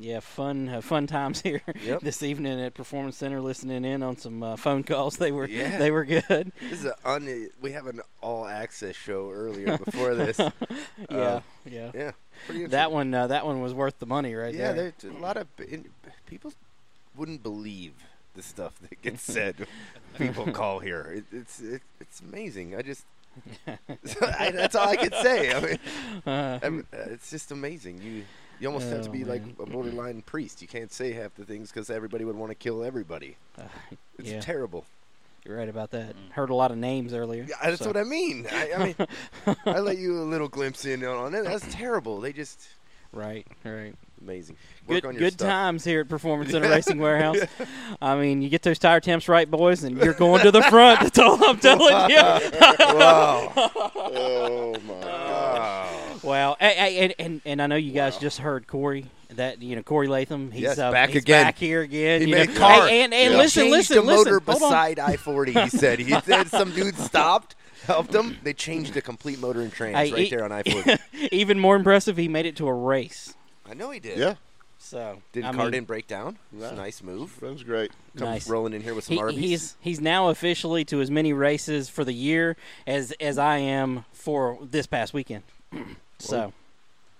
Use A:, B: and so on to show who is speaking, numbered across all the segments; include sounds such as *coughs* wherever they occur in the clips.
A: Yeah, fun uh, fun times *laughs* here
B: Yep.
A: this evening at Performance Center. Listening in on some uh, phone calls, they were
B: Yeah.
A: they were good.
B: *laughs* This is an un- we have an all access show
A: *laughs*
B: earlier before this.
A: yeah,
B: Uh,
A: yeah.
B: Yeah, pretty
A: That one uh, that one was worth the money right
B: yeah,
A: there.
B: there's a lot of in, people wouldn't believe the stuff
A: *laughs*
B: that gets said. when people call here. It, it's it, it's amazing.
A: *laughs*
B: I just *laughs* I, that's all I could say. I mean,
A: Uh,
B: I'm- uh, it's just amazing. You you almost have to
A: Oh,
B: be
A: man.
B: like a borderline priest. You can't say half the things because everybody would want to kill everybody.
A: uh,
B: It's
A: yeah,
B: terrible.
A: you're right about that. Heard a lot of names earlier.
B: Yeah, that's
A: so-
B: what I mean. I,
A: *laughs*
B: I mean, I let you a little glimpse in on it. That's terrible. They just
A: right, right.
B: amazing. Work
A: Good,
B: on your
A: good
B: stuff.
A: times here at Performance Center Racing
B: *laughs*
A: Warehouse. I mean, you get those tire temps right, boys, and you're going to the front. That's all
B: *laughs*
A: I'm telling you.
B: wow.
A: *laughs*
B: Oh my god.
A: Wow, Hey, hey, and, and and I know you guys just heard Corey. That you know Corey Latham. He's
B: Yes,
A: uh,
B: back
A: he's
B: again.
A: Back here again.
B: He
A: you
B: made
A: know.
B: car.
A: Hey, and and
B: He
A: listen,
B: changed
A: listen,
B: the
A: listen.
B: motor
A: Hold on.
B: beside I forty. He
A: *laughs*
B: said he said some dude stopped, helped him. They changed the complete motor and trans
A: Hey,
B: right
A: he- *laughs*
B: there on I forty.
A: Even more impressive, he made it to a race.
B: I know he did.
C: Yeah,
A: So
B: Didn't
A: I
B: car
A: mean,
B: didn't break down. It was a
C: No.
B: nice move.
C: that was great.
B: Comes
A: Nice.
B: rolling in here with some
A: He,
B: Arby's.
A: he's he's now officially to as many races for the year as as I am for this past weekend. *clears throat* so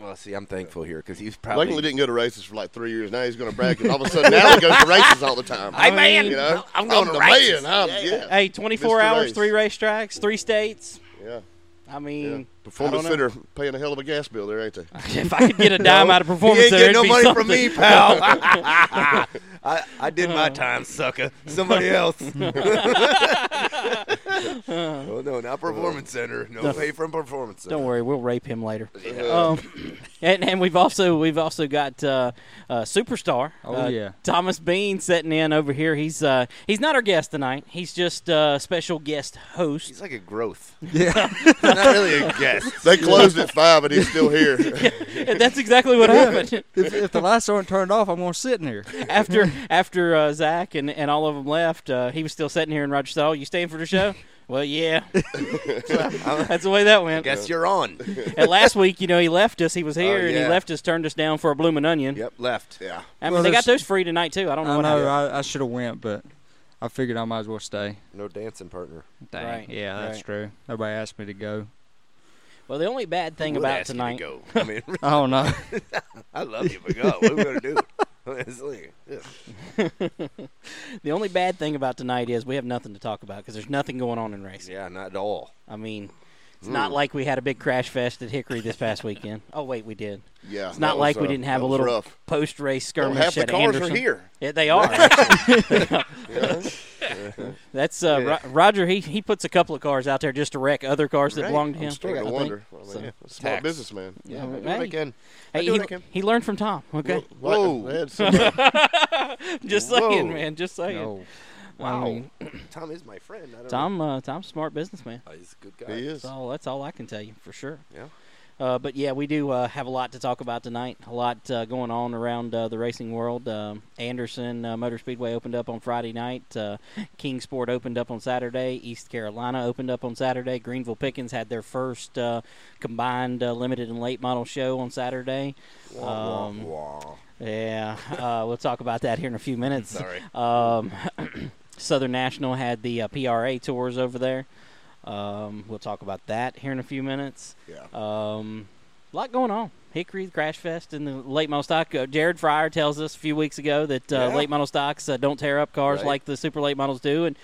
B: well, see, I'm thankful here because *laughs* he's
C: Luckily,
B: probably.
C: he didn't go to races for like three years. Now he's going to brag 'cause all of a sudden now he goes to races all the time.
A: Hey, man,
C: you know,
B: I'm going to
C: the
B: races.
C: man. I'm, yeah,
A: hey, 24
C: Mr.
A: hours,
C: Race.
A: three racetracks, three states.
C: yeah,
A: I
C: yeah.
A: mean,
C: Performance
A: I don't know.
C: Center paying a hell of a gas bill there, ain't they?
A: *laughs* if I could get a
C: *laughs*
A: dime out of performance,
B: He ain't
A: Center,
B: getting no
A: it'd be
B: money
A: something.
B: from me,
A: *laughs*
B: pal. I, I did my time, sucker. Somebody else.
A: *laughs*
B: oh no, not performance center. No pay from performance center.
A: Don't worry, we'll rape him later.
B: Yeah.
A: *laughs* Um, and, and we've also we've also got uh, uh, superstar.
D: Oh,
A: uh,
D: yeah.
A: Thomas Bean sitting in over here. He's uh, he's not our guest tonight. He's just uh, special guest
B: He's
A: host.
B: like
C: *laughs*
B: a growth.
D: Yeah.
B: *laughs* not really a guest.
C: They closed at five and he's
A: *laughs*
C: still here.
A: That's exactly what happened
D: if, if the lights aren't turned off, I'm going to sit in here.
A: *laughs*
D: *laughs*
A: after after uh, Zach and, and all of them left. Uh, he was still sitting here in Roger Stahl. You staying for the
B: *laughs*
A: show? well, yeah. That's the way that went.
B: Guess you're on.
A: *laughs*
B: Oh,
A: And last week, you know, he left us. He was here, and he
B: yeah.
A: left us, turned us down for a bloomin' onion.
B: yep, left.
C: yeah,
A: I mean,
D: Well,
A: they got
D: there's-
A: those free tonight too. I don't know
D: I
A: what
D: know
A: happened.
D: I, I should have went, but I figured I might as well stay.
B: No dancing partner.
D: Dang.
A: Right,
D: Yeah, that's
A: right.
D: true. Nobody asked me to go.
A: Well, the only bad thing
B: Would
A: about
B: ask you to
A: tonight.
B: go.
D: *laughs*
B: I mean,
D: I don't know.
B: *laughs* I love you, but God, what are
D: *laughs*
B: we gonna do? *laughs* Honestly, yeah.
A: *laughs* The only bad thing about tonight is we have nothing to talk about because there's nothing going on in racing.
B: yeah, not at all.
A: I mean, it's
C: Hmm.
A: not like we had a big crash fest at Hickory this past
C: *laughs*
A: weekend. Oh wait, we did.
C: yeah.
A: It's not
C: that
A: like
C: was,
A: we
C: uh,
A: didn't have
C: that
A: a
C: was
A: little
C: rough.
A: post race
C: Well,
A: skirmish
C: half the
A: at
C: cars
A: Anderson.
C: are here.
A: Yeah, they
C: *laughs*
A: are. actually. *laughs* That's uh,
B: Yeah.
A: Ro- Roger. He he puts a couple of cars out there just to wreck other cars that
B: Right.
A: belong to
C: I'm
A: him.
C: starting
A: I
C: to
A: think.
C: wonder. I mean,
A: So-
C: yeah, smart
B: Tax.
C: businessman.
B: Yeah,
A: well,
B: I do what I
A: hey.
B: can. I
A: Hey,
B: do
A: he,
B: what I can.
A: he learned from Tom. Okay,
B: Whoa.
C: Like, they had somebody-
A: *laughs* just
B: Whoa. *laughs*
A: saying, man. Just saying.
D: no.
A: I mean,
B: Tom is my friend. I don't
A: Tom. Uh, Tom's a smart businessman.
B: know. Oh, he's a good guy.
C: he is.
A: That's all. That's all I can tell you for sure.
B: Yeah.
A: Uh, but yeah, we do uh, have a lot to talk about tonight. A lot uh, going on around uh, the racing world. Um, Anderson uh, Motor Speedway opened up on Friday night. Uh, Kingsport opened up on Saturday. East Carolina opened up on Saturday. Greenville Pickens had their first uh, combined uh, limited and late model show on Saturday.
B: Wah,
A: Um,
B: wah, wah.
A: Yeah, uh, we'll talk about that here in a few minutes.
B: Sorry.
A: Um, *clears throat* Southern National had the uh, PRA tours over there. Um, we'll talk about that here in a few minutes.
C: Yeah.
A: Um, a lot going on. Hickory Crash Fest and the late model stock. Uh, Jared Fryer tells us a few weeks ago that uh,
B: Yeah.
A: late model stocks uh, don't tear up cars
B: Right.
A: like the super late models do, and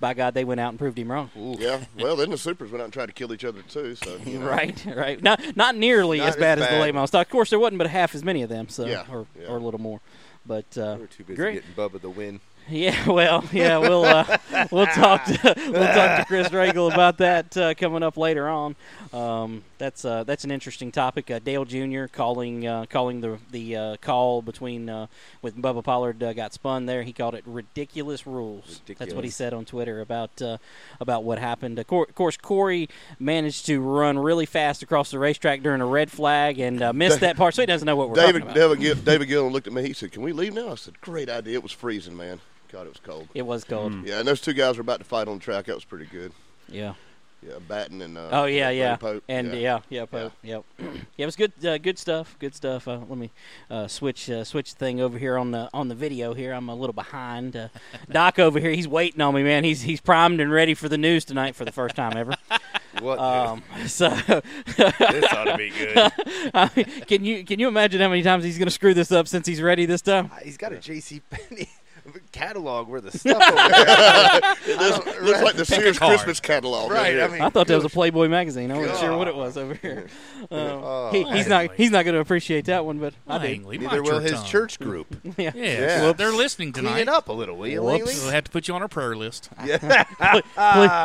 A: by God, they went out and proved him wrong.
C: *laughs* Yeah. Well, then the supers went out and tried to kill each other too. So *laughs* you know.
A: Right, right. Not not nearly
C: Not
A: as bad
C: as
A: as the
C: bad.
A: late model stock. Of course, there wasn't but half as many of them, so
C: Yeah,
A: or
C: yeah.
A: or a little more. But uh,
B: We We're too busy
A: great.
B: getting Bubba the win.
A: Yeah, well, yeah, we'll uh, we'll talk to we'll talk
C: *laughs*
A: to Chris Regal about that uh, coming up later on. Um, that's uh, that's an interesting topic. Uh, Dale Jr. calling uh, calling the the uh, call between uh, with Bubba Pollard uh, got spun there. He called it ridiculous rules. That's what he
B: Ridiculous.
A: said on Twitter about uh, about what happened. Of cour- of course, Corey managed to run really fast across the racetrack during a red flag and uh, missed that part, so he doesn't know what we're talking
C: David
A: about.
C: David, Gill, David Gillen looked at me. He said, "Can we leave now?" I said, "Great idea." It was freezing, man. God, it was cold.
A: It was cold.
C: Yeah, and those two guys were about to fight on the track. That was pretty good.
A: Yeah.
C: Yeah, Batten and uh,
A: Oh yeah,
C: Freddie
A: yeah,
C: Pope.
A: and
C: yeah.
A: yeah, yeah, Pope, yep, *clears throat* yeah. It was good, uh, good stuff, good stuff. Uh, let me uh, switch uh, switch the thing over here on the on the video here. I'm a little behind.
B: *laughs*
A: Uh, Doc over here, he's waiting on me, man. He's he's primed and ready for the news tonight for the first time ever.
B: *laughs* What?
A: Um, *laughs* so
B: *laughs* this ought to be good.
A: *laughs* I mean, can you can you imagine how many times he's going to screw this up since he's ready this time?
B: He's got a J.C. Penney *laughs* catalog where the stuff over there.
C: It looks,
B: don't-
C: looks like the
E: Pick a
C: Sears
E: card.
C: Christmas catalog.
B: right.
C: here.
B: I mean,
A: I thought that was a
B: gosh.
A: Playboy magazine. I wasn't sure what it
B: God.
A: was over
B: *laughs*
A: here. Um,
B: Oh,
A: he, he's not
E: Langley.
A: he's not going to appreciate that one, but I did.
E: Langley,
B: Neither
E: mind
B: will
E: your
B: his
E: tongue.
B: church group.
A: *laughs* Yeah.
E: Yeah,
B: Yeah.
E: so they're listening
B: Clean
E: tonight.
B: it up a little, will you, Langley?
E: We'll have to put you on our
A: *laughs*
E: prayer list.
B: *laughs* Yeah.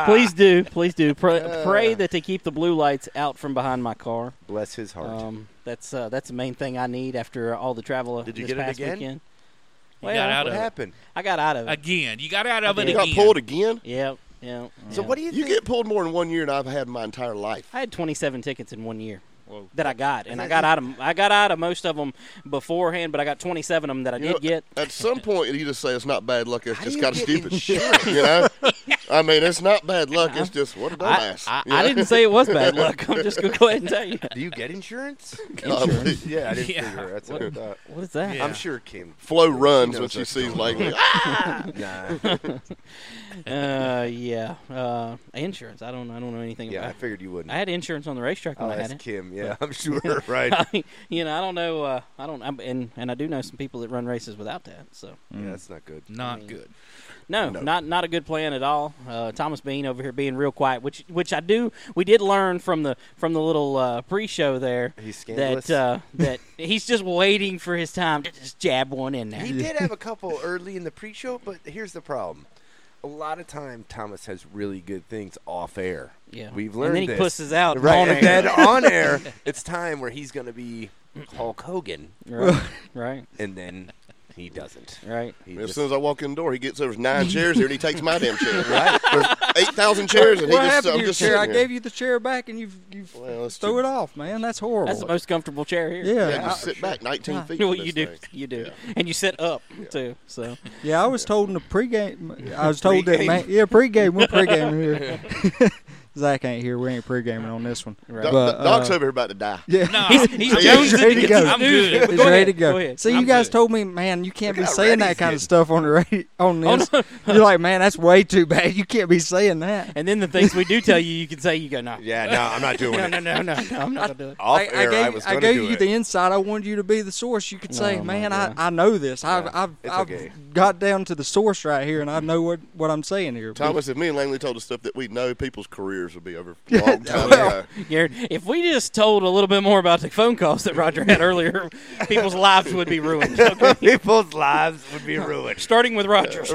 A: Please, please do, please do. Pray, pray that they keep the blue lights out from behind my car.
B: Bless his heart.
A: Um, that's uh, that's the main thing I need after all the travel.
B: Did you
A: this
B: get it
A: past
B: again?
A: Weekend.
E: You got out
B: what
E: of it.
B: happened?
A: I got out of it.
E: Again, you got out of it
C: You
A: Yeah.
C: got
E: again.
C: pulled again.
A: Yeah, yeah.
B: So
A: yeah.
B: what do you,
C: You
B: think?
C: get pulled more in one year than I've had in my entire life.
A: I had 27 tickets in one year
D: Whoa.
A: that I got, and I got out of I got out of most of them beforehand, but I got 27 of them that I
C: You
A: did
C: know,
A: get.
C: At some point, you just say it's not bad luck. It's
B: How
C: just
B: do you
C: kind of
B: get
C: stupid. you
B: *laughs*
C: know, I mean, it's not bad luck. It's just what a
A: I,
C: dumbass.
A: I,
C: you
A: I
C: know?
A: didn't say it was
C: *laughs*
A: bad luck. I'm just gonna go ahead and tell you.
B: *laughs* Do you get
A: *laughs*
B: insurance?
C: Um, *laughs* Golly.
B: yeah, I didn't
E: Yeah.
B: figure. That's what I thought.
A: What is that?
E: Yeah.
B: I'm sure Kim.
C: Flo runs
B: knows
C: when she
B: that
C: sees
B: story.
C: Langley.
B: Nah.
A: *laughs* Uh, yeah. Uh, insurance. I don't. I don't know anything
B: yeah, I
A: about. it.
B: figured you wouldn't.
A: I had insurance on the racetrack when
B: I'll
A: I had
B: ask
A: it.
B: Kim. Yeah, I'm sure.
A: *laughs*
B: *laughs* Right.
A: I mean, you know, I don't know. Uh, I don't. I'm, and and I do know some people that run races without that. So
B: Yeah, that's not good.
E: Mm. Not good.
A: no, not not a good plan at all. Uh, Thomas Bean over here being real quiet, which which I do. We did learn from the from the little uh, pre-show there
B: He's scandalous.
A: that uh, that *laughs* he's just waiting for his time to just jab one in there.
B: He did *laughs* have a couple early in the pre-show, but here's the problem. A lot of time, Thomas has really good things off air.
A: Yeah,
B: we've
A: And
B: learned
A: then he
B: this.
A: pusses out
B: right,
A: on
B: and
A: air.
B: then
A: *laughs*
B: on air, it's time where he's going to be Hulk Hogan,
C: *laughs*
A: Right, right,
B: and then he doesn't.
A: right.
B: He
C: As
B: just-
C: soon as I walk in the door, he gets there's nine chairs here, and he takes my damn chair. There's eight thousand chairs, and
D: What
C: he just
D: happened
C: I'm
D: to your
C: just
D: chair? I
C: sitting here.
D: gave you the chair back, and you've you've
C: Well, that's
D: threw
C: too-
D: it off, man. That's horrible.
A: That's the most comfortable chair here.
D: yeah.
C: Yeah,
D: I-
C: just sit back 19
D: Yeah.
C: feet.
A: Well,
C: from
A: you do,
C: this thing.
A: you do, and you sit up too. So
D: Yeah, I was told in the pregame. I was told that
B: Pregame?
D: man. Yeah, pregame. We're pregaming here.
C: *laughs*
D: *laughs* Zach ain't here. We ain't pregaming on this one.
A: Right.
C: Doc-
D: But,
C: Doc's
D: uh,
C: over here about to die.
D: *laughs* Yeah.
E: No,
A: he's, he's
C: Yeah,
A: jonesing
C: he's
A: to
D: ready to
A: get
D: go.
A: the
E: I'm
A: news.
E: good.
D: He's
A: Go
D: ready
A: ahead,
D: to go.
A: go ahead.
D: See, you
E: I'm
D: guys
E: good.
D: told me, man, you can't be
B: Look how
D: saying
B: red
D: that
B: he's
D: kind
B: getting.
D: of stuff on the radio,
A: *laughs*
D: on
A: Oh,
D: this. You're like, man, that's way too bad. You can't be saying that.
A: And then the things we
D: *laughs*
A: do tell you, you can say you go no.
B: yeah, no, I'm not doing
A: *laughs* No,
B: it.
A: no, no, no, no, I'm not gonna do it.
B: Off
D: I, I
B: air,
D: gave,
B: I was
D: I
B: going to
D: gave
B: do
D: you
B: it.
D: the insight. I wanted you to be the source. You could say,
A: Oh, my
D: man,
A: God.
D: I, I know this. I've, I've,
B: it's
D: I've
B: okay.
D: got down to the source right here, and I know what, what I'm saying here.
C: Thomas, if me and Langley told us stuff that we know, people's careers would be over a
A: *laughs*
C: long time
D: Well,
C: ago.
A: Garrett, if we just told a little bit more about the phone calls that Roger had earlier, people's lives would be
B: *laughs*
A: ruined. Okay?
B: People's lives would be ruined.
A: Starting with
B: *laughs*
A: Rogers. *laughs*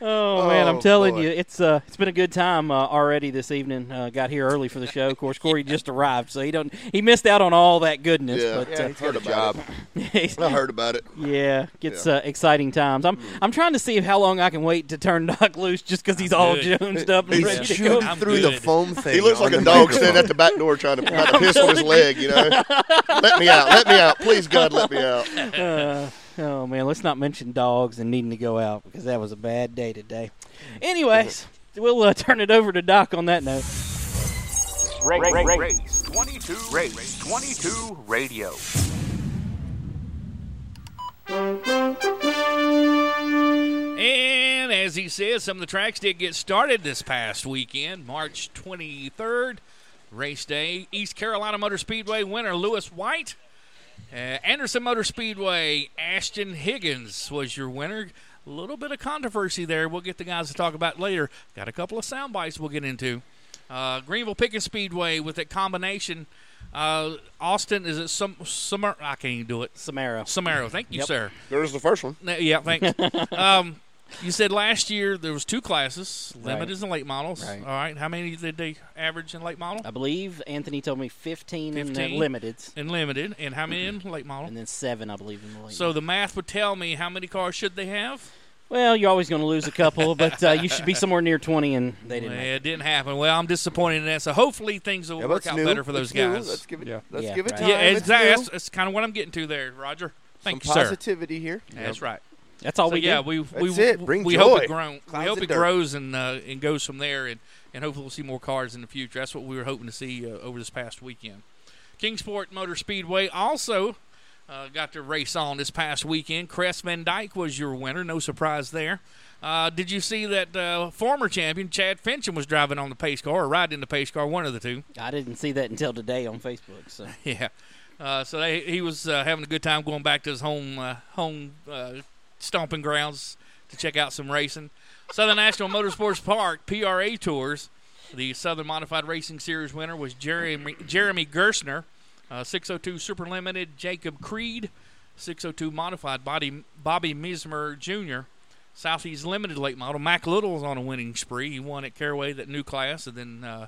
A: Oh, man, I'm
B: Oh,
A: telling
B: boy.
A: you, it's uh, it's been a good time uh, already this evening. Uh, got here early for the show. Of course, Corey just arrived, so he don't he missed out on all that goodness.
C: Yeah.
A: But
B: Yeah,
A: uh,
B: he's got a
C: Heard about
B: job.
A: *laughs* he's-
C: I heard about it.
A: Yeah, gets Uh, exciting times. I'm
B: Mm.
A: I'm trying to see if how long I can wait to turn *laughs* Doc loose just because he's all
E: good.
A: jonesed up and
B: He's
A: ready to
B: chewing
A: go.
E: I'm
B: through the
E: good.
B: foam thing.
C: He looks
B: on
C: like a
B: the
C: dog
B: microphone.
C: sitting at the back door trying *laughs* to, trying to piss
E: *laughs*
C: on his leg, you know. let me out. Let me out. Please, God, let me out.
A: Uh, oh man, let's not mention dogs and needing to go out because that was a bad day today. Anyways, we'll uh, turn it over to Doc on that note.
F: Race, race, 22, race 22 radio.
E: And as he says, some of the tracks did get started this past weekend, March 23rd, race day. East Carolina Motor Speedway winner Lewis White. Uh, Anderson Motor Speedway, Ashton Higgins was your winner. A little bit of controversy there. We'll get the guys to talk about later. Got a couple of sound bites we'll get into. Uh, Greenville Pickett Speedway with that combination. Uh, Austin, is it some summer? I can't even do it.
A: Samara.
E: Samaro, thank you,
A: Yep.
E: sir.
C: There's the first one.
E: No,
A: *laughs*
E: yeah, thanks. um, you said last year there was two classes, limited and late models.
A: Right.
E: All right, how many did they average in late model
A: I believe Anthony told me uh, 15, in
E: 15?
A: the limiteds
E: and limited, and how many in late model?
A: Mm-hmm. and then seven, I believe, in the limited.
E: So the math would tell me how many cars should they have.
A: well, you're always going to lose a couple, but uh, you should be somewhere near 20, and they didn't.
E: Well,
A: make it.
E: it didn't happen. Well, I'm disappointed in that. So hopefully things will
B: Yeah, but
E: work
B: it's
E: out
B: new.
E: better for those
B: It's new.
E: guys.
B: Let's give it.
D: Yeah.
B: Let's
A: Yeah,
B: give it
A: right.
B: time.
E: yeah,
B: It's new.
E: exactly. That's, kind of what I'm getting to there, Roger. Thank
B: Some
E: you, sir.
B: positivity here.
E: That's right.
A: That's all
E: So
A: we
E: yeah,
A: do.
E: we we
B: That's it. Bring
E: we hope
B: joy.
E: it grown, we
B: Clouds
E: hope
B: and
E: it
B: dirt.
E: grows and uh, and goes from there, and and hopefully we'll see more cars in the future. That's what we were hoping to see uh, over this past weekend. Kingsport Motor Speedway also uh, got to race on this past weekend. Crest Van Dyke was your winner, no surprise there. Uh, did you see that uh, former champion Chad Fincham was driving on the pace car or riding in the pace car, one of the two? *laughs*
A: I didn't see that until today on Facebook. So
E: Yeah. Uh, so they, he was uh, having a good time going back to his home uh, home uh, stomping grounds to check out some racing. Southern National Motorsports Park PRA Tours, the Southern Modified Racing Series winner was Jeremy Jeremy Gerstner, uh, 602 Super Limited Jacob Creed, 602 Modified Body Bobby Mismer Jr. Southeast Limited late model Mac Little is on a winning spree. He won at Caraway that new class, and then uh,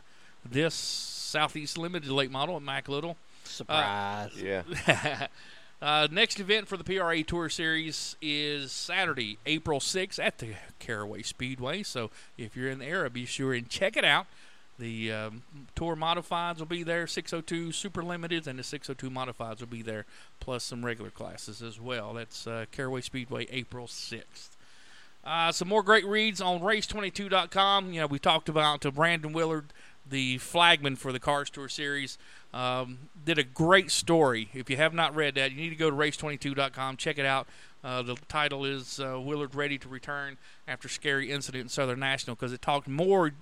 E: this Southeast Limited late model at Mac Little.
A: surprise.
B: Yeah.
E: *laughs* Uh, next event for the PRA Tour Series is Saturday, April 6th at the Caraway Speedway. So if you're in the area, be sure and check it out. The um, Tour Modifieds will be there, 602 Super Limiteds, and the 602 Modifieds will be there, plus some regular classes as well. That's uh, Caraway Speedway, April 6th. Uh, some more great reads on race22.com. You know, we talked about uh, Brandon Willard, the flagman for the Cars Tour Series, um, did a great story. If you have not read that, you need to go to race22.com. Check it out. Uh, the title is uh, Willard Ready to Return After Scary Incident in Southern National because it talked more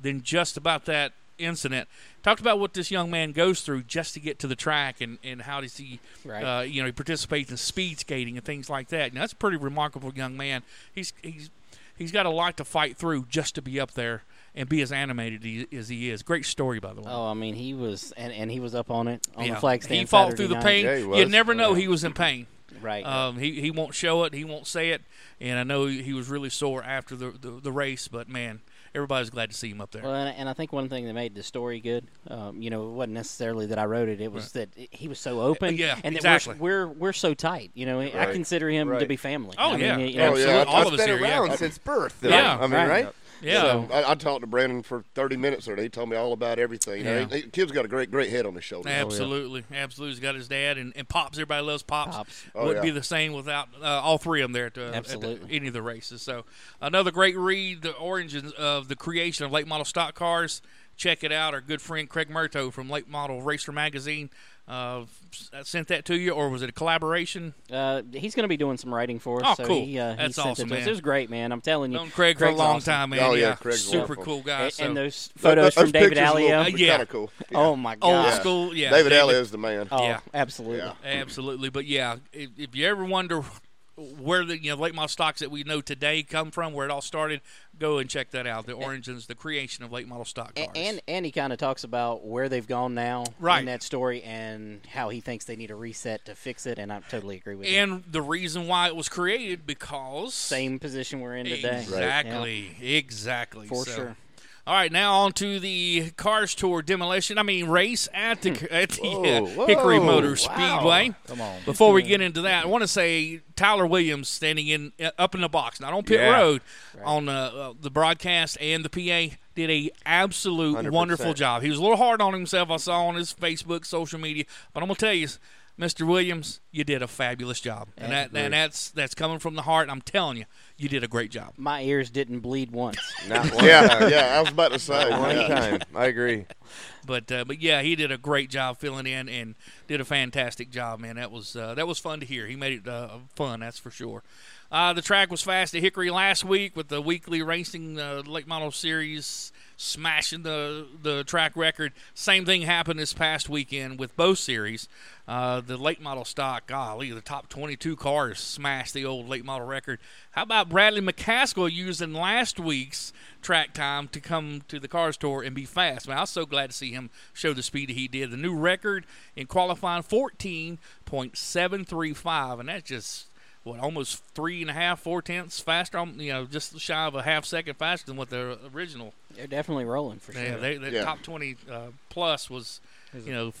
E: than just about that incident. Talked about what this young man goes through just to get to the track and, and how does he
A: Right.
E: uh, you know, he participates in speed skating and things like that. Now, that's a pretty remarkable young man. He's he's he's got a lot to fight through just to be up there and be as animated he- as he is. Great *laughs* story, by the way.
A: Oh, I mean, he was and, and he was up on it on
E: Yeah.
A: the flag stand.
E: he fought
A: Saturday
E: through the
A: night.
E: pain.
B: Yeah, he
E: you
B: was.
E: never know
B: Yeah.
E: he was in pain.
A: Right.
E: Um, he he won't show it. He won't say it. And I know he was really sore after the the, the race. But man, everybody's glad to see him up there.
A: Well, and, and I think one thing that made the story good, um, you know, it wasn't necessarily that I wrote it. It was that he was so open,
E: Yeah,
A: and that
E: exactly.
A: we're, we're we're so tight. You know, I
B: Right.
A: consider him to
B: Right.
A: be family.
E: oh
A: I mean,
E: yeah,
A: you know,
C: Oh, yeah.
E: absolutely. all
B: That's
E: of us
B: been
E: here. yeah.
B: around since birth. Though.
E: Yeah.
B: I mean,
A: Right.
B: right?
E: yeah.
C: I, I talked to Brandon for 30 minutes there. He told me all about everything. You know,
E: Yeah.
C: he- he- kid's got a great, great head on his shoulder.
E: Absolutely, absolutely. He's got his dad and, and pops. Everybody loves pops.
A: Pops.
C: Oh,
E: Wouldn't be
C: yeah.
E: the same without uh, all three of them there at, the, at the-
A: Absolutely.
E: any of the races. So another great read: the origins of the creation of late model stock cars. Check it out. Our good friend Craig Murto from Late Model Racer Magazine uh, s- sent that to you, or was it a collaboration?
A: Uh, he's going to be doing some writing for us.
E: Oh,
A: so
E: cool.
A: He, uh, he
E: That's
A: sent it
E: awesome,
A: to us.
E: man.
A: It was great, man. I'm telling you,
E: Known Craig for
A: Craig's
E: a long
A: awesome.
E: time, man.
C: Oh, yeah, Craig's
E: super
C: wonderful.
E: cool guy.
A: A- And,
E: so
A: those
C: Th-
A: photos
C: those
A: from David
C: pictures will
A: Allio.
C: be
E: Uh, yeah.
C: kinda cool. Yeah.
A: Oh my
E: old
A: gosh!
E: school, yeah.
C: David Allio's the man.
A: Oh,
E: Yeah.
A: absolutely.
C: Yeah.
E: Absolutely, but yeah, if, if you ever wonder where the you know late model stocks that we know today come from, where it all started, go and check that out. The origins, the creation of late model stock cars.
A: A- And and he kind of talks about where they've gone now
E: Right.
A: in that story, and how he thinks they need a reset to fix it. And I totally agree with you.
E: And the reason why it was created because
A: Same position we're in today.
E: exactly, exactly
A: For
E: So,
A: sure.
E: All right, now on to the cars tour demolition. I mean race at the *laughs* at the uh,
B: Whoa,
E: Hickory
B: whoa,
E: Motor
B: wow.
E: Speedway.
D: Come on.
E: Before we get into that, I want to say Tyler Williams standing in uh, up in the box, not on pit
B: Yeah.
E: road, on uh, uh, the broadcast and the PA did a absolute
B: 100%.
E: wonderful job. He was a little hard on himself. I saw on his Facebook, social media, but I'm gonna tell you, Mr. Williams, you did a fabulous job, and that, and that's that's coming from the heart. I'm telling you, you did a great job.
A: My ears didn't bleed once.
B: *laughs*
A: *laughs*
B: Not one
C: Yeah,
B: time.
C: yeah. I was about to say.
B: One
C: yeah.
B: time. I agree.
E: But uh, but yeah, he did a great job filling in and did a fantastic job, man. That was uh, that was fun to hear. He made it uh, fun, that's for sure. Uh, the track was fast at Hickory last week with the weekly racing uh, late model series smashing the the track record. Same thing happened this past weekend with both series. Uh, the late model stock, golly, the top 22 cars smashed the old late model record. How about Bradley McCaskill using last week's track time to come to the car store and be fast? Man, I was so glad to see him show the speed that he did. The new record in qualifying 14.735, and that's just what almost three and a half, four tenths faster. um, You know, just shy of a half second faster than what the original.
A: They're definitely rolling for sure.
E: Yeah, they, the
C: Yeah.
E: top 20 uh, plus was, you know,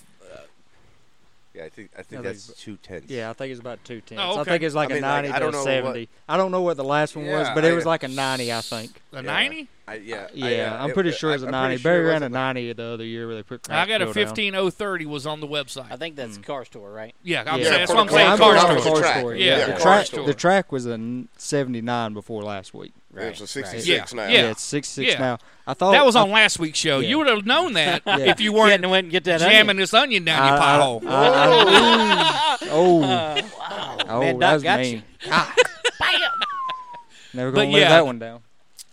B: Yeah, I think I think
D: I
B: that's
D: think-
B: two ten.
D: Yeah, I think it's about two tenths.
E: Oh, okay.
D: I think it's like
B: I mean,
D: a
B: like,
D: ninety
B: I don't
D: to
B: know
D: a
B: what-
D: seventy. I don't know what the last one was,
B: Yeah,
D: but it
B: I-
D: was like a ninety, I think.
E: A
B: Yeah.
E: 90?
B: I, yeah,
D: Yeah,
B: I, uh,
D: I'm
B: it-
D: pretty sure it was a
B: I'm
D: ninety.
B: pretty sure
D: Barry
B: it
D: ran a
B: was
D: ninety the other year where they put.
E: I got
D: Cransfield
E: a
D: down.
E: 15030 was on the website.
A: I think that's Car Store, right?
E: yeah, I'm
D: Hmm. Yeah,
E: saying, that's
C: for
E: what I'm
C: the
E: saying.
C: car-
E: Car
C: for
E: store.
C: the car- track.
E: Yeah,
D: the
E: the car
D: track.
E: store.
D: The track was a n- seventy-nine before last week.
C: It's a 66
E: Yeah.
C: now.
E: Yeah.
D: it's sixty-six
E: Yeah.
D: now. I thought
E: That was
D: I-
E: on last week's show.
D: Yeah.
E: You would have known that
D: *laughs* Yeah.
E: if you
A: Went
E: weren't
A: and went and get that
E: jamming
A: onion.
E: this onion down your
D: I- I- *laughs*
E: pothole.
D: I- I- oh, oh,
A: Man, Doc
D: that was
A: got
D: mean. *laughs*
A: you.
D: God. Never
E: But
D: gonna live
E: yeah.
D: that one down.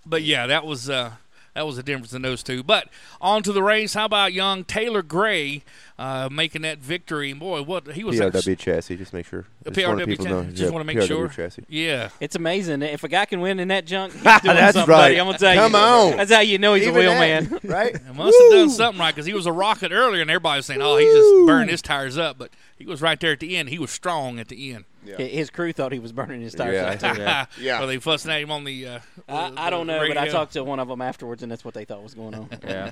E: But yeah, that was uh, that was the difference in those two. But on to the race. How about young Taylor Gray uh, making that victory? Boy, what he was.
B: PRW chassis. Just make sure.
E: A
B: I just
E: PRW
B: wanted people to know.
E: chassis, just
B: Yeah,
E: wanna make
B: PRW
E: sure.
B: Chassis.
E: Yeah,
A: It's amazing if a guy can win in that
B: *laughs*
A: junk. He's doing something, buddy,
B: right.
A: I'm gonna tell you.
B: Come on.
A: That's how you know he's
B: Even
A: a wheel
B: that,
A: man.
B: *laughs*
A: *laughs*
B: right?
E: He must have done something right because he was a rocket earlier, and everybody was saying, "Oh, he just burned his tires up." But he was right there at the end. He was strong at the end.
A: His crew thought he was burning his tires.
E: *laughs*
B: Yeah,
A: out,
B: I
A: too.
B: think-
E: Yeah.
C: Yeah.
E: Are they fussing at him on the? Uh,
A: *laughs* I,
E: the-
A: I don't
E: the
A: know, but I
E: radio?
A: talked
E: *laughs*
A: to one of them afterwards, and that's what they thought was going
B: *laughs*
A: on.
D: Yeah.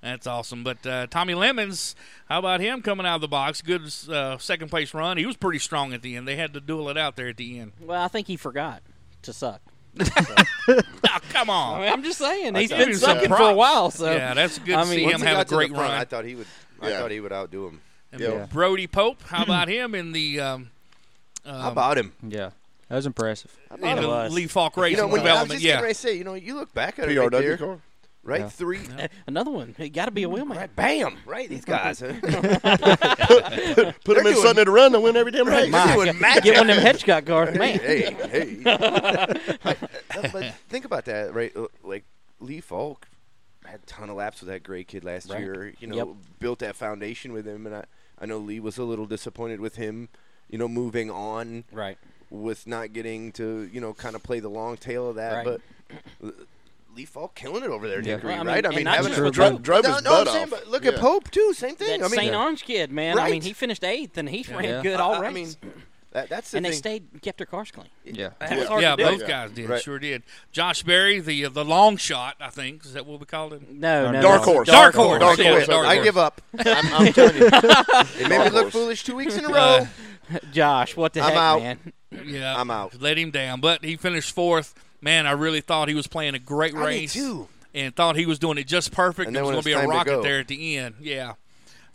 E: That's awesome. But uh, Tommy Lemons, how about him coming out of the box? Good uh, second place run. He was pretty strong at the end. They had to duel it out there at the end.
A: well, I think he forgot to suck.
B: Ah,
E: Oh, come on.
A: I mean, I'm just saying he's
E: give
A: been
E: him some
A: sucking for a
E: props.
A: while. So
E: yeah, that's good
A: I
E: to
A: mean,
E: see
A: once
E: him
B: Once he
E: have a
B: got to the
E: great
B: front,
E: run.
B: I thought he would. I
C: Yeah.
B: thought he would outdo him.
E: And
C: Yeah.
E: Brody Pope, how about him in the um,
B: How about him?
D: Yeah, that was impressive.
E: in
A: of
E: the
A: us.
E: Lee Falk
B: You
E: Racing
B: know, when I was
E: development?
B: just
E: Yeah,
B: getting ready to say, you know, you look back at it right
C: PRW
B: there,
C: car.
B: right?
D: Yeah.
B: Three,
A: *laughs* another one. He got to be a wheel man.
B: bam,
A: *laughs*
B: right? These guys, *laughs* huh?
C: *laughs* Put them in
B: doing-
C: something to run. They win every damn race.
B: They're doing magic.
A: Get one of them Hitchcock cars,
B: Hey,
A: man.
B: hey, hey.
A: *laughs*
B: I- uh, but think about that, right? Uh, Like Lee Falk had a ton of laps with that great kid last
A: Right.
B: year. You know,
A: Yep.
B: built that foundation with him, and I, I know Lee was a little disappointed with him. You know, moving on
A: Right.
B: with not getting to you know kind of play the long tail of
A: Right.
B: that, but. uh, Lee Falk killing it over there, in
D: Yeah.
B: Hickory,
A: Well, I mean,
B: right? I
A: and
B: mean,
A: not
B: having
A: just
B: a
A: with
C: Dro-
A: Pope.
C: drove his
B: no, no,
C: butt
B: I'm saying,
C: off.
B: but look at
C: Yeah.
B: Pope too. Same thing.
A: That
B: I mean,
A: St. Orange kid, man. I mean,
B: Right.
A: he finished eighth, and he ran
D: Yeah.
A: good all
B: I-
A: race.
B: I mean, that, that's the
A: and they
B: thing.
A: stayed, kept their cars clean.
D: Yeah.
A: That was
C: Yeah.
A: hard to
E: yeah,
A: do.
E: both
C: Yeah.
E: guys did.
B: Right.
E: Sure did. Josh Berry, the uh, the long shot, I think is that what we called him.
A: No, no,
C: Dark
A: no.
C: horse.
E: Dark horse.
C: Dark
E: Yeah,
C: horse.
E: dark
B: I
E: horse.
B: give up. *laughs*
C: I'm, I'm telling you.
B: It made me
C: Dark
B: look
C: horse.
B: foolish two weeks in a row.
E: *laughs* Uh,
A: Josh, what the
B: I'm
A: heck,
B: out.
A: man?
E: Yeah,
B: I'm out.
E: Let him down, but he finished fourth. Man, I really thought he was playing a great
B: I did
E: race
B: too.
E: and thought he was doing it just perfect.
B: And
E: There
B: then
E: was
B: when
E: going to be a
B: it's time to
E: rocket
B: go.
E: there at the end. Yeah,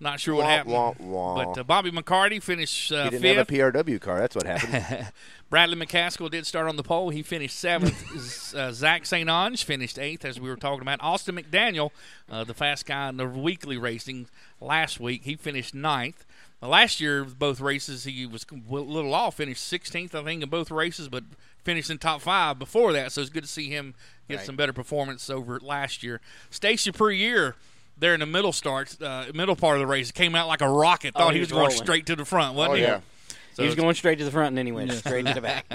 E: not sure what
B: Wah,
E: happened.
B: wah, wah.
E: But uh, Bobby McCarty finished uh,
B: he didn't
E: fifth.
B: have a PRW car. That's what happened.
E: Bradley McCaskill did start on the pole. He finished seventh. *laughs* Z- uh, Zach St. Ange finished eighth, as we were talking about. Austin McDaniel, uh, the fast guy in the weekly racing last week, he finished ninth. Uh, last year, both races, he was a little off, finished 16th, I think, in both races, but finished in top five before that. So it's good to see him get some better performance over last year. Stacy per year. There in the middle starts, uh, middle part of the race, came out like a rocket. Thought
A: Oh,
E: he,
A: he
E: was,
A: was
E: going
A: rolling.
E: straight to the front, wasn't
C: Oh,
E: he?
C: yeah.
E: So
A: he was
E: it's-
A: going straight to the front, and then he went straight to the back.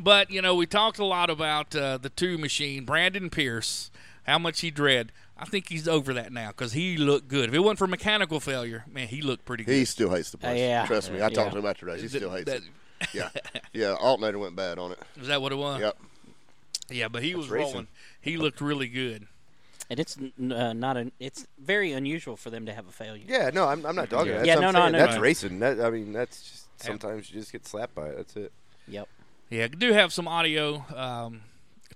E: but you know, we talked a lot about uh, the two machine, Brandon Pierce, how much he dread. I think he's over that now because he looked good. If it wasn't for mechanical failure, man, he looked pretty good.
C: He still hates the place.
A: yeah.
C: Trust me. I talked to him after that. He still hates
E: that-
C: it. Yeah. Yeah. Alternator went bad on it.
E: Is that what it was?
C: Yep.
E: *laughs* Yeah, but he was
B: racing.
E: rolling. He looked really good.
A: And it's n- uh, not an. It's very unusual for them to have a failure.
B: yeah, no, I'm, I'm not dogging.
A: Yeah.
B: it. That's
A: Yeah,
B: what I'm
A: no, no,
B: saying.
A: no,
B: That's
E: no.
B: racing. That, I mean, that's just sometimes you just get slapped by it. That's it. *laughs*
A: Yep.
E: Yeah, I do have some audio. Um,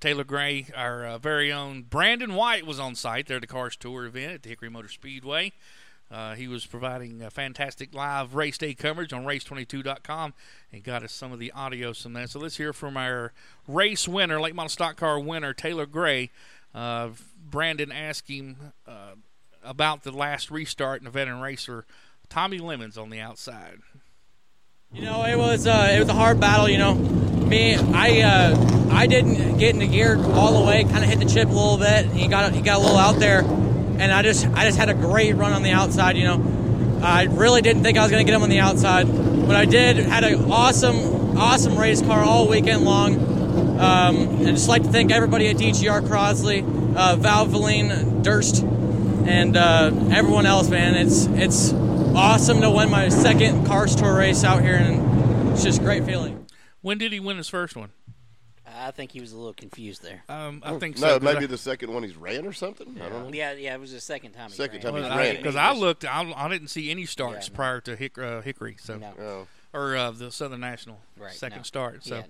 E: Taylor Gray, our uh, very own Brandon White, was on site there at the Cars Tour event at the Hickory Motor Speedway. Uh, he was providing uh, fantastic live race day coverage on race22.com and got us some of the audio from that. So let's hear from our race winner, late model stock car winner, Taylor Gray. Uh, Brandon asked him uh, about the last restart and the veteran racer, Tommy Lemons, on the outside.
G: You know, it was uh, it was a hard battle. You know, me, I uh, I didn't get in the gear all the way. Kind of hit the chip a little bit. And he got he got a little out there, and I just I just had a great run on the outside. You know, I really didn't think I was going to get him on the outside, but I did. Had an awesome awesome race car all weekend long. Um, and just like to thank everybody at DGR Crosley, uh, Val Valine, Durst, and uh, everyone else, man. It's it's awesome to win my second cars tour race out here, and it's just a great feeling.
E: When did he win his first one?
A: Uh, I think he was a little confused there.
E: Um,
B: Oh,
E: I think
C: Oh, No,
E: so. 'cause
C: maybe
E: I-
C: the second one he's ran or something. I don't know.
A: Yeah, yeah, it was the second time. He
C: Second
A: ran.
C: time he's
E: Well,
C: ran.
A: *laughs*
E: Because I, looked, I, I didn't see any starts
A: Yeah, no.
E: prior to Hick, uh, Hickory, so
A: No.
C: Oh.
E: or uh, the Southern National
A: Right,
E: second
A: no.
E: start. So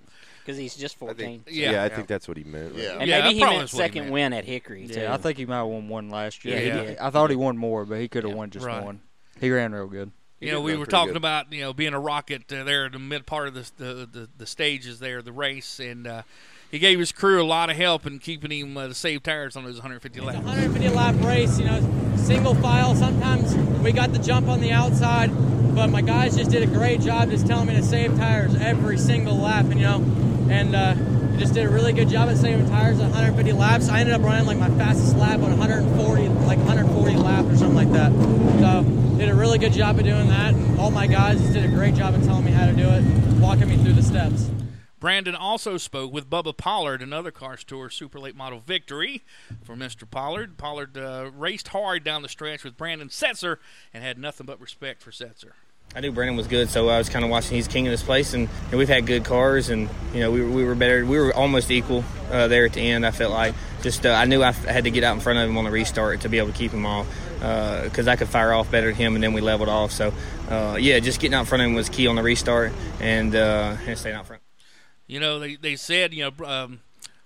A: because he's just
B: I
A: fourteen.
B: think,
E: Yeah.
B: yeah, I think that's what he meant. right?
C: Yeah.
A: And
E: Yeah, that
A: maybe he
E: probably
A: meant
E: is what he
A: second
E: meant.
A: win at Hickory too.
D: Yeah, I think he might have won one last year.
A: Yeah,
E: he Yeah.
A: did.
D: I thought he won more, but he could have
A: Yeah.
D: won just
E: Right.
D: one. He ran real good.
E: you know,
B: did
E: we
B: run
E: were
B: pretty
E: talking
B: good.
E: about you know being a rocket uh, there in the mid part of the the, the the stages there, the race, and uh, he gave his crew a lot of help in keeping him uh, to save tires on those 150
G: It's a
E: laps.
G: 150 lap race, you know, single file. Sometimes we got the jump on the outside, but my guys just did a great job just telling me to save tires every single lap, and you know, and uh, just did a really good job at saving tires at 150 laps. I ended up running like my fastest lap on 140, like 140 lap or something like that. Um, So did a really good job of doing that. And all my guys just did a great job of telling me how to do it, walking me through the steps.
E: Brandon also spoke with Bubba Pollard, another Cars Tour Super Late Model victory for Mr. Pollard. Pollard uh, raced hard down the stretch with Brandon Setzer and had nothing but respect for Setzer.
H: I knew Brandon was good, so I was kind of watching. He's king of this place, and, and we've had good cars, and you know we, were- we were better. We were almost equal uh, there at the end. I felt like just uh, I knew I f- had to get out in front of him on the restart to be able to keep him off because I could fire off better than him, and then we leveled off. So uh, yeah, just getting out in front of him was key on the restart, and uh, and staying out front.
E: You know, they, they said, you know, um,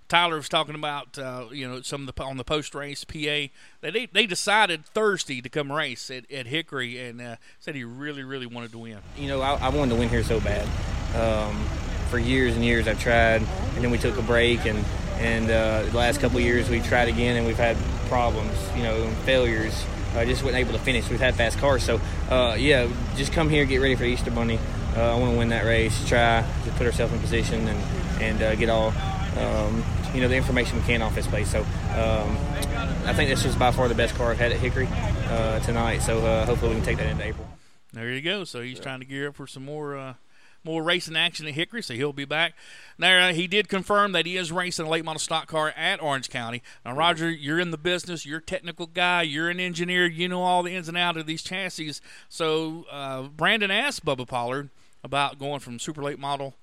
E: Tyler was talking about, uh, you know, some of the on the post race PA. They, they they decided Thursday to come race at, at Hickory and uh, said he really really wanted to win.
H: You know, I, I wanted to win here so bad. Um, for years and years, I've tried, and then we took a break, and and uh, the last couple of years we tried again, and we've had problems, you know, and failures. I just wasn't able to finish. We've had fast cars, so uh, yeah, just come here, get ready for the Easter Bunny. Uh, I want to win that race. Try to put ourselves in position and and uh, get all. Um, you know the information we can off this place. So um, I think this was by far the best car I've had at Hickory uh, tonight. So uh, hopefully we can take that into April.
E: There you go. So he's trying to gear up for some more uh, more racing action at Hickory. So he'll be back. Now uh, he did confirm that he is racing a late model stock car at Orange County.
B: Mm-hmm.
E: Now Roger, you're in the business. You're a technical guy. You're an engineer. You know all the ins and outs of these chassis. So uh, Brandon asked Bubba Pollard about going from super late model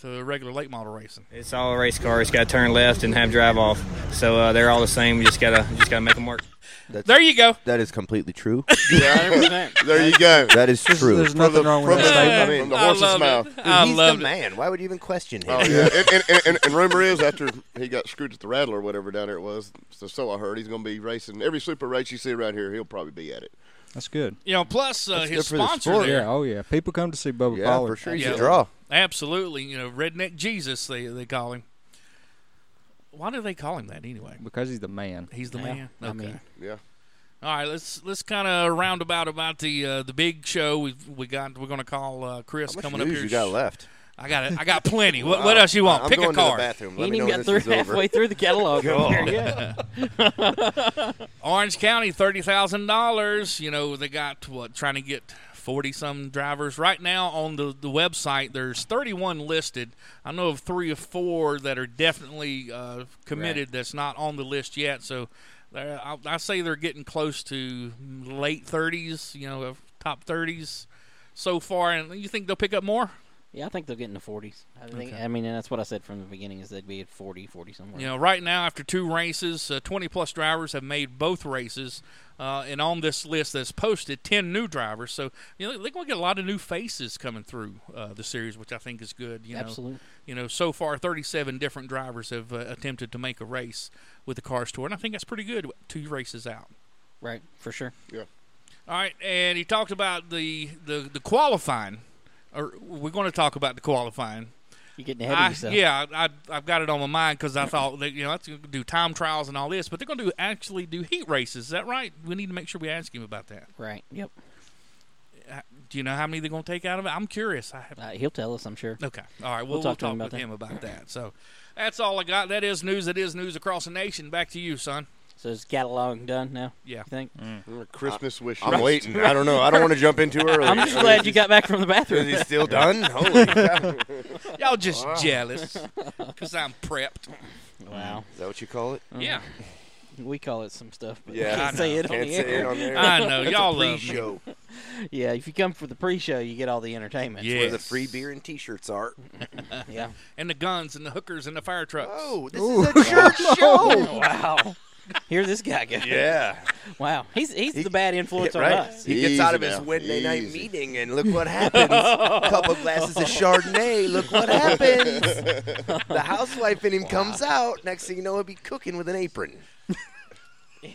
E: to regular late model racing.
H: It's all a race car. It's got to turn left and have drive off. So uh, they're all the same. You just gotta you just gotta make them work.
E: There you go.
B: That is
D: *laughs*
B: completely true.
C: Yeah. there you go.
B: That is true.
D: There's nothing wrong with
C: From
D: that
C: the,
D: statement.
C: from the horse's
E: love it.
C: mouth.
E: I
B: He's
E: love
B: the
E: it.
B: man. Why would you even question him?
C: Oh yeah, and, and, and, and, and rumor is after he got screwed at the Rattler or whatever down there it was, so, so I heard he's going to be racing every super race you see around here. He'll probably be at it.
D: That's good.
E: You know, plus uh, his
B: good for the
E: sponsor
B: sport.
E: there.
D: Yeah, oh yeah. People come to see Bubba
B: yeah,
D: Pollard.
B: for sure. He's
E: Yeah.
B: a draw.
E: Absolutely. You know, redneck Jesus they they call him. Why do they call him that anyway?
D: Because he's the man.
E: He's the
A: Yeah,
E: man.
A: I mean-
C: Yeah.
E: All right, let's let's kind of roundabout about the uh, the big show we we got. We're going to call uh, Chris
B: How much
E: coming
B: news
E: up here.
B: you got left?
E: I got it. I got plenty. what, what else you want?
B: I'm
E: Pick
B: going
E: a
B: To the
E: card.
B: bathroom.
A: He
B: Let
A: ain't
B: me know
A: even
B: when
A: got through
B: this is over.
A: halfway through the
B: *laughs*
A: catalog. over there yet. *laughs*
E: Orange County, thirty thousand dollars. You know they got what trying to get forty some drivers right now on the the website. There's thirty one listed. I know of three or four that are definitely uh, committed. That's not on the list yet. So they're- I, I say they're getting close to late thirties. You know, of top thirties so far. And you think they'll pick up more?
A: Yeah, I think they'll get in the 40s. I think. I mean, and that's what I said from the beginning is they'd be at 40, 40 somewhere.
E: You know, right now after two races, uh, 20 plus drivers have made both races, uh, and on this list that's posted, 10 new drivers. So you know, they're going to get a lot of new faces coming through uh, the series, which I think is good. You know,
A: Absolutely.
E: You know, so far 37 different drivers have uh, attempted to make a race with the Cars Tour, and I think that's pretty good. Two races out.
A: Right, for sure.
E: All right, and he talked about the the, the qualifying. Or we're going to talk about the qualifying.
A: You're getting ahead
E: I-
A: of yourself.
E: Yeah, I, I- I've got it on my mind because I thought that, you know that's going to do time trials and all this, but they're going to do actually do heat races. Is that right? We need to make sure we ask him about that.
A: Right. Yep.
E: Uh, Do you know how many they're going to take out of it? I'm curious. I have.
A: Uh, he'll tell us, I'm sure.
E: Okay. All right. We'll,
A: We'll
E: we'll
A: talk
E: talk,
A: to him
E: with
A: about that.
E: him about that. So that's all I got. That is news. That is news across the nation. Back to you, son.
A: *laughs* So is catalog done now? You
E: Yeah.
A: think?
C: Christmas wishes.
B: Mm. I'm
A: *laughs*
B: waiting. I don't know. I don't want to jump in too early.
A: I'm just glad you got back from the
B: Is
A: bathroom.
B: he
A: *laughs*
B: still done? Holy cow. Is
E: Y'all just jealous because I'm prepped.
A: wow. Mm.
B: that what you call it?
E: Yeah.
A: *laughs* We call it some stuff, but
B: Yeah,
A: yeah,
B: I
A: can't say it on
B: Can't
A: the
B: say it
A: air.
B: on there.
E: I know.
B: That's a
E: Y'all love me.
B: pre-show.
A: *laughs* yeah, if you come for the pre-show, you get all the entertainment.
E: Yeah.
B: Where the free beer and
A: *laughs*
B: T-shirts are.
A: yeah.
E: *laughs* and the guns and the hookers and the fire trucks.
B: Oh, this is a church *laughs* show.
A: Oh, Wow. Here this guy goes.
B: yeah,
A: Wow. He's he's the bad influence on
B: right.
A: us.
B: He gets out of
C: Easy
B: his
C: now,
B: Wednesday night
C: easy.
B: meeting, and look what happens.
A: *laughs*
B: A couple glasses of Chardonnay. Look what happens. *laughs* The housewife in him comes out. Next thing you know, he'll be cooking with an apron.
E: I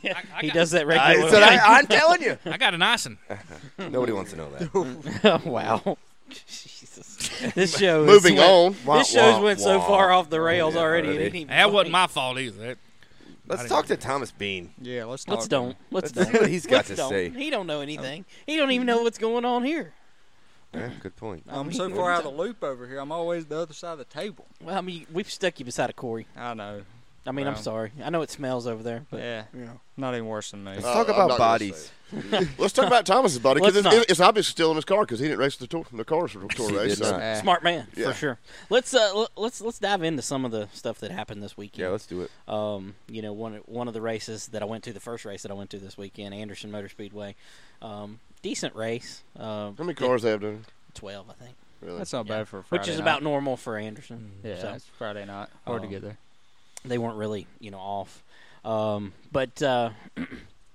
A: he
E: got-
A: does that
B: I,
A: regularly.
B: so
A: *laughs*
B: I, I'm telling you.
E: I got an icing.
B: *laughs* Nobody wants to know
A: *laughs*
B: that. *laughs*
A: wow. Jesus. This show
C: Moving
A: is went,
C: on.
A: This show's went so far off the rails already. It ain't even
E: That
A: funny.
E: wasn't my fault either.
B: Let's talk to Thomas Bean.
D: Yeah, let's talk.
A: Let's don't. Let's
B: Let's
A: don't.
B: see what he's got
A: Let's
B: to
A: don't.
B: say.
A: He don't know anything. He don't even know what's going on here.
B: Oh, Yeah, good point.
D: I'm so far out of the loop over here. I'm always the other side of the table.
A: Well, I mean, we've stuck you beside a Corey.
D: I know.
A: I mean, I'm
D: Well.
A: sorry. I know it smells over there, but
D: yeah.
A: yeah.
D: Not even worse than me.
C: Uh,
B: Talk
C: I'm
B: about
C: not gonna
B: bodies. *laughs*
C: say. *laughs* Let's talk about Thomas's body because
A: Let's
C: it's,
A: not.
C: it's obviously still in his car because he didn't race the tour, the cars for the tour
B: He
C: race.
B: did not.
D: Eh.
A: smart man
C: Yeah.
A: for sure. Let's uh, l- let's let's dive into some of the stuff that happened this weekend.
B: Yeah, let's do it.
A: Um, you know, one one of the races that I went to, the first race that I went to this weekend, Anderson Motor Speedway. Um, decent race. Um,
C: How many cars they have done?
A: Twelve, I think,
C: Really?
D: That's not
A: Yeah.
D: bad for a Friday
A: which is
D: night.
A: about normal for Anderson.
D: Yeah,
A: So.
D: it's Friday night. Hard to
A: Um,
D: get there.
A: they weren't really you know off, um, but uh, *clears throat*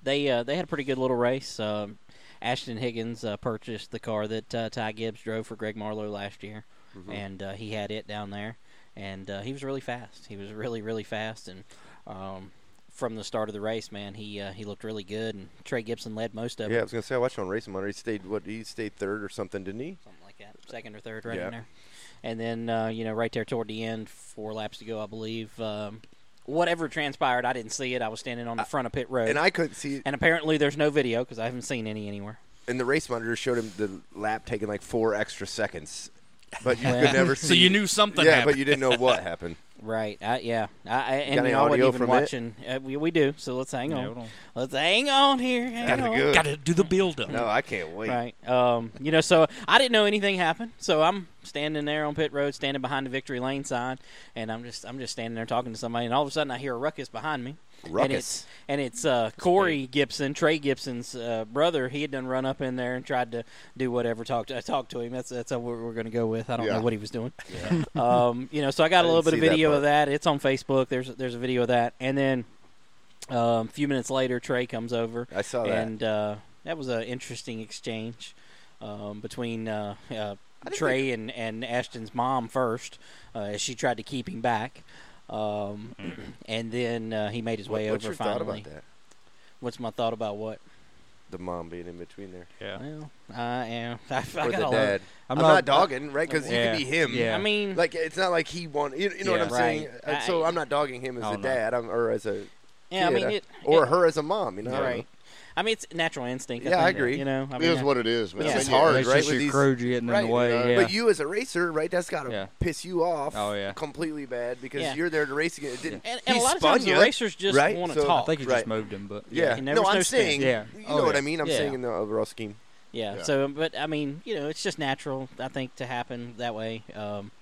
A: they uh, they had a pretty good little race. Um, Ashton Higgins uh, purchased the car that uh, Ty Gibbs drove for Greg Marlowe last year, and uh, he had it down there, and uh, he was really fast. He was really really fast, and um, from the start of the race, man, he uh, he looked really good. And Trey Gibson led most of
B: Yeah, I
A: it,
B: was gonna say I watched on Racing Monitor. He stayed what? He stayed third or something, didn't he?
A: something like that, second or third, right
B: Yeah.
A: in there. And then uh, you know, right there toward the end, four laps to go, I believe. Um, whatever transpired, I didn't see it. I was standing on the front of pit road.
B: And I couldn't see.
A: And apparently, there's no video because I haven't seen any anywhere.
B: And the race monitor showed him the lap taking like four extra seconds, but you
A: Yeah. *laughs*
B: could never see.
E: So you knew something
B: Yeah,
E: happened.
B: but you didn't
E: *laughs*
B: know what happened.
A: Right. I, yeah. I, I, and
B: Got any
A: you know, I wasn't
B: audio
A: even
B: from it?
A: watching. Uh, we, we do. So let's hang on.
D: hold on.
A: Let's hang on here. Hang
B: Gotta
A: on.
B: go.
E: Got to do the build up.
B: No, I can't wait.
A: Right. Um, you know, so I didn't know anything happened. So I'm standing there on pit road, standing behind the victory lane sign, and I'm just I'm just standing there talking to somebody, and all of a sudden I hear a ruckus behind me. And it's
B: Ruckus.
A: and it's uh, Corey Gibson, Trey Gibson's uh, brother. He had done run up in there and tried to do whatever. Talk to uh, talk to him. That's that's what we're going to go with. I don't
C: Yeah.
A: know what he was doing. *laughs* um, you know, so I got a
B: I
A: little bit of
B: didn't see that
A: video of
B: part.
A: that. It's on Facebook. There's there's a video of that, and then um, a few minutes later, Trey comes over
B: I saw that.
A: and uh, that was an interesting exchange um, between uh, uh,
B: didn't
A: Trey and, and Ashton's mom first, uh, as she tried to keep him back, um, and then uh, he made his
B: Hmm. What-
A: way
B: what's
A: over
B: your
A: finally.
B: thought about that?
A: What's my thought about what?
B: The mom being in between there,
A: Well, I am. *laughs* I, I
B: or
A: got
B: the
A: a lot-
B: dad.
D: I'm
B: I'm,
D: not-
B: not, dogging, right? Because
D: Yeah.
B: you could be him.
D: Yeah.
A: I mean,
B: Like it's not like he won. You, you know
D: Yeah.
B: what I'm
A: Right.
B: saying? And so
A: I-
B: I'm not dogging him as
D: I
B: a
D: don't know.
B: dad, I'm, or as a
A: yeah, I
B: kid,
A: mean
B: uh,
A: it.
B: or
A: it-
B: her as a mom. You know, I don't know.
A: Right. I mean, it's natural instinct.
B: Yeah, I
A: think,
B: agree.
A: You know, I
C: It
A: mean,
C: is what it is, man.
A: Yeah.
C: I mean,
A: It's
B: hard,
D: It's
B: right,
D: just
B: with
D: your
B: these-
D: crew getting in
B: right,
D: the way.
C: you know,
D: yeah.
B: But you as a racer, right? That's got to
D: Yeah.
B: piss you off.
D: Oh, yeah.
B: completely bad because
A: Yeah.
B: you're there to race again. It didn't.
A: and, and
B: he
A: a lot of
B: spun
A: times
B: you,
A: the racers just
B: right?
A: want to
B: So-
D: I
A: talk.
D: think you
B: Right.
D: just moved him, but
B: Yeah.
A: he never
B: No, I'm
A: snow spin.
B: saying.
D: Yeah.
B: You
D: Oh,
B: know what
D: yeah.
B: I mean? I'm
D: Yeah.
B: saying in the overall scheme.
A: Yeah,
C: Yeah.
A: So, but I mean, you know, it's just natural, I think, to happen that way. Um,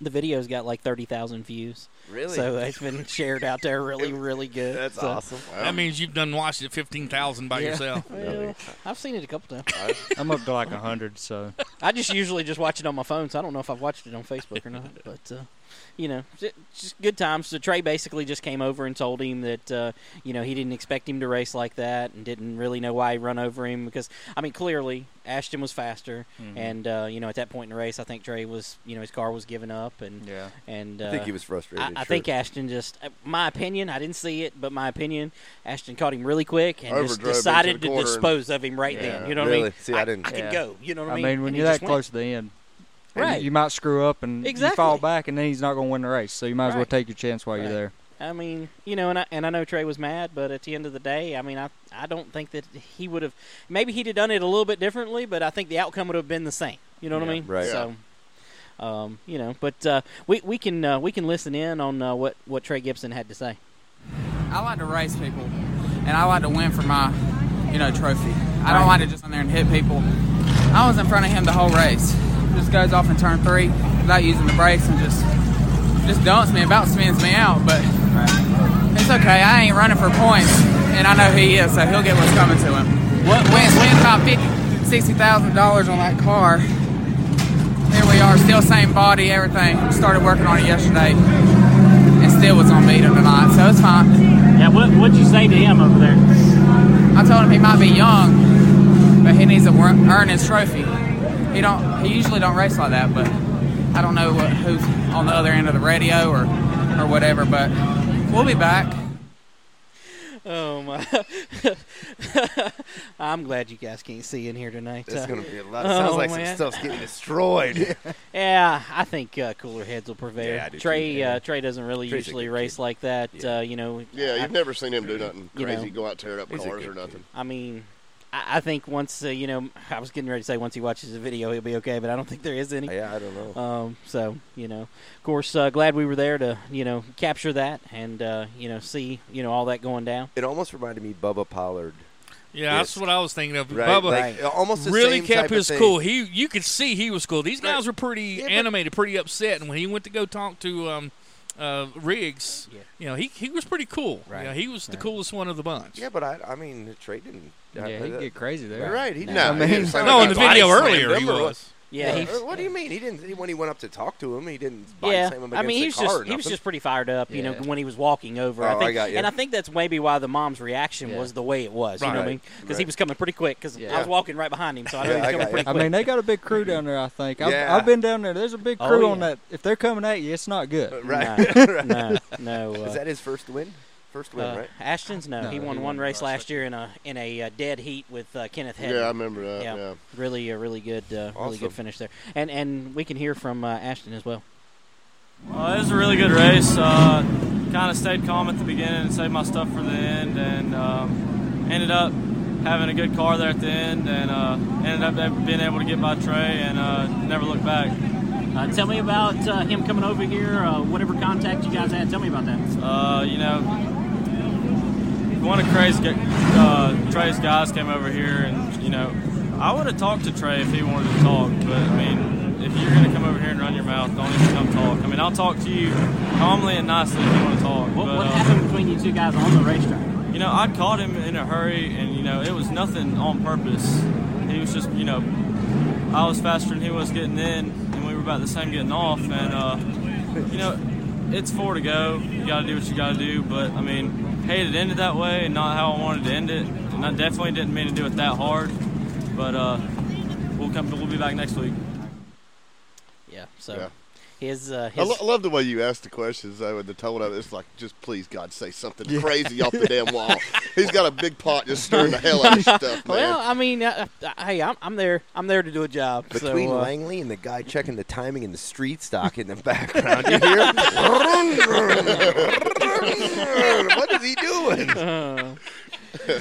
A: the video's got like thirty thousand views,
B: Really?
A: so it's been shared out there really, really good.
B: That's
A: So-
B: awesome.
E: That means you've done watched it fifteen thousand by
D: *laughs*
B: *laughs*
E: yourself.
A: Well, I've seen it a couple times.
D: I'm up to like 100, so.
A: *laughs* I just usually just watch it on my phone, so I don't know if I've watched it on Facebook or not. But uh, you know, j- just good times. So Trey basically just came over and told him that uh, you know he didn't expect him to race like that, and didn't really know why he run over him because I mean clearly Ashton was faster,
D: Mm-hmm.
A: and uh, you know at that point in the race, I think Trey was you know his car was giving up, and
D: Yeah.
A: and uh,
B: I think he was frustrated.
A: I, I
B: sure.
A: think Ashton just, uh, my opinion, I didn't see it, but my opinion, Ashton caught him really quick and just
C: Overdrove into
A: decided
C: the
A: to
C: corner and-
A: dispose of him right
C: Yeah.
A: then. You know what I
B: really.
A: mean?
B: See, I, didn't.
A: I
D: Yeah.
A: can go. You know what
D: I mean, when
A: And he
D: you're that
A: just went.
D: close to the end, and
A: Right.
D: you, you might screw up and you fall
A: Exactly.
D: back, and then he's not going to win the race. So you might as well
A: Right.
D: take your chance while you're there.
A: I mean, you know, and I, and I know Trey was mad, but at the end of the day, I mean, I I don't think that he would have. Maybe he'd have done it a little bit differently, but I think the outcome would have been the same. You know what I
B: Yeah,
A: mean?
B: right.
A: So, um, you know, but uh, we we can uh, we can listen in on uh, what what Trey Gibson had to say.
I: I like to race people, and I like to win for my, you know, trophy. I don't like to just in there and hit people. I was in front of him the whole race. Just goes off in turn three without using the brakes and just just dumps me, about spins me out. But it's okay. I ain't running for points, and I know he is, so he'll get what's coming to him. What went spent about fifty, sixty thousand dollars on that car. Here we are, still same body, everything. Started working on it yesterday, and still was on beat him tonight, so it's fine.
J: Yeah, what what'd you say to him over there?
I: I told him he might be young, but he needs to wor- earn his trophy. He don't. He usually don't race like that, but I don't know what, who's on the other end of the radio or or whatever. But we'll be back.
A: Oh my! *laughs* I'm glad you guys can't see in here tonight.
B: That's gonna be a lot.
A: oh,
B: Sounds like
A: man.
B: some stuff's getting destroyed.
A: *laughs* Yeah, I think uh, cooler heads will prevail.
B: Yeah, I do too,
A: Trey
B: yeah.
A: uh, Trey doesn't really
B: Trey's a
A: usually
B: good
A: race like that. Uh, you know.
C: Yeah,
A: I-
C: you've never seen him do nothing
A: You
C: crazy,
A: know.
C: go out tearing up
B: He's a
C: cars
B: good
C: or nothing.
A: I mean, I, I think once uh, you know, I was getting ready to say once he watches the video, he'll be okay, but I don't *laughs* think there is any.
B: yeah, I don't know.
A: Um, so you know, of course, uh, glad we were there to you know capture that and uh, you know see you know all that going down.
B: It almost reminded me Bubba Pollard.
E: Yeah, that's what I was thinking of.
B: Right,
E: Bubba
B: like, almost the
E: really
B: same
E: kept
B: type of
E: his
B: thing.
E: cool. He, you could see he was cool. These guys were pretty
B: but-
E: animated, pretty upset, and when he went to go talk to um, uh, Riggs, you know, he he was pretty cool. You
A: Right,
E: know, he was the coolest one of the bunch.
B: Yeah, but I, I mean, Trey didn't. I-
J: Yeah, he
B: I-
J: could get crazy there.
B: You're right.
D: No,
B: He didn't-
D: I mean-
B: he didn't sound
E: No,
B: like
E: in the
B: a body
E: video
B: slammed
E: earlier
B: him
E: he
B: or what.
E: was.
A: Yeah,
B: Uh,
A: he
B: what do you mean? He didn't. He, when he went up to talk to him, he didn't body
A: Yeah,
B: slam him
A: I mean,
B: against
A: he was
B: the car or
A: just he was
B: nothing.
A: just pretty fired up, you know,
J: Yeah.
A: when he was walking over. I
B: Oh, I
A: think,
B: got you.
A: and I think that's maybe why the mom's reaction
J: Yeah.
A: was the way it was. You know what I
B: Right.
A: mean? Because he
B: Right.
A: was coming pretty quick. Because I
J: Yeah.
A: was walking right behind him, so I know
B: Yeah,
A: he was
B: I
A: coming
B: got
A: pretty
D: I
A: quick.
D: mean, they got a big crew down there. I think I've,
B: Yeah.
D: I've been down there. There's a big
A: Oh,
D: crew on
A: yeah.
D: that. If they're coming at you, it's not good.
B: Uh, right. *laughs* right.
A: no, no. Uh,
B: Is that his first win? First win,
A: uh,
B: right?
A: Ashton's no.
D: No,
A: he
D: he
A: won
D: won
A: one
D: the
A: race
D: last
A: last year in a in a uh, dead heat with uh, Kenneth Head.
C: Yeah, I remember that.
A: Yeah.
C: Yeah.
A: Really, a really good, uh, really
B: Awesome.
A: good finish there. And and we can hear from uh, Ashton as well.
J: Well, Uh, it was a really good race. Uh, kind of stayed calm at the beginning and saved my stuff for the end, and um, ended up having a good car there at the end, and uh, ended up being able to get by Trey and uh, never look back.
K: Uh, tell me about uh, him coming over here, uh, whatever contact you guys had. Tell me about that.
J: Uh, you know, one of Trey's, gu- uh, Trey's guys came over here, and, you know, I would have talked to Trey if he wanted to talk, but, I mean, if you're going to come over here and run your mouth, don't even come talk. I mean, I'll talk to you calmly and nicely if you want to talk.
K: What,
J: but,
K: what
J: uh,
K: happened between you two guys on the racetrack?
J: You know, I caught him in a hurry, and, you know, it was nothing on purpose. He was just, you know, I was faster than he was getting in, and we were about the same getting off. And uh, you know, it's four to go. You got to do what you got to do. But I mean, hate it ended that way, and not how I wanted to end it. And I definitely didn't mean to do it that hard. But uh, we'll come. We'll be back next week.
A: Yeah. So
C: Yeah.
A: his uh, his
C: I, lo- I love the way you asked the questions though, and the tone of it. It's like, just please, God, say something crazy off the damn wall. He's got a big pot just stirring the hell out of stuff, man.
A: Well, I mean, uh, uh, hey, I'm, I'm there. I'm there to do a job.
B: Between
A: so, uh,
B: Langley and the guy checking the timing in the street stock
A: *laughs*
B: in the background,
C: *laughs*
B: you hear? *laughs* what is he doing?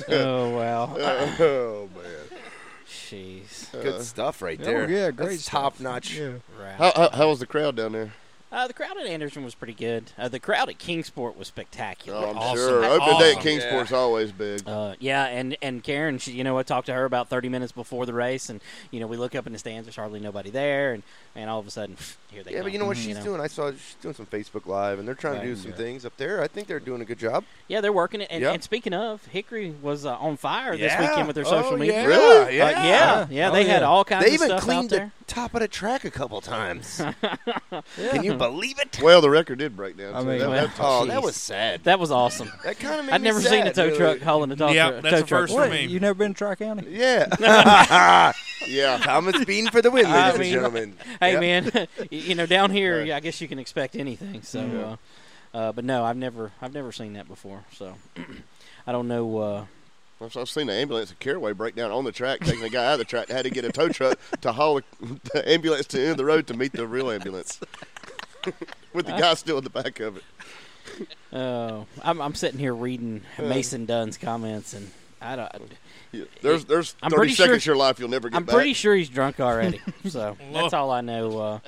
A: oh
C: *laughs*
A: wow,
C: oh man,
A: jeez.
B: Good stuff right
D: Oh,
B: there.
D: yeah, great stuff.
B: Top notch.
D: Yeah.
C: how, how, how was the crowd down there?
A: Uh, the crowd at Anderson was pretty good. Uh, the crowd at Kingsport was spectacular.
C: Oh, I'm
E: Awesome.
C: sure. Open day at
E: Awesome.
C: Kingsport's always big.
A: Uh, yeah, and and Karen, she, you know, I talked to her about 30 minutes before the race, and you know, we look up in the stands, there's hardly nobody there, and and all of a sudden, here they
B: Yeah,
A: come.
B: but you know what
A: Mhm.
B: she's doing? I saw she's doing some Facebook Live, and they're trying
A: Right.
B: to do some things up there. I think they're doing a good job.
A: Yeah, they're working it. And,
B: Yeah.
A: and speaking of, Hickory was uh, on fire
B: Yeah.
A: this weekend with their social
B: Oh,
A: media.
B: yeah.
C: Really?
A: Uh, yeah, yeah,
D: Oh,
A: they had
D: yeah.
A: all kinds
B: They
A: of
B: even
A: stuff out
B: cleaned
A: there.
B: the top of the track a
A: *laughs*
B: couple times. Can you believe it?
C: Well, the record did break down.
D: I
C: so
D: mean-
C: that-
A: Well,
C: that-
B: Oh, that
A: Jeez.
B: was sad.
A: That was awesome.
B: That kind of made
A: I'd
B: me
A: never
B: sad,
A: seen a tow
B: really.
A: truck hauling a dog
E: Yeah,
A: truck-
E: that's
A: tow
E: the
A: truck.
E: first
D: What?
E: for me.
D: You never been to Tri County?
A: *laughs*
C: *laughs*
B: Yeah.
C: yeah.
B: Thomas Bean for the win, ladies
A: I
B: and
A: mean-
B: gentlemen.
A: hey
B: Yep.
A: man, *laughs* y- you know down here,
C: Right.
A: yeah, I guess you can expect anything. So, uh, uh, but no, I've never, I've never seen that before. So, *clears throat* I don't know. Uh,
C: I've, I've seen the ambulance at Caraway break down on the track, taking the guy out of the track. They had to get a tow
B: *laughs*
C: truck to haul the, the ambulance to the end of the road to meet the real ambulance. *laughs* With the guy still in the back of it.
A: oh, I'm, I'm sitting here reading Mason Dunn's comments, and I don't.
C: Yeah, There's there's
A: I'm
C: 30
A: pretty sure-
C: seconds of your life you'll never get
A: I'm
C: back.
A: pretty sure he's drunk already. So that's all I know. Uh,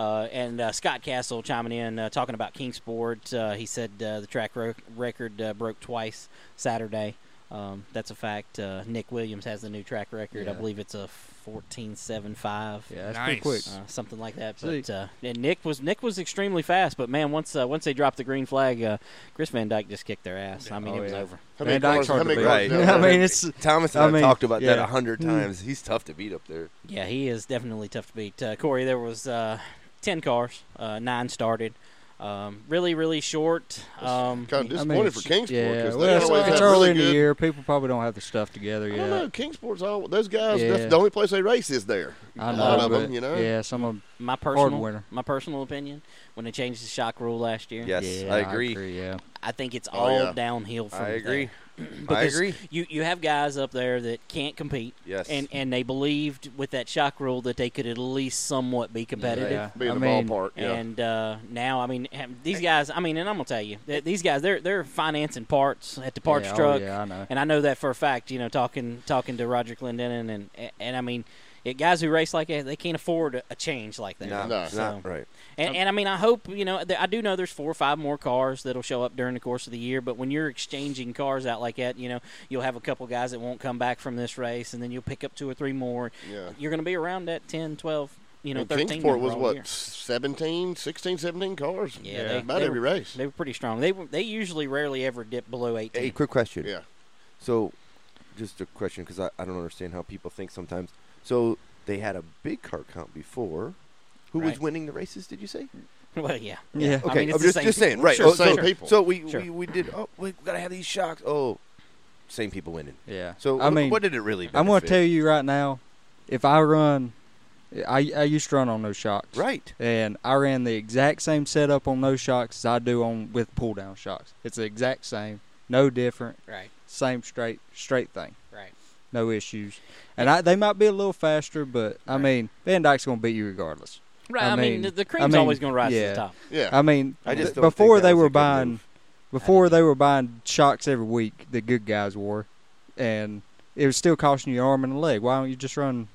A: uh, and uh, Scott Castle chiming in, uh, talking about Kingsport. Uh, he said uh, the track ro- record uh, broke twice Saturday. Um, that's a fact. Uh, Nick Williams has the new track record. I
J: Yeah.
A: believe it's a fourteen seven five. Yeah,
D: that's pretty Nice. quick.
A: Uh, something like that.
D: See.
A: But uh, and Nick was Nick was extremely fast. But man, once uh, once they dropped the green flag, uh, Chris Van Dyke just kicked their ass. I mean,
B: Oh,
A: it was
B: yeah.
A: over.
B: How many
A: Van Dyke's
B: cars-
A: hard
B: how
A: to
B: many
A: beat.
D: *laughs*
B: cars down there? *laughs* Thomas and I, talked about that a hundred
D: Hmm.
B: times. He's tough to beat up there.
A: Yeah, he is definitely tough to beat. Uh, Corey, there was uh, ten cars, uh, nine started. Um, really, really short. Um,
C: kinda
D: I mean, yeah,
A: because
D: well, it's, it's early in the year. People probably don't have their stuff together
C: I
D: yet.
C: don't know. Kingsport's all those guys.
D: Yeah.
C: That's the only place they race is there.
D: I
C: a
D: know,
C: lot of
D: but-
C: them, you know.
D: yeah, some of 'em
A: my
D: hard
A: personal
D: winner.
A: my personal opinion when they changed the shock rule last year.
B: Yes, Yeah, I I agree.
D: yeah,
A: I think it's
B: Oh,
A: all
B: yeah.
A: downhill from *clears throat*
B: I agree.
A: there.
B: I
A: Because
B: agree.
A: You you have guys up there that can't compete.
B: Yes.
A: and and they believed with that shock rule that they could at least somewhat be competitive.
C: Yeah, be in I the mean- ballpark, yeah.
A: And uh, now, I mean, ha- these guys. I mean, and I'm gonna tell you, that these guys they're they're financing parts at the parts
D: Yeah, oh,
A: truck.
D: yeah, I know.
A: And I know that for a fact. You know, talking talking to Roger Clendenin and and, I mean. It, guys who race like that, they can't afford a- a change like that.
B: No, No.
A: So-
B: not right.
A: and, and I mean, I hope you know. There, I do know there's four or five more cars that'll show up during the course of the year. But when you're exchanging cars out like that, you know, you'll have a couple guys that won't come back from this race, and then you'll pick up two or three more.
C: Yeah.
A: You're going to be around that 10, 12, you know,
C: And
A: 13.
C: Kingsport
A: number
C: was
A: all year.
C: what 17, 16, 17 cars.
A: Yeah, they,
C: about
A: they
C: every
A: were,
C: race.
A: They were pretty strong. They were, they usually rarely ever dip below 18.
B: Hey, quick question.
C: Yeah.
B: So, just a question because I, I don't understand how people think sometimes. So they had a big car count before. Who was
A: Right.
B: winning the races? Did you say?
A: Well, yeah.
B: Okay.
A: I mean, it's the
B: am just,
A: same
B: just saying.
A: people.
B: Right.
A: Sure,
B: oh,
A: same
B: so,
A: people.
B: So we,
A: Sure.
B: we we did. Oh, we gotta have these shocks. Oh, same people winning.
D: Yeah.
B: So
D: I
B: wh-
D: mean,
B: what did it really?
D: I'm going to
B: benefit?
D: tell you right now, if I run, I I used to run on no shocks.
B: Right.
D: And I ran the exact same setup on no shocks as I do on with pull down shocks. It's the exact same, no different.
A: Right.
D: Same straight straight thing.
A: Right.
D: No issues. And I, they might be a little faster, but I mean, Van Dyke's going to beat you regardless.
A: Right, I mean, the- the cream's always gonna rise to the
D: yeah.
A: top.
C: Yeah.
D: I mean,
C: I
D: th-
C: just don't think
D: before
C: that
D: they
C: was a
D: were
C: good
D: buying, before they were buying shocks every week, the good guys wore, and it was still costing you an arm and a leg. Why don't you just run?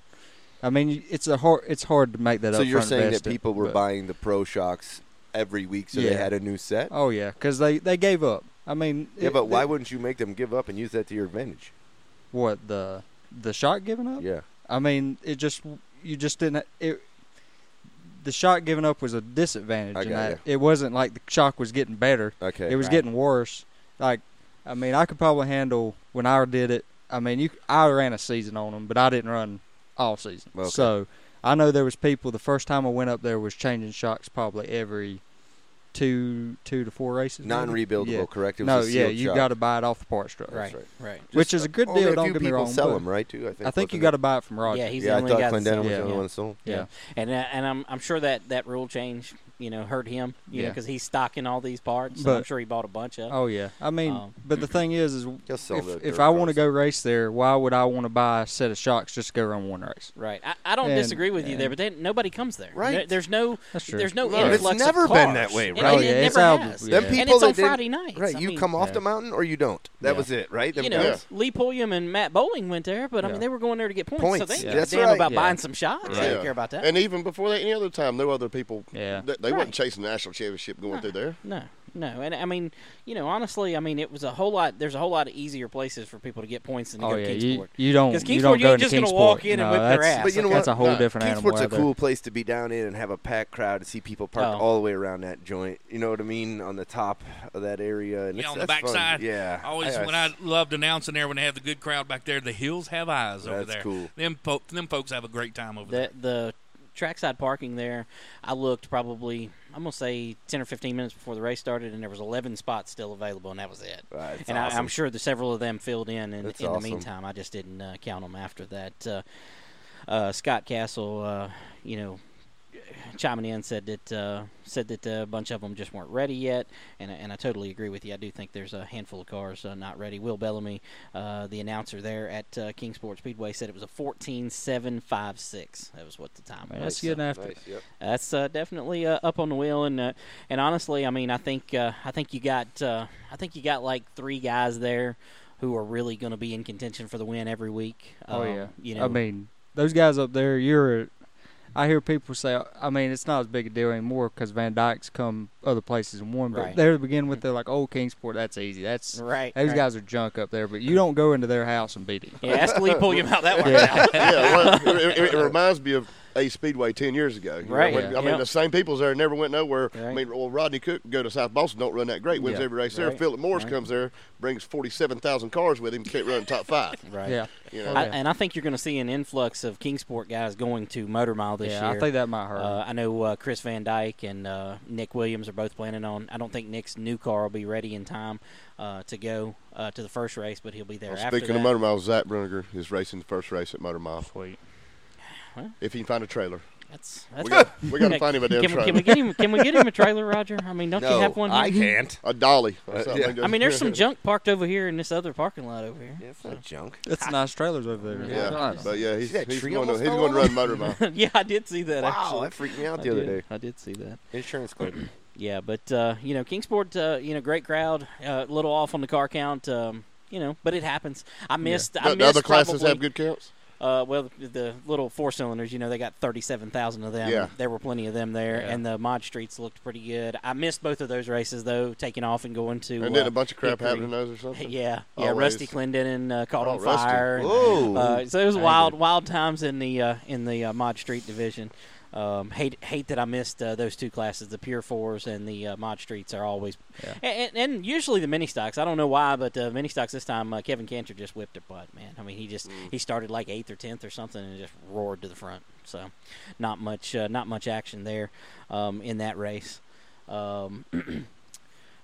D: I mean, it's a hard, it's hard to make that.
B: So
D: up
B: you're saying that people were buying the pro shocks every week, so they
D: Yeah.
B: had a new set.
D: Oh yeah, because they they gave up. I mean,
B: Yeah,
D: it-
B: but why
D: the-
B: wouldn't you make them give up and use that to your advantage?
D: What the the shot giving up?
B: Yeah.
D: I mean, it just you just didn't it. The shot giving up was a disadvantage.
B: I
D: in
B: got
D: that It wasn't like the shock was getting better.
B: Okay.
D: It was
B: Right.
D: getting worse. Like, I mean, I could probably handle when I did it. I mean, you I ran a season on them, but I didn't run all season.
B: Okay.
D: So I know there was people. The first time I went up there was changing shocks probably every two two to four races. maybe.
B: Non-rebuildable,
D: Yeah.
B: correct? It was
D: No,
B: a
D: yeah,
B: sealed
D: you
B: shock.
D: got to buy it off the parts truck.
B: That's Right, right. right.
D: Which
B: Just,
D: is a good
B: uh, only
D: deal.
B: a
D: Don't
B: few
D: get me
B: people
D: wrong.
B: sell
D: but
B: 'em, right, too, I think,
D: you
B: wasn't
D: got to
B: it?
D: buy it from Roger.
A: Yeah, he's
B: Yeah, I
A: the only
B: thought
A: guy
B: Clendenin
A: that sold
B: was the
A: it.
B: only
A: yeah.
B: one that sold.
A: Yeah,
B: Yeah.
A: and uh, and I'm I'm sure that that rule change you know hurt him. You know,
D: Yeah.
A: because he's stocking all these parts. and I'm
D: But-
A: sure he bought a bunch of.
D: Oh yeah, I mean,
A: Um,
D: but the thing is, is if,
A: sell the dirt
D: if I want to go race there, why would I want to buy a set of shocks just to go run one race?
A: Right. I, I don't
D: And-
A: disagree with you there, but then nobody comes there.
D: Right.
A: There- there's no.
D: That's true.
A: There's no
D: Right. It's
A: influx of
B: never been
A: cars.
B: that way,
A: It-
B: right?
A: it-
B: Oh,
A: it
B: yeah, it's
A: never
B: album-
A: has.
B: Them
A: and
B: people
A: it's on
B: that didn't-
A: Friday nights.
B: Right,
A: I
B: you
A: mean,
B: come off the mountain or you don't. That
A: Yeah.
B: was it, right? Them
A: you know,
B: guys.
A: Lee Pulliam and Matt Bowling went there, but I mean,
B: Yeah.
A: they were going there to get points, so they
B: Points,
A: didn't
B: yeah.
A: give a
B: That's
A: damn
B: right.
A: about
B: Yeah.
A: buying some shots. They
C: Yeah.
A: didn't care about that.
C: And even before that, any other time, there were other people. Yeah. They, they
A: Right.
C: weren't chasing the national championship going through there.
A: No, no, and I mean, you know, honestly, I mean, it was a whole lot. There's a whole lot of easier places for people to get points than to
D: Oh,
A: go
D: yeah,
A: to
D: you-
A: Kingsport.
D: you don't-
A: 'Cause
D: you
A: Kingsport,
D: don't go
A: you're
D: to
A: just gonna
D: Kingsport.
A: walk in
D: No,
A: and whip their
D: that's-
A: ass.
D: but you know
A: That's
D: what?
A: a whole
D: No,
A: different animal.
B: Kingsport's
A: out
B: a
A: there.
B: cool place to be down in and have a packed crowd to see people parked
A: Oh.
B: all the way around that joint. You know what I mean? On the top of that area. And
E: Yeah,
B: it's-
E: on the
B: that's fun.
E: backside.
B: Yeah.
E: Always
B: I-
E: when I loved announcing there when they have the good crowd back there, the hills have eyes over
B: That's
E: there.
B: cool.
E: Them, po- them folks have a great time over
A: The the trackside parking there, I looked probably I'm gonna say ten or fifteen minutes before the race started, and there was eleven spots still available, and that was it.
B: that's
A: and I,
B: Uh, awesome.
A: I'm sure that several of them filled in, and
B: That's
A: in
B: awesome.
A: the meantime, I just didn't uh, count them after that. Uh, uh, Scott Castle, uh, you know. Chiming in said that uh, said that uh, a bunch of them just weren't ready yet, and I- and I totally agree with you. I do think there's a handful of cars uh, not ready. Will Bellamy, uh, the announcer there at uh, Kingsport Speedway, said it was a 14756. That was what the time
D: Man,
A: was.
D: that's getting after it.
A: That's uh, definitely uh, up on the wheel, and uh, and honestly, I mean, I think uh, I think you got uh, I think you got like three guys there who are really going to be in contention for the win every week.
D: Oh
A: Um,
D: yeah,
A: you know,
D: I mean, those guys up there, you're. I hear people say, I mean, it's not as big a deal anymore because Van Dyke's come other places and won. But
A: Right.
D: there to begin with, they're like, "Oh, Kingsport, that's easy. That's
A: Right,
D: Those
A: right.
D: guys are junk up there, but you don't go into their house and beat him.
A: Yeah, ask Lee Pulliam how that worked
C: *laughs* yeah,
A: out.
C: yeah, well, it, it, it reminds me of a Speedway ten years ago. You know,
A: Right.
C: when-
A: Yeah.
C: I mean,
A: Yep.
C: the same people's there never went nowhere. I
A: Right.
C: mean, well, Rodney Cook go to South Boston, don't run that great, wins
D: Yeah.
C: every race there.
A: Right.
C: Philip Morris comes there, brings forty-seven thousand cars with him, can't run top five.
A: *laughs* Right.
D: Yeah,
C: You know,
D: Oh,
A: I,
D: yeah.
A: and I think you're going to see an influx of Kingsport guys going to Motor Mile this
D: yeah,
A: year.
D: I think that might hurt.
A: Uh, I know uh, Chris Van Dyke and uh, Nick Williams are both planning on. I don't think Nick's new car will be ready in time uh, to go uh, to the first race, but he'll be there
C: Well,
A: after
C: speaking
A: that.
C: of Motor Mile, Zach Bruniger is racing the first race at Motor Mile.
H: Sweet.
C: If he can find a trailer,
A: that's, that's *laughs*
C: we got we got to find him a damn
A: can, we-
C: trailer.
A: can we get him? Can we get
C: *laughs*
A: him a trailer, Roger? I mean, don't
B: no,
A: you have one?
B: I
A: here?
B: can't.
C: a dolly. or
B: Uh,
C: something.
B: yeah.
A: I mean,
C: *laughs*
A: there's some junk parked over here in this other parking lot over here.
B: Yeah, it's not junk.
D: That's nice trailers over there.
C: Yeah, but yeah, he's,
B: See that
C: he's
B: tree
C: going to
B: almost
C: he's
B: fell
C: going to
B: over?
C: run Motor Mile.
A: *laughs* yeah, I did see that.
B: Wow,
A: actually.
B: that freaked me out
A: I
B: the other
A: did.
B: day.
A: I did see that. *clears throat*
B: Insurance claim.
A: Yeah, but uh, you know, Kingsport, uh, you know, great crowd. uh, little off on the car count, um, you know, but it happens. I missed. I
C: The,
A: missed
C: the other classes
A: probably,
C: have good counts.
A: Uh, well, the, the little four cylinders, you know, they got thirty-seven thousand of them.
C: Yeah.
A: there were plenty of them there, and the mod streets looked pretty good. I missed both of those races though, taking off and going to.
C: And then
A: uh,
C: a bunch of crap
A: Hickory.
C: happened in those or something.
A: Yeah, yeah. Rusty
C: Always.
A: Clendenin uh, caught
C: Oh,
A: on
C: Rusty.
A: fire. and-
B: Whoa.
A: uh, so it was wild, wild times in the uh, in the uh, Mod Street division. Um, hate hate that I missed uh, those two classes. The Pure Fours and the uh, Mod Streets are always,
D: Yeah.
A: A- and, and, usually the mini stocks. I don't know why, but uh, mini stocks this time uh, Kevin Cantor just whipped a butt, man. I mean, he just
C: Mm.
A: he started like eighth or tenth or something and just roared to the front. So not much uh, not much action there um, in that race. Um, *clears throat*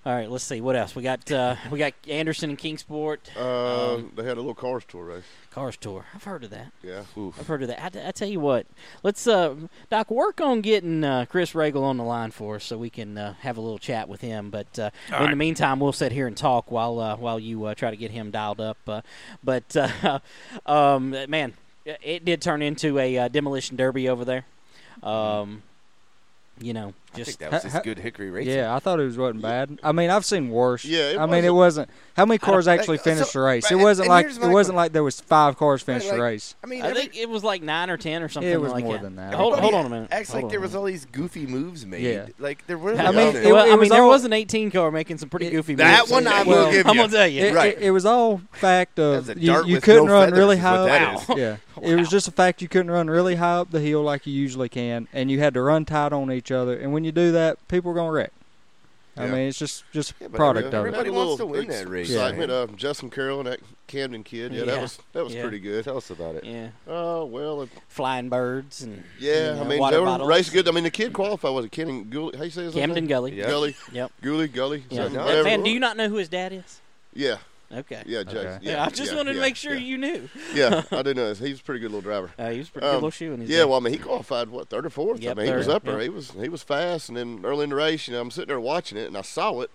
A: all right, let's see what else we got. Uh, we got Anderson and Kingsport
C: Uh, they had a little cars tour race.
A: Cars Tour. Um, I've heard of that.
C: Yeah.
A: I've heard of that. I, I tell you what, let's uh, Doc work on getting uh, Chris Regal on the line for us so we can uh, have a little chat with him. But uh, in the meantime, we'll sit here and talk while uh, while you uh, try to get him dialed up. Uh, but uh, *laughs* um, man, it did turn into a uh, demolition derby over there. Um, you know,
B: I think
A: just *laughs*
B: that was
D: Ha-
B: just
D: ha-
B: good hickory racing.
D: Yeah, I thought it was wasn't bad. I mean, I've seen worse.
C: Yeah, it
D: I mean, it wasn't. How many cars
B: like,
D: actually
B: so-
D: finished the race? It
B: and-
D: wasn't
B: and
D: like
B: here's
D: it
B: my-
D: wasn't like there was five cars finished the
B: like,
D: race.
B: I mean,
A: I
B: every-
A: think it was like nine or ten or something.
D: it was
A: like
D: more
A: that.
D: than that.
A: Hold, hold
B: everybody
A: on a minute.
B: Acts
A: Hold
B: like
A: on
B: there
A: a
B: was
A: minute.
B: all these goofy moves made.
D: Yeah.
B: Like there were.
D: I mean,
B: none.
D: it-
A: well, I
D: was
A: mean, there
D: all-
A: was an 18 car making some pretty
D: It-
A: goofy moves.
B: That one I will
D: Well,
B: give
A: I'm
B: you.
A: gonna tell you.
D: It,
B: Right.
D: it, it was all fact of
B: That's a
D: you,
B: dart
D: you
B: with
D: couldn't
B: no
D: run
B: feathers
D: really
B: is
D: high
B: what that
D: up.
B: is.
D: Yeah.
B: *laughs*
D: It was just a fact you couldn't run really high up the hill like you usually can and you had to run tight on each other and when you do that people are going to wreck. I
C: Yeah.
D: mean it's just just
B: Yeah, but
D: product of it.
B: Everybody
C: Had a
B: wants
C: little
B: to win that race,
C: Excitement
B: man.
C: of um, Justin Carroll and that Camden kid. Yeah, that
A: Yeah.
C: was that was
A: Yeah.
C: pretty good.
B: Tell us about it.
A: Yeah,
C: Oh well, if-
A: flying birds and
C: yeah.
A: you know,
C: I mean,
A: water
C: they were
A: bottles.
C: racing good. I mean, the kid qualified was it Camden Gully? How you say his last
A: Camden
C: name?
A: Gully.
B: Yeah.
C: Gully,
A: Yep.
C: Gully, Gully.
A: Yeah.
C: something,
B: no,
C: whatever.
A: Man, do you not know who his dad is?
C: Yeah,
A: Okay.
C: yeah, Jason.
D: Okay.
C: Yeah,
A: I just
C: yeah,
A: wanted to
C: yeah,
A: make sure
C: yeah.
A: you knew. *laughs*
C: Yeah, I do know. this. He was a pretty good little driver.
A: Uh, he was a pretty good
C: Um,
A: little shoe in his
C: Yeah, well, I mean, he qualified what third or fourth.
A: Yep,
C: I mean, he was
A: third,
C: up there.
A: yeah.
C: He was he was fast, and then early in the race, you know, I'm sitting there watching it, and I saw it,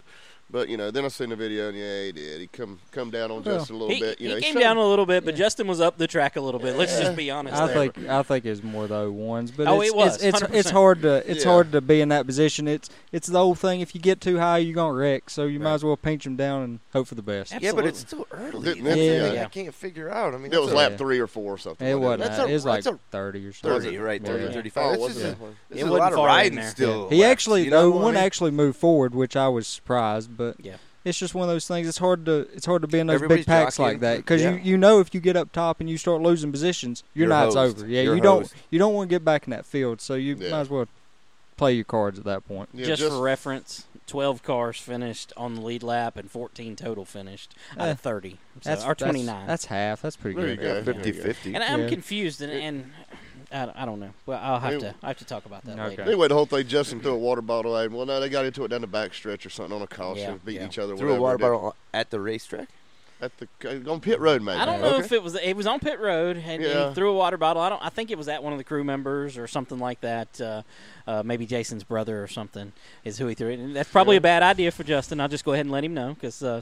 C: but you know, then I seen the video, and yeah, he did. He come come down on
D: Well,
C: Justin a little
A: he,
C: bit. You
A: he
C: know, he
A: came
C: showed-
A: down a little bit, but Justin was up the track a little bit. Let's just be honest.
D: I
A: there.
D: think I think it's more the ones, but
A: Oh,
D: it's,
A: it was,
D: it's it's, it's
A: 100%.
D: hard to it's
C: Yeah.
D: hard to be in that position. It's it's the old thing. If you get too high, you're gonna wreck. So you might as well pinch them down and hope for the best.
A: Absolutely.
B: Yeah, but it's still early.
C: Didn't-
B: That's
D: yeah.
B: the thing
A: Yeah.
B: I can't figure out. I mean,
C: That was
B: that's a-
C: lap
D: Yeah.
C: three or four or something.
D: It
C: like
D: wasn't.
C: that.
B: That's
D: high.
B: a-
D: it was like
B: that's a-
D: thirty or something.
B: 30, right? 30,
D: Yeah.
B: 35.
C: Oh,
B: that's
C: was it?
B: just a,
C: Yeah.
B: this
A: It
B: is a
A: wasn't
B: lot of
A: far in
B: riding
A: there.
B: still.
D: He
B: laps,
D: actually
B: you
D: though
B: know what I
D: one
B: mean?
D: actually moved forward, which I was surprised. But *laughs*
A: Yeah.
D: it's just one of those things. It's hard to it's hard to be in those
B: Everybody's
D: big packs
B: jockeying
D: like that
B: for-
D: because
B: yeah.
D: you, you know if you get up top and you start losing positions, your
B: You're
D: night's
B: hosed.
D: over. Yeah,
B: You're
D: you don't
B: hosed.
D: you don't want to get back in that field, so you
C: Yeah.
D: might as well play your cards at that point.
C: Yeah,
A: just, for reference, 12 cars finished on the lead lap and 14 total finished out
D: Eh,
A: of 30. So,
D: That's
A: or 29.
D: That's, that's half. That's pretty
C: There you
D: good.
C: go.
B: Yeah,
C: Yeah.
B: 50-50.
A: and I'm
D: yeah.
A: confused, and, and I, don't- I don't know. Well, I'll have
C: It-
A: to I have to talk about that
D: Okay.
A: later.
C: Anyway, the whole thing, Justin threw a water bottle at him. Well, no, they got into it down the back stretch or something on a caution,
A: Yeah,
C: beat
A: yeah.
C: each other.
B: Threw
C: whatever
B: a water
C: they did.
B: bottle at the racetrack.
C: at the uh, on pit road, man.
A: I don't know if it was it was on pit road and, and
C: Yeah.
A: he threw a water bottle. I don't. I think it was at one of the crew members or something like that. Uh, uh, maybe Jason's brother or something is who he threw it. And that's probably
C: Yeah.
A: a bad idea for Justin. I'll just go ahead and let him know because uh,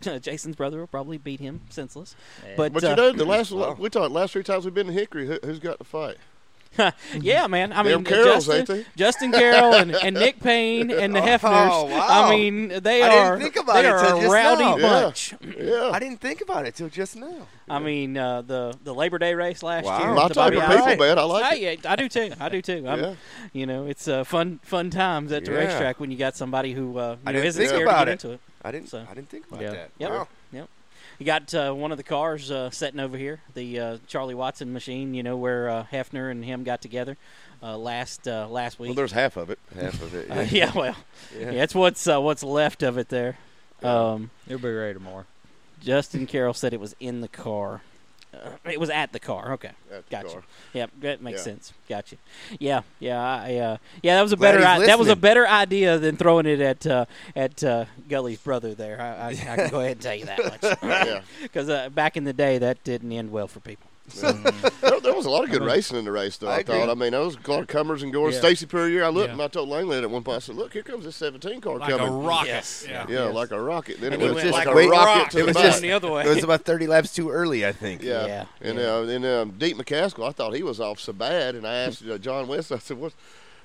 A: Jason's brother will probably beat him senseless. But,
C: But
A: uh,
C: you know, the last we talked last three times we've been to Hickory, who, who's got the fight?
A: *laughs* yeah, man. I mean,
C: Them Carrolls,
A: Justin,
C: ain't they?
A: Justin Carroll and, and Nick Payne and the Hefners.
B: *laughs* Oh, wow.
A: *laughs* I mean, they
B: I didn't
A: are
B: think about
A: they
B: it
A: are
B: till
A: a
B: just
A: rowdy
B: now. Yeah.
A: bunch.
C: Yeah.
B: I didn't think about it till just now.
A: I mean, uh, the the Labor Day race last
B: Wow.
A: year.
B: My
A: to
C: type
A: Bobby
C: of
A: Howard.
C: people, man. I like
A: I, yeah, I do too. I do too. I'm,
C: Yeah.
A: You know, it's uh, fun fun times at the
B: Yeah.
A: racetrack when you got somebody who uh,
B: I
A: you know,
B: didn't
A: isn't
B: think
A: scared
B: about
A: to get
B: it.
A: into it.
B: I didn't.
A: So-
B: I didn't think about
D: Yeah.
B: that.
A: Yep.
B: Wow.
A: Yep. You got uh, one of the cars uh, sitting over here, the uh, Charlie Watson machine. You know where uh, Hefner and him got together uh, last uh, last
C: Well,
A: week.
C: there's half of it. Half of it.
A: Uh, *laughs* yeah, well, yeah. it's what's uh, what's left of it there. Um,
D: It'll be ready tomorrow.
A: Justin Carroll said it was in the car. Uh, it was at the car. Okay,
C: At the
A: gotcha.
C: car.
A: Yep, that makes
C: Yeah.
A: sense. Gotcha. Yeah, yeah, I, uh, yeah. That was a
B: Glad
A: better
B: he's
A: I- that was a
B: listening.
A: better idea than throwing it at uh, at uh, Gully's brother. There, I, I, I can go ahead and tell you that much. *laughs*
C: *laughs* Yeah.
A: Because uh, back in the day, that didn't end well for people.
C: There, there was a lot of good racing in the race, though. I,
B: I agree.
C: thought. I mean, there was a lot of comers and goers.
D: Yeah.
C: Stacy Perrier, I looked
E: Yeah.
C: and I told Langley at one point, I said, "Look, here comes this 17 car
E: Like
C: coming."
E: a rocket.
A: Yes.
E: Yeah.
C: yeah,
A: *laughs*
C: like a rocket. Then it
A: he
C: was
A: went
C: just
A: like
C: a
B: a
C: rocket
B: rock.
C: to
B: It
C: the
B: was
A: Going
B: just-
C: back.
A: the other way.
B: It was *laughs* about 30 laps too early, I think.
C: Yeah.
A: Yeah,
C: And
A: yeah.
C: Uh, and um, Deep McCaskill, I thought he was off so bad, and I asked uh, John West, I said, "What?"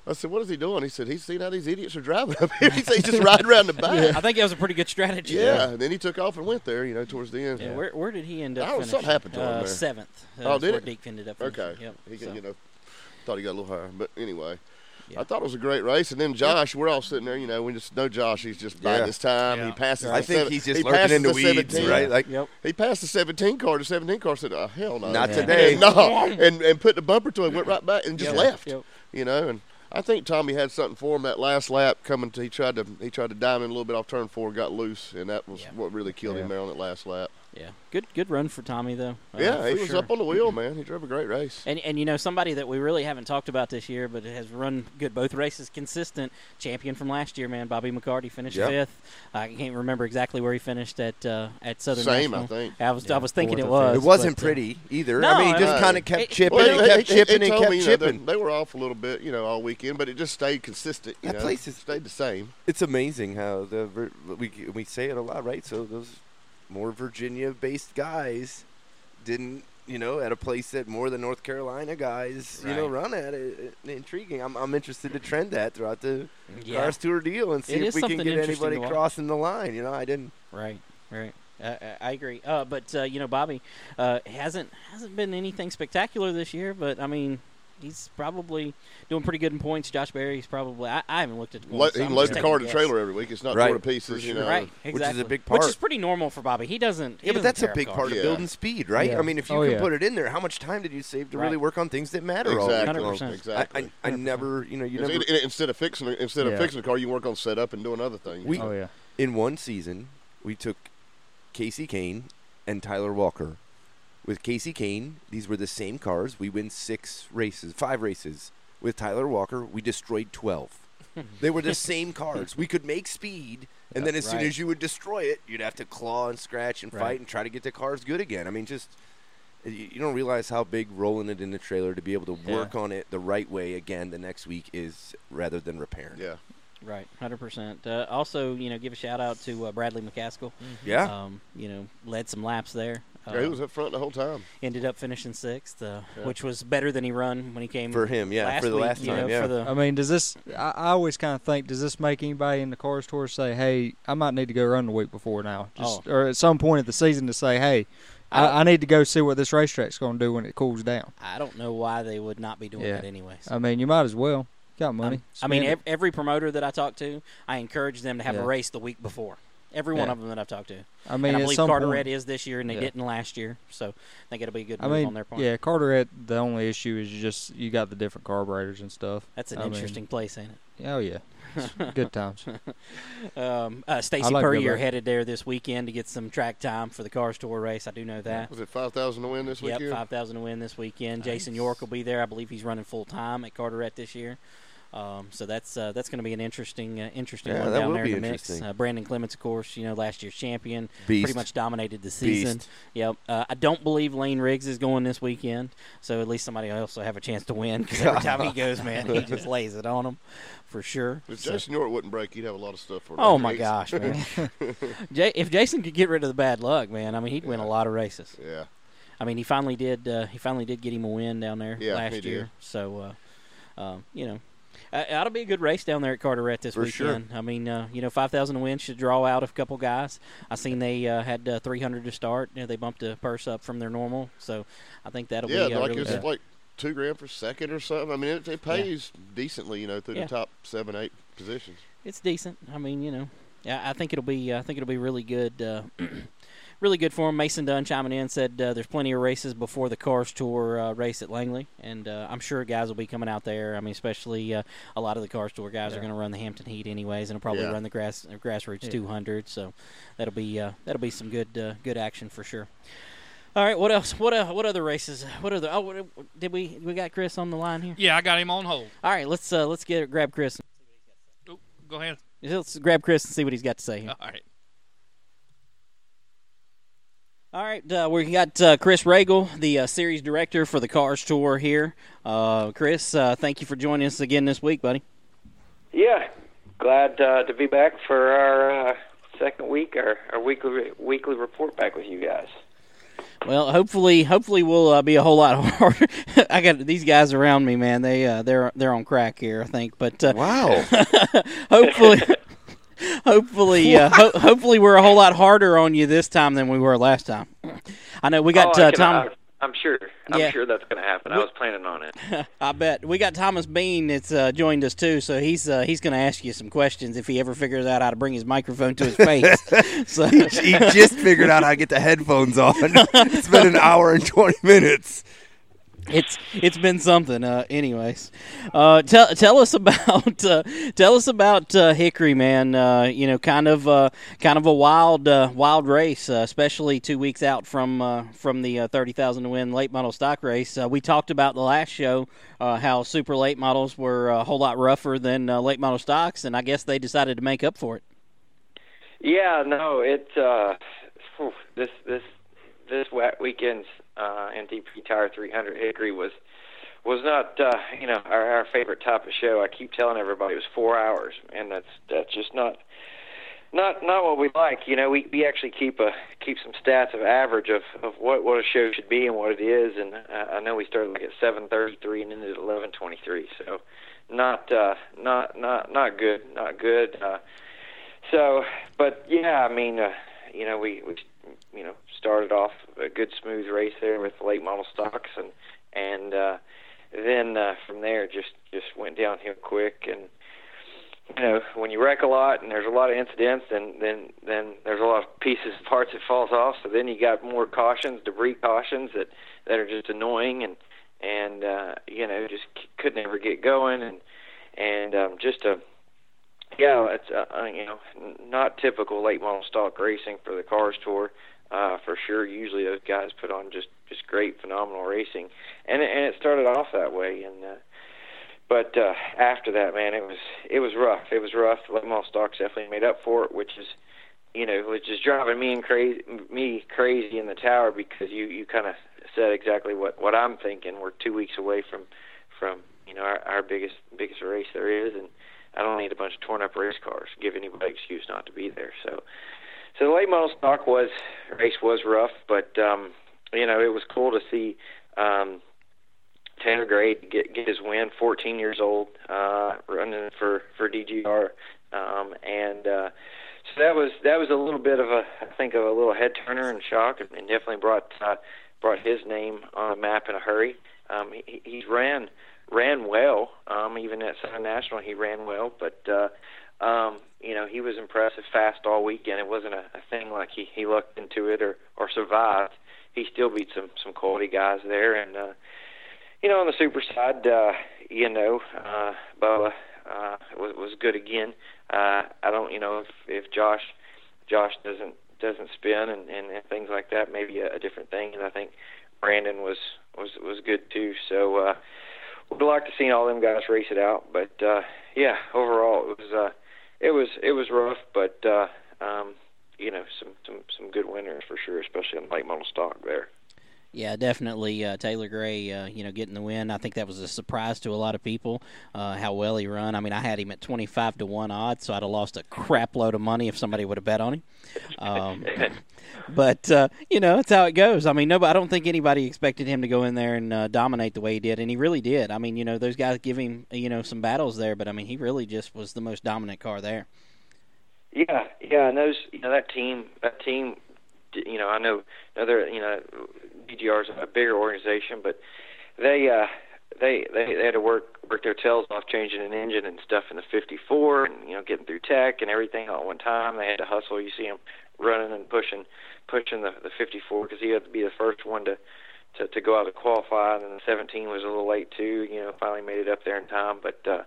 C: I said, "What is he doing?" He said, "He's seen how these idiots are driving up here." *laughs* He said, "He's just riding
A: *laughs*
C: around the back."
A: I think that was a pretty good strategy.
C: Yeah. And then he took off and went there, you know, towards the end.
A: Yeah, where, where did he end up?
C: I don't know, something
A: finishing?
C: happened to him
A: uh,
C: there.
A: Seventh. Uh,
C: Oh,
A: that's
C: did
A: where
C: it?
A: Deke ended up. finishing.
C: Okay.
A: Yep.
C: He
A: so.
C: got, you know, thought he got a little higher, but anyway.
A: Yeah.
C: I thought it was a great race, and then Josh, we're all sitting there. You know, we just know Josh. He's just biding
B: Yeah.
C: his time.
E: Yeah.
C: He passes.
B: I
C: the
B: think
C: seven-
B: he's just
C: he
B: lurking
C: passes
B: in the
C: the
B: weeds,
C: 17.
B: right? Like,
A: Yep.
C: He passed the 17 car. The 17 car said, "Oh hell no,
B: Not
C: Yeah.
B: today.
C: *laughs* no," and and put the bumper to it, went right back, and just
A: Yep.
C: left.
A: Yep.
C: You know, and I think Tommy had something for him that last lap coming to. He tried to he tried to dive in a little bit off turn four, got loose, and that was
A: Yeah.
C: what really killed him there on that last lap.
A: Yeah. *laughs* Good. Good run for Tommy though. Uh,
C: yeah, he
A: for
C: was
A: sure.
C: up on the wheel, man. He drove a great race.
A: And, and you know somebody that we really haven't talked about this year, but has run good both races consistent. Champion from last year, man, Bobby McCarty finished
B: Yep.
A: fifth. I can't remember exactly where he finished at uh, at Southern.
C: Same,
A: National.
C: I think.
A: I was I was thinking it
D: fourth
A: was.
D: or
B: it wasn't
A: but, uh,
B: pretty either.
A: No,
B: I mean, he
A: it-
B: just kind of kept
A: it-
B: chipping
A: Well,
B: and
A: it-
C: it-
B: kept
C: it-
B: chipping
C: it
B: and
C: told
B: kept
C: me, you know,
B: chipping.
C: they, they were off a little bit, you know, all weekend, but it just stayed consistent. You
B: That
C: know?
B: place is-
C: stayed the same.
B: It's amazing how the Vir- we we say it a lot, right? So those more Virginia-based guys didn't, you know, at a place that more the North Carolina guys, you know, run at it. It- Intriguing. I'm I'm interested to trend that throughout the
A: Yeah.
B: Cars Tour deal and see
A: It
B: if
A: is
B: we can
A: something
B: get
A: interesting
B: anybody
A: to watch.
B: crossing the line. You know, I didn't.
A: Right, right. Uh, I agree. Uh, but uh, you know, Bobby uh, hasn't hasn't been anything spectacular this year. But I mean, he's probably doing pretty good in points. Josh Barry's probably. I, I haven't looked at the
C: Lo-
A: points.
C: he
A: so I'm just
C: can load the
A: taking
C: car
A: a
C: to
A: guess.
C: trailer every week. It's not
B: Right,
C: torn to pieces,
B: for
C: you
B: sure.
C: know.
A: Right, exactly.
B: is a big
A: Which is
B: part.
A: pretty normal for Bobby. He doesn't. He
B: Yeah,
A: doesn't
B: but that's a
A: tear up
B: big
A: cars.
B: part of
C: Yeah.
B: building speed, right?
D: Yeah.
B: I mean, if you
D: Oh,
B: can
D: yeah.
B: put it in there, how much time did you save to really
A: Right.
B: work on things that matter? all week
C: Exactly.
B: long?
A: 100%.
C: Exactly.
B: I, I, I never, you know, you
C: It's-
B: never
C: it- it- instead of fixing the- instead of
D: Yeah.
C: fixing the car, you work on setup and doing other things.
B: We-
D: Oh yeah.
B: in one season, we took Casey Kane and Tyler Walker. With Casey Kane, these were the same cars. We win six races, five races. With Tyler Walker, we destroyed 12. they were the same cars. We could make speed, and then as soon
A: Right.
B: as you would destroy it, you'd have to claw and scratch and
A: Right.
B: fight and try to get the cars good again. I mean, just. You you don't realize how big rolling it in the trailer to be able to
A: Yeah.
B: work on it the right way again the next week is rather than repairing.
C: yeah.
A: Right, hundred percent. Uh, also, you know, give a shout out to uh, Bradley McCaskill.
B: Yeah.
A: Um, you know, led some laps there. Uh,
C: Mm-hmm. Yeah, he was up front the whole time.
A: ended up finishing sixth, uh, which was better than he run when he came
B: For him, yeah.
A: last
B: for the
A: week,
B: last
A: you know,
B: time, yeah.
A: for the-
D: I mean, does this? I, I always kind of think, does this make anybody in the cars tour say, "Hey, I might need to go run the week before now," just
A: Oh.
D: or at some point of the season to say, "Hey, I, I need to go see what this racetrack's going to do when it cools down."
A: I don't know why they would not be doing
D: Yeah.
A: that anyways.
D: I mean, you might as well. Got money.
A: Um, I mean,
D: Spend it.
A: ev- every promoter that I talk to, I encourage them to have
D: Yeah.
A: a race the week before. Every one
D: Yeah.
A: of them that I've talked to.
D: I mean,
A: and I
D: at
A: believe
D: some
A: Carteret
D: point,
A: is this year, and they
D: Yeah.
A: didn't last year. So I think it'll be a good
D: I
A: move on
D: mean,
A: their part.
D: yeah, Carteret. The only issue is you just you got the different carburetors and stuff.
A: That's an
D: I mean,
A: interesting place, ain't it?
D: oh yeah,
A: *laughs*
D: good times.
A: Um, uh, Stacy
D: like to go
A: Perrier
D: back.
A: headed there this weekend to get some track time for the Cars Tour race. I do know that.
C: Was it five thousand to win this
A: Yep,
C: weekend?
A: five thousand to win this weekend. Jason York will be there. I believe he's running full time at Carteret this year. Um, so that's uh, that's going to be an interesting uh, interesting
B: Yeah,
A: one
B: that
A: down
B: will
A: there
B: be
A: in the mix.
B: interesting.
A: Uh, Brandon Clements, of course, you know last year's champion,
B: Beast.
A: pretty much dominated the season.
B: Beast.
A: Yep. Uh, I don't believe Lane Riggs is going this weekend, so at least somebody else will have a chance to win. Because every time
B: *laughs*
A: he goes, man, he just lays it on them for sure.
C: If
A: So-
C: Jason York wouldn't break, he'd have a lot of stuff for.
A: Oh
C: that
A: my
C: race.
A: gosh, *laughs*
C: *laughs*
A: man! J- if Jason could get rid of the bad luck, man, I mean, he'd win a lot of races.
C: Yeah.
A: I mean, he finally did. Uh, he finally did get him a win down there
C: Yeah, he
A: last
C: did.
A: year. So, uh, um, you know, uh, that'll be a good race down there at Carteret this
C: For sure.
A: weekend. I mean, uh, you know, five thousand to win should draw out a couple guys. I seen they uh, had uh, three hundred to start. You know, they bumped the purse up from their normal, so I think that'll
C: yeah,
A: be uh,
C: like
A: really
C: it's
A: good.
C: like two grand per second or something. I mean, it, it pays decently, you know, through
A: Yeah.
C: the top seven, eight positions.
A: it's decent. I mean, you know, I, I think it'll be. I think it'll be really good. Uh, *clears throat* really good for him. Mason Dunn chiming in said uh, there's plenty of races before the Cars Tour uh, race at Langley, and uh, I'm sure guys will be coming out there. I mean, especially uh, a lot of the Cars Tour guys are
H: Yeah.
A: going to run the Hampton Heat anyways, and will probably
C: Yeah.
A: run the grass uh, grassroots
H: Yeah.
A: 200. So that'll be uh, that'll be some good uh, good action for sure. All right, what else? What uh, what other races? What other? Oh, what, did we we got Chris on the line here?
E: Yeah, I got him on hold.
A: All right, let's uh, let's get grab Chris.
E: Oh, go ahead.
A: Let's grab Chris and see what he's got to say here.
E: All right.
A: All right, uh, we got uh, Chris Regal, the uh, series director for the Cars Tour here. Uh, Chris, uh, thank you for joining us again this week, buddy.
L: Yeah, glad uh, to be back for our uh, second week, our, our weekly re- weekly report back with you guys.
A: Well, hopefully, hopefully we'll uh, be a whole lot *laughs* harder. I got these guys around me, man. They uh, they're they're on crack here, I think. But uh,
B: wow,
A: *laughs* hopefully, *laughs* hopefully, uh, ho- hopefully we're a whole lot harder on you this time than we were last time. I know we got
L: Oh, I
A: uh,
L: can-
A: Tom.
L: I, I'm sure. I'm
A: Yeah.
L: sure that's going to happen. I was planning on
A: *laughs*
L: it.
A: I bet we got Thomas Bean that's uh, joined us too, so he's uh, he's going to ask you some questions if he ever figures out how to bring his microphone to his face. *laughs* so
B: he just figured out how to get the headphones on. *laughs* it's been an hour and twenty minutes.
A: it's it's been something. Uh, anyways, uh, tell tell us about uh, tell us about uh, Hickory, man. Uh, you know, kind of uh, kind of a wild uh, wild race, uh, especially two weeks out from uh, from the uh, thirty thousand to win late model stock race. Uh, we talked about the last show uh, how super late models were a whole lot rougher than uh, late model stocks, and I guess they decided to make up for it.
L: Yeah, no, it uh, phew, this this this wet weekend's uh, MTP Tire 300 Hickory was was not uh, you know our, our favorite type of show. I keep telling everybody it was four hours, and that's that's just not not not what we like. You know, we we actually keep a keep some stats of average of of what what a show should be and what it is. And uh, I know we started like at 7:33 and ended at 11:23, so not uh, not not not good, not good. Uh, so, but yeah, I mean, uh, you know, we we you know started off a good smooth race there with late model stocks, and and uh, then uh, from there just just went downhill quick. And you know, when you wreck a lot and there's a lot of incidents, then then then there's a lot of pieces and parts that falls off. So then you got more cautions, debris cautions that that are just annoying, and and uh, you know just c- could never get going, and and um, just a yeah, it's uh, uh, you know n- not typical late model stock racing for the cars tour. Uh, for sure, usually those guys put on just just great, phenomenal racing, and it- and it started off that way. And uh, but uh, after that, man, it was it was rough. It was rough. Late model stocks definitely made up for it, which is you know which is driving me and crazy me crazy in the tower because you you kind of said exactly what what I'm thinking. We're two weeks away from from you know our, our biggest biggest race there is, and I don't need a bunch of torn up race cars. Give anybody an excuse not to be there. So, so the late model stock was race was rough, but um, you know it was cool to see um, Tanner Grade get get his win. 14 years old, uh, running for for DGR, um, and uh, so that was that was a little bit of a I think of a little head turner and shock, and, and definitely brought uh, brought his name on the map in a hurry. Um, he, he ran ran well. Um, even at Southern National, he ran well. But uh, um, you know, he was impressive, fast all weekend. It wasn't a, a thing like he he lucked into it or or survived. He still beat some some quality guys there, and uh, you know, on the super side, uh, you know, uh, Bubba uh, was was good again. Uh, I don't, you know, if if Josh Josh doesn't doesn't spin and, and, and things like that, maybe a, a different thing. And I think Brandon was was was good too. So. uh would like to see all them guys race it out, but uh yeah, overall it was uh it was it was rough, but uh um you know, some some some good winners for sure, especially on late model stock there.
A: Yeah, definitely. Uh, Taylor Gray, uh, you know, getting the win. I think that was a surprise to a lot of people uh, how well he run. I mean, I had him at twenty five to one odds, so I'd have lost a crap load of money if somebody would have bet on him. Um, *laughs* but uh, you know, that's how it goes. I mean, nobody. I don't think anybody expected him to go in there and uh, dominate the way he did, and he really did. I mean, you know, those guys give him you know some battles there, but I mean, he really just was the most dominant car there.
L: Yeah, yeah, and those you know that team, that team, you know, I know another you know, DGR is a bigger organization, but they uh they they they had to work work their tails off changing an engine and stuff in the 54, and you know getting through tech and everything all at one time. They had to hustle. You see them running and pushing pushing the the 54 because he had to be the first one to. To, to go out to qualify, and then the 17 was a little late too. You know, finally made it up there in time. But uh,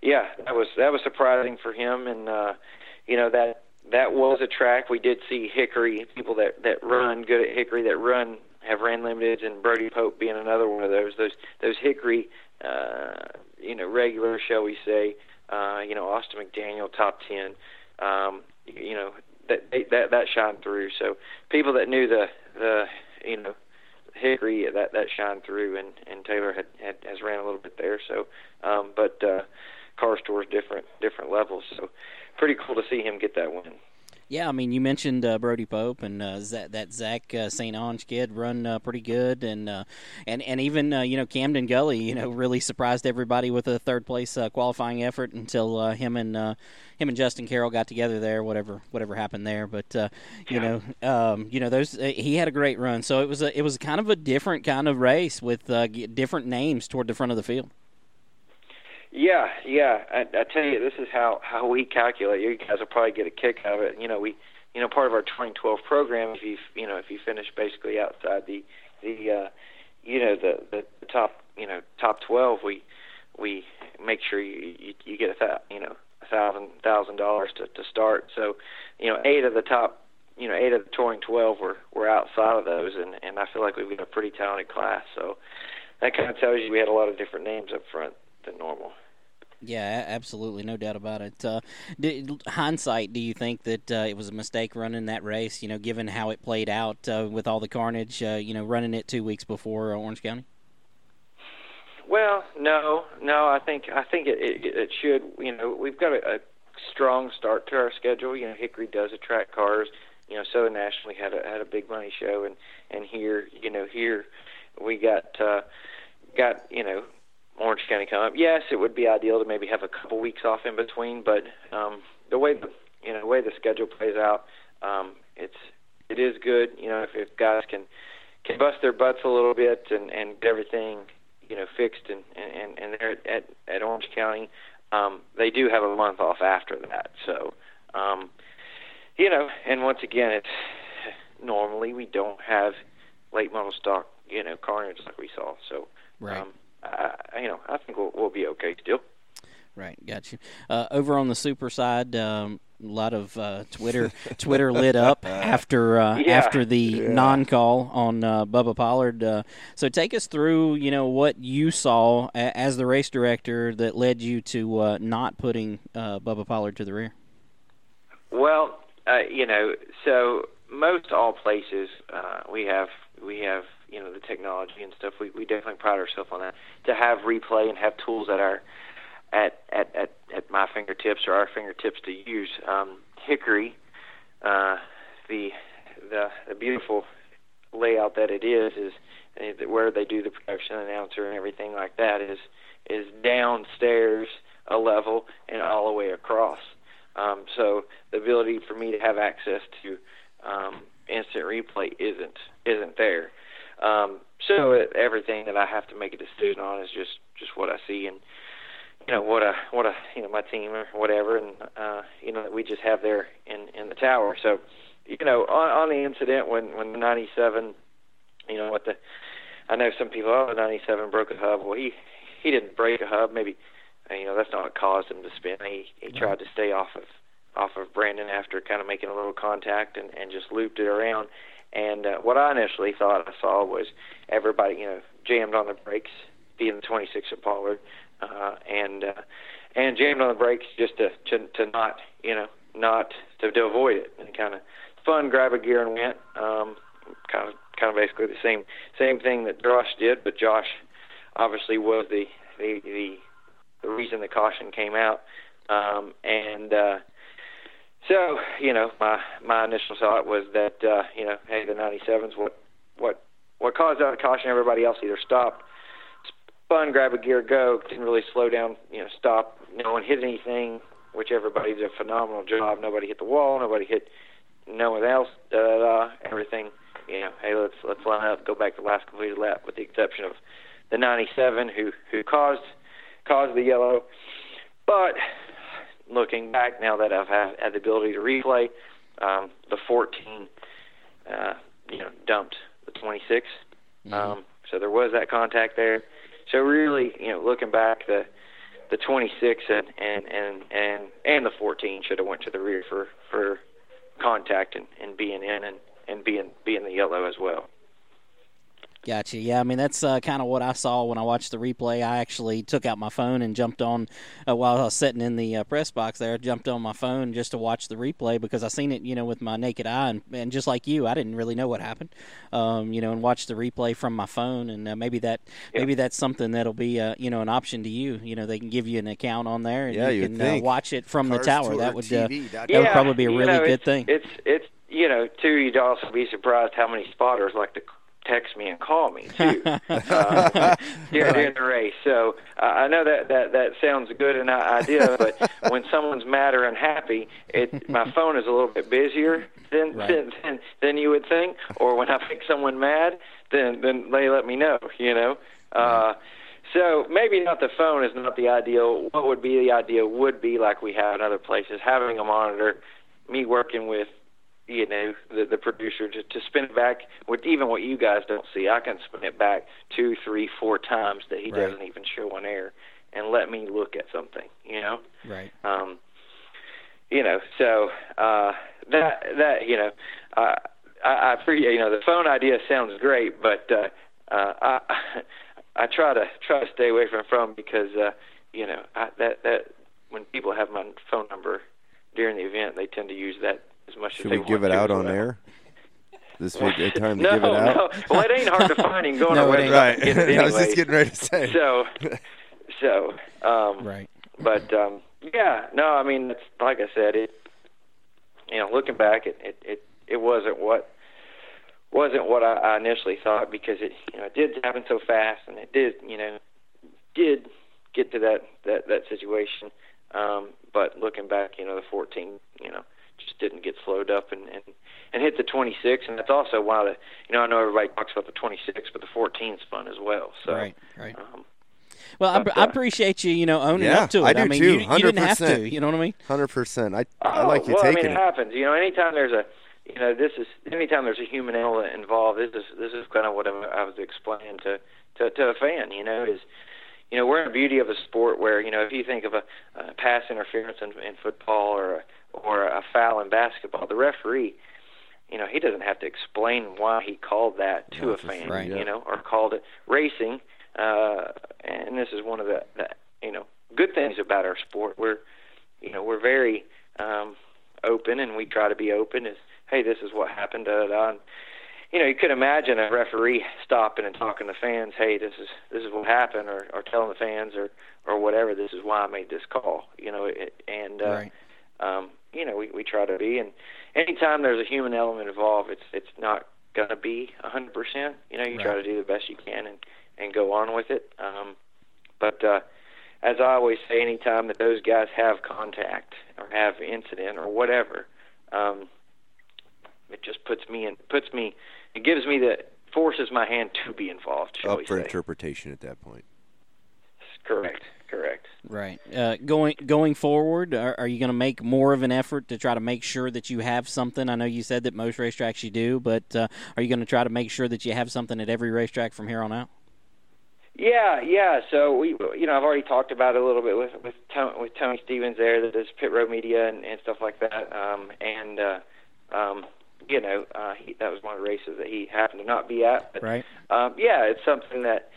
L: yeah, that was that was surprising for him, and uh, you know that that was a track we did see Hickory people that that run good at Hickory that run have ran limiteds and Brody Pope being another one of those those those Hickory uh, you know regular shall we say uh, you know Austin McDaniel top ten um, you know that they, that that shined through so people that knew the the you know Hickory that that shined through and and Taylor had, had has ran a little bit there so um, but uh, car stores different different levels so pretty cool to see him get that win.
A: Yeah, I mean, you mentioned uh, Brody Pope and uh, that that Zach uh, St. Ange kid run uh, pretty good, and uh, and and even uh, you know Camden Gully, you know, really surprised everybody with a third place uh, qualifying effort until uh, him and uh, him and Justin Carroll got together there. Whatever whatever happened there, but uh, you know, um, you know, those uh, he had a great run, so it was a, it was kind of a different kind of race with uh, g- different names toward the front of the field.
L: Yeah, yeah. I, I tell you, this is how how we calculate. You guys will probably get a kick out of it. You know, we, you know, part of our 2012 program. If you you know if you finish basically outside the the uh, you know the the the top you know top 12, we we make sure you you, you get a thou, you know a thousand thousand dollars to to start. So, you know, eight of the top you know eight of the touring 12 were were outside of those, and and I feel like we've got a pretty talented class. So that kind of tells you we had a lot of different names up front than normal.
A: Yeah, a- absolutely, no doubt about it. Uh, did, hindsight, do you think that uh, it was a mistake running that race? You know, given how it played out uh, with all the carnage, uh, you know, running it two weeks before uh, Orange County.
L: Well, no, no. I think I think it it, it should. You know, we've got a, a strong start to our schedule. You know, Hickory does attract cars. You know, so nationally had a had a big money show, and and here, you know, here we got uh, got you know Orange County come up. Yes, it would be ideal to maybe have a couple weeks off in between, but um, the way the you know the way the schedule plays out, um, it's it is good. You know, if, if guys can can bust their butts a little bit and and get everything you know fixed and and and they're at at, at Orange County, um, they do have a month off after that. So, um, you know, and once again, it's normally we don't have late model stock you know carnage like we saw. So,
A: Right.
L: um, I, you know, I think we'll, we'll be okay still.
A: Right, got you. Uh, over on the super side, um, a lot of uh, Twitter *laughs* Twitter lit *laughs* up after uh,
L: Yeah.
A: after the
L: Yeah.
A: non-call on uh, Bubba Pollard. Uh, so take us through, you know, what you saw a- as the race director that led you to uh, not putting uh, Bubba Pollard to the rear.
L: Well, uh, you know, so most all places uh, we have we have you know the technology and stuff. We we definitely pride ourselves on that to have replay and have tools at our at at at, at my fingertips or our fingertips to use. Um, Hickory, uh, the the the beautiful layout that it is is uh, where they do the production announcer and everything like that is is downstairs a level and all the way across. Um, so the ability for me to have access to um, instant replay isn't isn't there. Um, so it, everything that I have to make a decision on is just just what I see and you know what I what I you know my team or whatever and uh, you know that we just have there in in the tower. So you know on, on the incident when when the 97 you know what the I know some people oh the 97 broke a hub. Well he he didn't break a hub maybe uh, you know that's not what caused him to spin. He he tried to stay off of off of Brandon after kind of making a little contact and, and just looped it around. And uh, what I initially thought I saw was everybody, you know, jammed on the brakes, being the 26 at Pollard, uh, and uh, and jammed on the brakes just to, to to not, you know, not to, to avoid it. And kind of fun, grab a gear and went. Um, kind of kind of basically the same same thing that Josh did, but Josh obviously was the the the, the reason the caution came out. Um, and uh, so, you know, my my initial thought was that uh, you know, hey, the 97s what what what caused out of caution. Everybody else either stopped, spun, grab a gear, go. Didn't really slow down. You know, stop. No one hit anything, which everybody did a phenomenal job. Nobody hit the wall. Nobody hit no one else. Da da da. Everything. You know, hey, let's let's line up. Go back to last completed lap, with the exception of the 97 who who caused caused the yellow. But looking back now that I've had, had the ability to replay, um, the 14, uh, you know, dumped the 26. Um, so there was that contact there. So really, you know, looking back, the the 26 and and and and, and the 14 should have went to the rear for for contact and, and being in and and being being the yellow as well.
A: Gotcha. Yeah, I mean that's uh, kind of what I saw when I watched the replay. I actually took out my phone and jumped on uh, while I was sitting in the uh, press box there. I jumped on my phone just to watch the replay because I seen it, you know, with my naked eye, and, and just like you, I didn't really know what happened, um, you know, and watched the replay from my phone. And uh, maybe that maybe that's something that'll be, uh, you know, an option to you. You know, they can give you an account on there, and
B: Yeah,
A: you
B: you'd
A: can Uh,
B: think.
A: watch it from the tower. That would uh, that
L: Yeah,
A: would probably be a
L: you
A: really
L: know,
A: good
L: it's-
A: thing.
L: It's it's you know too. You'd also be surprised how many spotters like to text me and call me
A: *laughs*
L: too uh, during, during the race. So uh, I know that that that sounds good an i-
A: *laughs*
L: idea, but when someone's mad or unhappy, it my phone is a little bit busier than
M: Right.
L: than, than than you would think. Or when I pick someone mad, then then they let me know. You know. Uh, so maybe not the phone is not the ideal. What would be the ideal would be like we have in other places, having a monitor, me working with, you know, the, the producer to, to spin it back with even what you guys don't see. I can spin it back two, three, four times that he
M: Right.
L: doesn't even show on air, and let me look at something. You know
A: Right.
L: um, you know so uh, that that you know uh, I, I appreciate you know the phone idea sounds great but uh, uh, I I try to try to stay away from phone because uh, you know I, that that when people have my phone number during the event they tend to use that as much as
B: Should
L: they
B: we
L: want
B: give it
L: to
B: out
L: as
B: on
L: well.
B: air?
L: *laughs*
B: This week, a time to
L: no,
B: give it out.
L: No.
B: *laughs*
L: Well, it ain't hard to find and going
B: No, it
L: away.
B: ain't. Right.
L: It
B: *laughs* I was just
L: anyway.
B: getting ready to say.
L: So, so, um,
A: right.
L: But um, yeah, no, I mean, it's, like I said, it. You know, looking back, it it it, it wasn't what wasn't what I, I initially thought because it you know it did happen so fast and it did you know did get to that that that situation. Um, but looking back, you know, the 14, you know, just didn't get slowed up and and and hit the 26, and that's also why the you know I know everybody talks about the 26, but the 14 spun as well. So um,
A: Right, right. Well, I,
L: But,
A: I
L: uh,
A: appreciate you, you know, owning
B: yeah,
A: up to it.
B: I do
A: mean,
B: too.
A: You, you didn't have to.
B: 100%.
A: You know what I mean?
B: Hundred percent. I I like
L: Oh,
B: you
L: well,
B: taking
L: I mean, it, happens. You know, anytime there's a, you know, this is anytime there's a human element involved. This is this is kind of what I'm, I was explaining to, to to a fan. You know, is you know we're in the beauty of a sport where you know if you think of a, a pass interference in, in football or a, or a foul in basketball, the referee, you know, he doesn't have to explain why he called that to
M: No,
L: a
M: for
L: fan.
M: sure, yeah.
L: You know, or called it racing. Uh, and this is one of the, the you know good things about our sport. We're you know we're very um, open and we try to be open is hey this is what happened da da da and, you know you could imagine a referee stopping and talking to fans hey this is this is what happened or or telling the fans or or whatever this is why I made this call you know it, and uh,
M: Right.
L: um you know we we try to be and anytime there's a human element involved it's it's not gonna be a hundred percent you know you try to
M: Right.
L: do the best you can and and go on with it um but uh as I always say, anytime that those guys have contact or have incident or whatever, um, it just puts me in, puts me, it gives me the, forces my hand to be involved.
B: it. Up for interpretation at that point.
L: Correct, correct.
A: Right. Uh, going going forward, are, are you going to make more of an effort to try to make sure that you have something? I know you said that most racetracks you do, but uh, are you going to try to make sure that you have something at every racetrack from here on out?
L: Yeah, yeah. So we, you know, I've already talked about it a little bit with with Tony, with Tony Stevens there that does pit road media and, and stuff like that. Um, and uh, um, you know, uh, he, that was one of the races that he happened to not be at. But,
A: Right.
L: Um, yeah, it's something that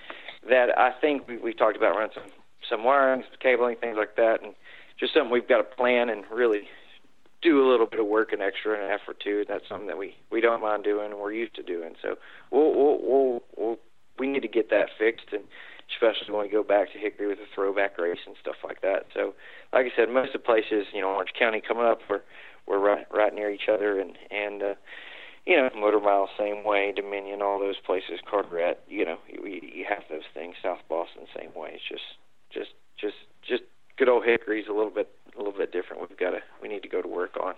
L: that I think we, we've talked about running some some wiring, some cabling, things like that, and just something we've got to plan and really do a little bit of work and extra and effort too. And that's something that we we don't mind doing and we're used to doing. So we'll we'll we'll, we'll we need to get that fixed and especially when we go back to Hickory with a throwback race and stuff like that. So like I said, most of the places you know Orange County coming up we're we're right right near each other and and uh, you know Motor Mile same way, Dominion, all those places, Carteret, you know you, you have those things. South Boston same way. It's just just just just good old Hickory's a little bit a little bit different. We've got to we need to go to work on.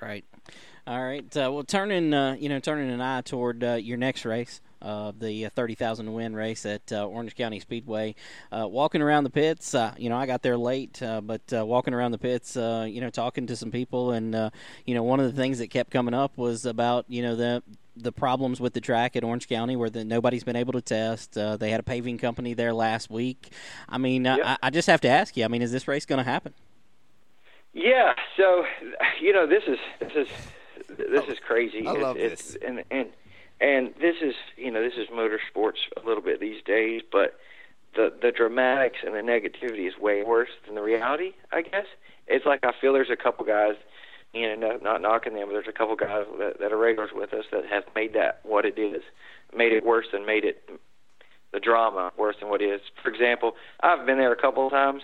A: Right. All right. Uh, well, turning uh, you know turning an eye toward uh, your next race. Uh, the uh, 30,000 win race at uh, Orange County Speedway. Uh, walking around the pits, uh, you know, I got there late, uh, but uh, walking around the pits, uh, you know, talking to some people, and uh, you know, one of the things that kept coming up was about you know the the problems with the track at Orange County where the, nobody's been able to test. Uh, they had a paving company there last week. I mean, uh, I, I just have to ask you. I mean, is this race going to happen?
L: Yeah, so you know this is this is this is crazy.
B: Oh, I love
L: this. And and and this is you know this is motorsports a little bit these days, but the the dramatics and the negativity is way worse than the reality. I guess it's like I feel there's a couple guys, you know, not, not knocking them, but there's a couple guys that, that are regulars with us that have made that what it is, made it worse than made it the drama worse than what it is. For example, I've been there a couple of times,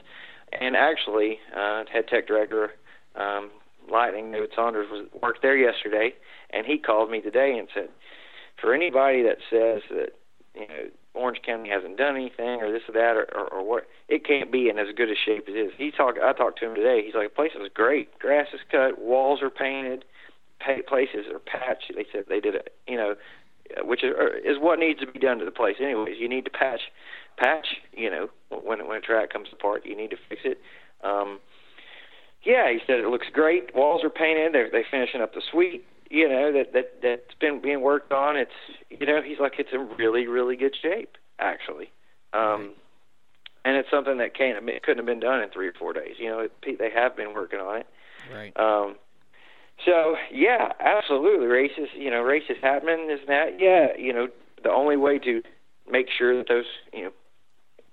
L: and actually, uh, head tech director um, Lightning David Saunders was worked there yesterday, and he called me today and said, for anybody that says that you know Orange County hasn't done anything or this or that or, or, or what, it can't be in as good a shape as it is. He talked. I talked to him today. He's like, the place is great. Grass is cut, walls are painted, pa- places are patched. They said they did it. You know, which is, is what needs to be done to the place. Anyways, you need to patch, patch. You know, when when a track comes apart, you need to fix it. Um, yeah, he said it looks great. Walls are painted. They're they finishing up the suite. You know that that that's been being worked on. It's you know he's like it's in really really good shape actually, um, and it's something that can't have been- couldn't have been done in three or four days. You know it, they have been working on it.
A: Right.
L: Um, so yeah, absolutely, races. You know, races happening. This and that. Yeah, you know, the only way to make sure that those you know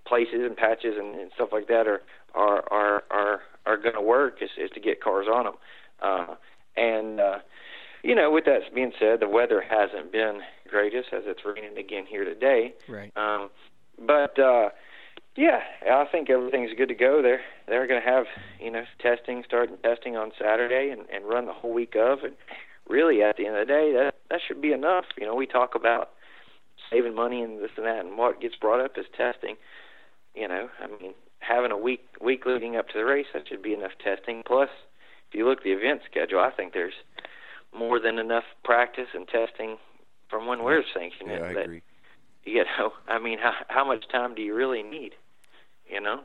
L: places and patches and, and stuff like that are are are are are going to work is is to get cars on them. Uh, and uh, you know, with that being said, the weather hasn't been greatest as it's raining again here today.
A: Right.
L: Um, but uh, yeah, I think everything's good to go. They're they're going to have you know testing, starting testing on Saturday, and and run the whole week of. And really, at the end of the day, that that should be enough. You know, we talk about saving money and this and that, and what gets brought up is testing. You know, I mean, having a week week leading up to the race, that should be enough testing. Plus, if you look at the event schedule, I think there's more than enough practice and testing from when we're sanctioned.
B: Yeah, I
L: that,
B: agree.
L: *laughs* you know i mean how how much time do you really need you know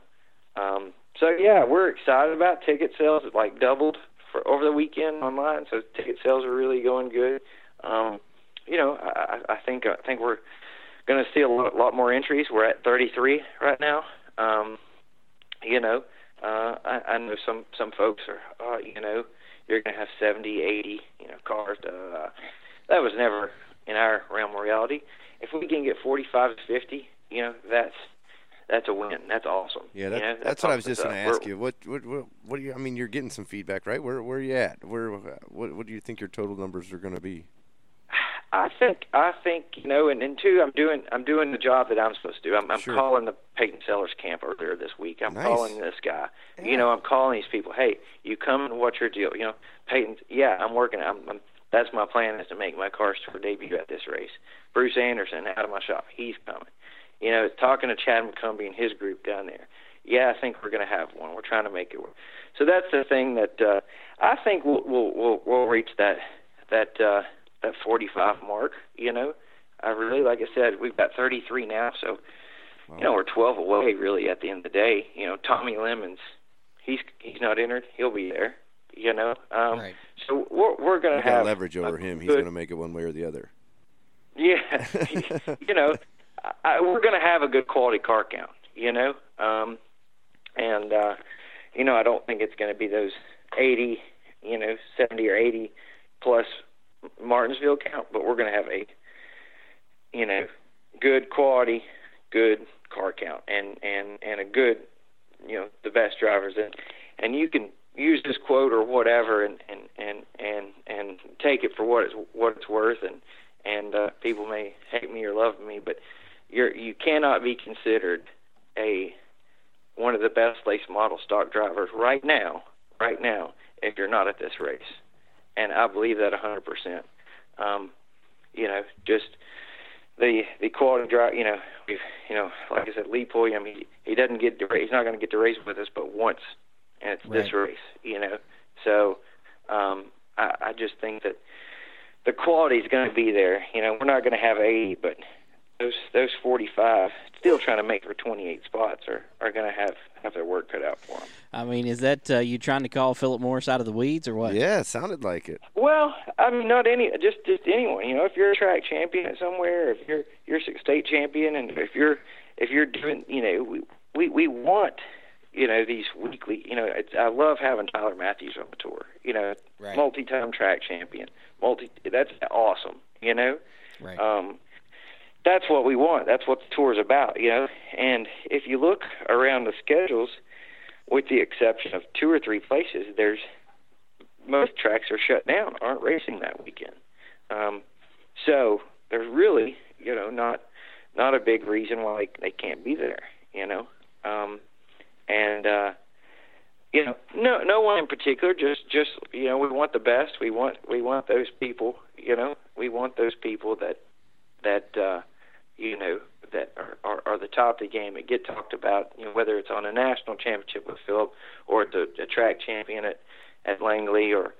L: um so yeah we're excited about ticket sales it like doubled for over the weekend online so ticket sales are really going good um you know i i I think i think we're going to see a lot, lot more entries we're at 33 right now um you know uh i i know some some folks are uh you know you're going to have 70 80 you know cars uh that was never in our realm of reality if we can get 45 to 50, you know, that's that's a win. That's awesome.
B: Yeah, that,
L: You know,
B: that's, what I was
L: awesome
B: just going to
L: stuff. We're-
B: ask you. What, what what what do you? I mean, you're getting some feedback, right? Where where are you at? Where uh, what what do you think your total numbers are going to be?
L: I think I think you know, and, and two, I'm doing I'm doing the job that I'm supposed to do. I'm, I'm
B: Sure.
L: calling the Peyton Sellers camp earlier this week. I'm
B: Nice.
L: calling this guy. You know, I'm calling these people. Hey, you come and what's your deal? You know, Peyton. Yeah, I'm working. I'm, I'm that's my plan is to make my car store debut at this race. Bruce Anderson out of my shop. He's coming. You know, talking to Chad McCombie and his group down there. Yeah, I think we're going to have one. We're trying to make it work. So that's the thing that uh, I think we'll we'll we'll, we'll reach that that uh, that 45 mark. You know, I really like I said we've got 33 now, so you know we're 12 away really at the end of the day. You know, Tommy Lemons, he's he's not entered, he'll be there. You know, um, so we're we're
B: You
L: gonna
B: got
L: have
B: leverage over him. He's
L: good-
B: going to make it one way or the other.
L: yeah, *laughs* you know, I- I, we're going to have a good quality car count, you know, um, and uh, you know, I don't think it's going to be those eighty, you know, seventy or eighty plus Martinsville count, but we're going to have a, you know, good quality, good car count, and and and a good, you know, the best drivers, and and you can use this quote or whatever and and and and and take it for what it's what it's worth and and uh, people may hate me or love me but you're you cannot be considered a one of the best lace model stock drivers right now right now if you're not at this race and I believe that 100% um you know just the the quality drive you know we've you know like I said Lee Pulliam he he doesn't get the race he's not going to get the race with us but once and it's this race, you know. So um, I, I just think that the quality is going to be there. You know, we're not going to have 80, but those those 45 still trying to make for 28 spots are are going to have have their work cut out for them.
A: I mean, is that uh, you trying to call Philip Morris out of the weeds or what?
B: Yeah, it sounded like it.
L: Well, I mean, not any, just just anyone. You know, if you're a track champion at somewhere, if you're you're a state champion, and if you're if you're doing, you know, we we, we want you know these weekly you know it's, I love having Tyler Matthews on the tour you know
M: Right.
L: multi-time track champion multi that's awesome you know
M: Right.
L: um that's what we want that's what the tour's about you know and if you look around the schedules with the exception of two or three places there's most tracks are shut down aren't racing that weekend um so there's really you know not not a big reason why they can't be there you know um and uh you know no no one in particular just just you know we want the best we want we want those people you know we want those people that that uh you know that are, are, are the top of the game and get talked about you know whether it's on a national championship with Philip or the a track champion at at Langley or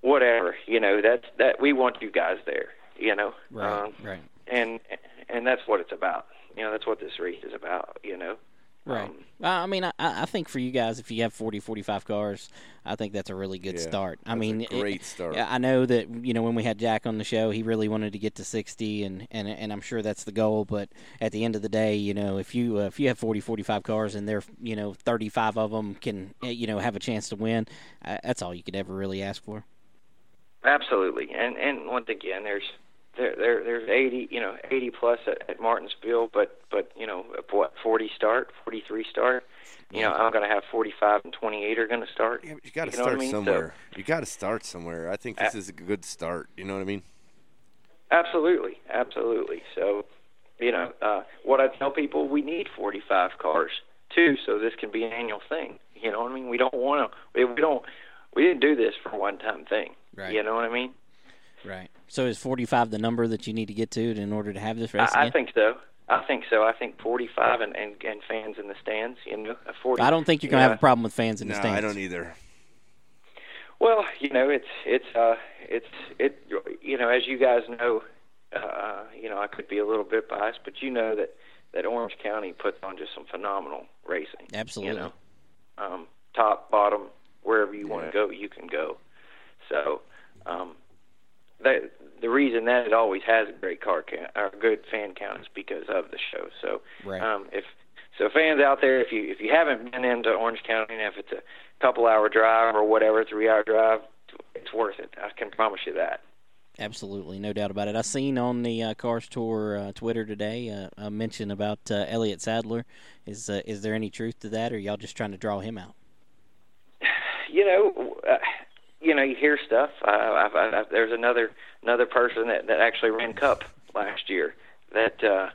L: whatever you know that's that we want you guys there you know
A: Right,
L: um,
A: right,
L: and and that's what it's about you know that's what this race is about you know
A: right.
L: Um,
A: Uh, I mean, I, I I think for you guys, if you have 40, 45 cars, I think that's a really good
B: Yeah,
A: start. I
B: that's a
A: mean, it-
B: great start.
A: Yeah, I know that you know when we had Jack on the show, he really wanted to get to 60, and and and I'm sure that's the goal. But at the end of the day, you know, if you uh, if you have 40, 45 cars, and there, you know, 35 of them can uh, you know have a chance to win, uh, that's all you could ever really ask for.
L: Absolutely, and and once again, there's there there there's 80 you know 80 plus at, at Martinsville, but but you know what 40 start, 43 start. You know I'm going to have 45 and 28 are going to start.
B: You got to
L: know what
B: start
L: I mean? So,
B: somewhere. You got to start somewhere. I think this is a good start. You know what I mean?
L: absolutely, absolutely. So you know uh, what I tell people, we need 45 cars too, so this can be an annual thing. You know what I mean? We don't want to. We, we don't. We didn't do this for a one-time thing.
A: Right.
L: You know what I mean?
A: Right. So is 45 the number that you need to get to in order to have this race?
L: I, I
A: again?
L: think so. I think so. I think 45 and, and, and fans in the stands, you know, a 40.
A: I don't think you're going to
L: yeah.
A: have a problem with fans in the
B: No,
A: stands.
B: I don't either.
L: Well, you know, it's it's uh it's it you know, as you guys know, uh you know, I could be a little bit biased, but you know that that Orange County puts on just some phenomenal racing.
A: Absolutely.
L: You know,
D: *laughs*
L: um top, bottom, wherever you want to go, you can go. So, um that the reason that it always has a great car count or a good fan count is because of the show. So,
A: Right.
L: um, if so, fans out there, if you if you haven't been into Orange County, and if it's a couple hour drive or whatever, three hour drive, it's worth it. I can promise you that.
A: Absolutely, no doubt about it. I seen on the uh, Cars Tour uh, Twitter today uh, a mention about uh, Elliot Sadler. Is uh, is there any truth to that, or y'all just trying to draw him out?
L: You know, uh, you know, you hear stuff. Uh, I've, i i there's another another person that that actually ran Cup last year that uh,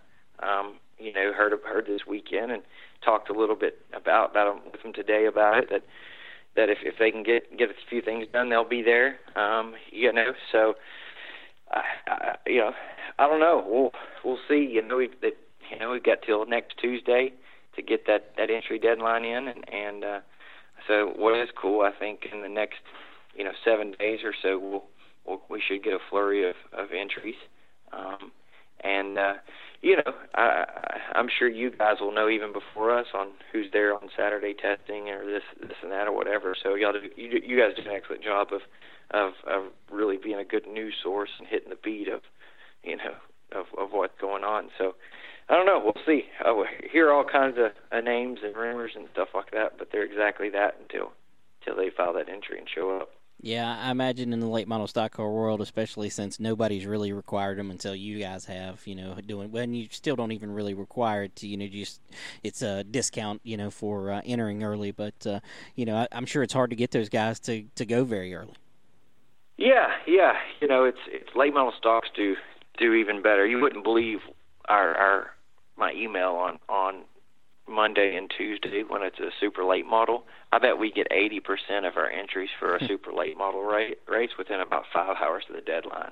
L: um, you know heard heard this weekend and talked a little bit about about him with him today about it that that if if they can get get a few things done they'll be there um you know so I, I you know I don't know we'll we'll see you know we've that you know we've got till next Tuesday to get that that entry deadline in and and uh so what is cool I think in the next you know 7 days or so we'll, we'll we should get a flurry of of entries um and uh you know, I, I- I'm sure you guys will know even before us on who's there on Saturday testing or this, this and that or whatever. So y'all, do, you, do- you guys do an excellent job of, of, of really being a good news source and hitting the beat of, you know, of, of what's going on. So I don't know. We'll see. I will hear all kinds of uh, names and rumors and stuff like that, but they're exactly that until, until they file that entry and show up.
A: Yeah, I imagine in the late model stock car world, especially since nobody's really required them until you guys have, you know, doing when you still don't even really require it. To, you know, just it's a discount, you know, for uh, entering early. But uh, you know, I, I'm sure it's hard to get those guys to to go very early.
L: Yeah, yeah. You know, it's it's late model stocks do do even better. You wouldn't believe our our my email on on Monday and Tuesday when it's a super late model. I bet we get eighty percent of our entries for *laughs* a super late model ra- race within about five hours of the deadline.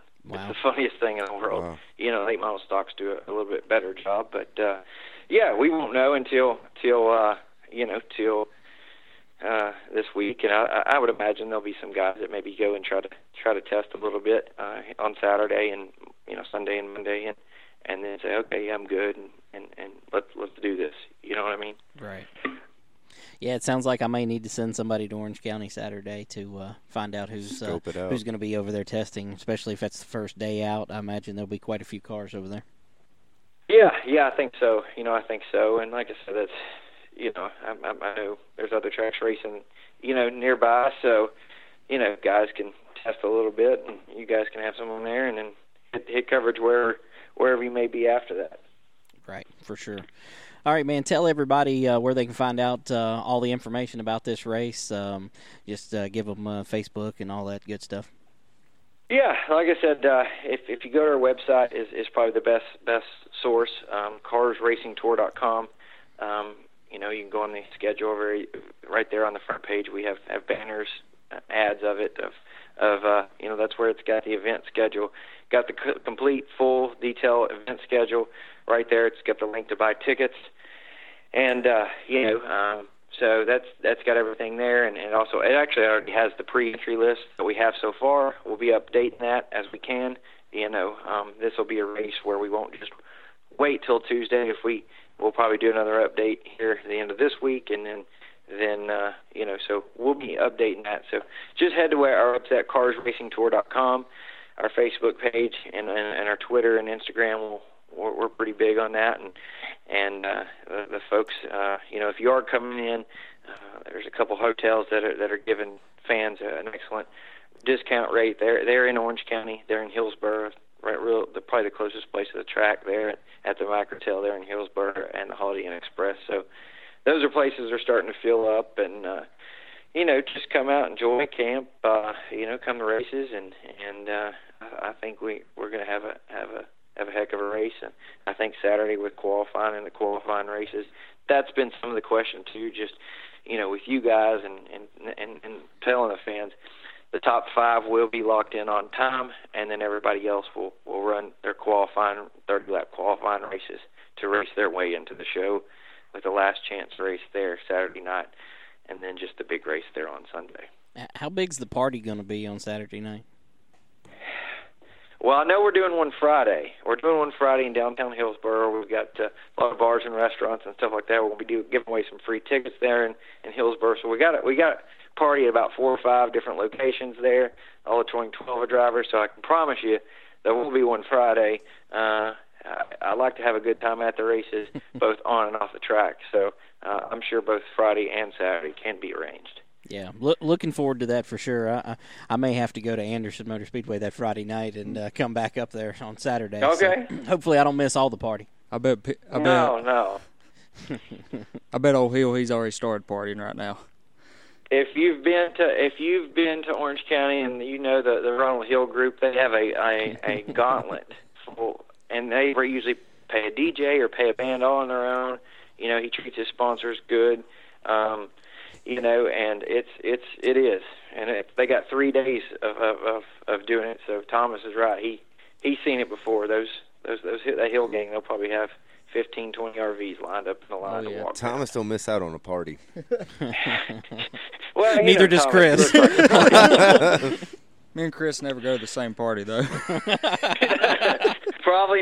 L: It's
A: Wow.
L: the funniest thing in the world. You know, late model stocks do a, a little bit better job, but uh, yeah, we won't know until till uh, you know till uh, this week, and I, I would imagine there'll be some guys that maybe go and try to try to test a little bit uh, on Saturday and you know Sunday and Monday, and and then say, okay, I'm good, and and, and let's let's do this. You know what I mean?
A: Right. Yeah, it sounds like I may need to send somebody to Orange County Saturday to uh, find out who's uh,
B: Scope it out.
A: who's going to be over there testing, especially if that's the first day out. I imagine there'll be quite a few cars over there.
L: Yeah, yeah, I think so. You know, I think so. And like I said, that's you know, I, I, I know there's other tracks racing, you know, nearby. So, you know, guys can test a little bit, and you guys can have someone there, and then hit, hit coverage wherever wherever you may be after that.
A: Right, for sure. All right, man. Tell everybody uh, where they can find out uh, all the information about this race. Um, just uh, give them uh, Facebook and all that good stuff.
L: Yeah, like I said, uh, if if you go to our website, is is probably the best best source. Um, carsracingtour.com. Um, you know, you can go on the schedule very right there on the front page. We have have banners, uh, ads of it of of uh, you know that's where it's got the event schedule. Got the c- complete full detail event schedule right there. It's got the link to buy tickets, and uh, you know. Um, so that's that's got everything there, and, and also it actually already has the pre-entry list that we have so far. We'll be updating that as we can. You know, um, this will be a race where we won't just wait till Tuesday. If we we'll probably do another update here at the end of this week, and then then uh, you know, so we'll be updating that. So just head to our website, carsracingtour.com, our Facebook page, and and, and our Twitter and Instagram. We'll, we're, we're pretty big on that, and and uh, the, the folks, uh, you know, if you are coming in, uh, there's a couple hotels that are that are giving fans uh, an excellent discount rate. They're they're in Orange County, they're in Hillsborough, right? Real, the, probably the closest place to the track there at the Microtel there in Hillsborough and the Holiday Inn Express. So those are places that are starting to fill up, and uh, you know, just come out, enjoy camp, uh, you know, come to races, and and uh, I I think we we're gonna have a have a have a heck of a race, and I think Saturday with qualifying and the qualifying races, that's been some of the question too. Just you know, with you guys and and and, and telling the fans, the top five will be locked in on time, and then everybody else will will run their qualifying 30 lap qualifying races to race their way into the show, with the last chance race there Saturday night, and then just the big race there on Sunday.
A: H- How big's the party going to be on Saturday night?
L: Well, I know we're doing one Friday. We're doing one Friday in downtown Hillsboro. We've got uh, a lot of bars and restaurants and stuff like that. We'll be do, giving away some free tickets there in, in Hillsboro. So we got we got a party at about four or five different locations there, all touring 12 drivers. So I can promise you there will be one Friday. Uh, I, I like to have a good time at the races, both on and off the track. So uh, I'm sure both Friday and Saturday can be arranged.
A: Yeah, look, looking forward to that for sure. I, I I may have to go to Anderson Motor Speedway that Friday night and uh, come back up there on Saturday. so
L: Okay.
A: *clears throat* hopefully, I don't miss all the party.
D: I bet.
A: *laughs*
D: pe- *laughs* I bet.
L: No, no.
D: I bet old Hill he's already started partying right now.
L: if you've been to if you've been to Orange County and you know the the Ronald Hill group, they have a a, a gauntlet full, and they usually pay a DJ or pay a band all on their own. You know, he treats his sponsors good. Um, you know, and it's it's it is, and it, they got three days of, of of of doing it. So Thomas is right. He he's seen it before. Those those those that Hill gang, they'll probably have fifteen twenty RVs lined up in the
D: Oh,
B: Oh,
L: line to walk.
B: Thomas don't miss out on a party.
L: *laughs* Well, you know,
D: Neither does
L: Thomas,
D: Chris. *laughs*
A: *laughs*
D: Me and Chris never go to the same party though.
L: Probably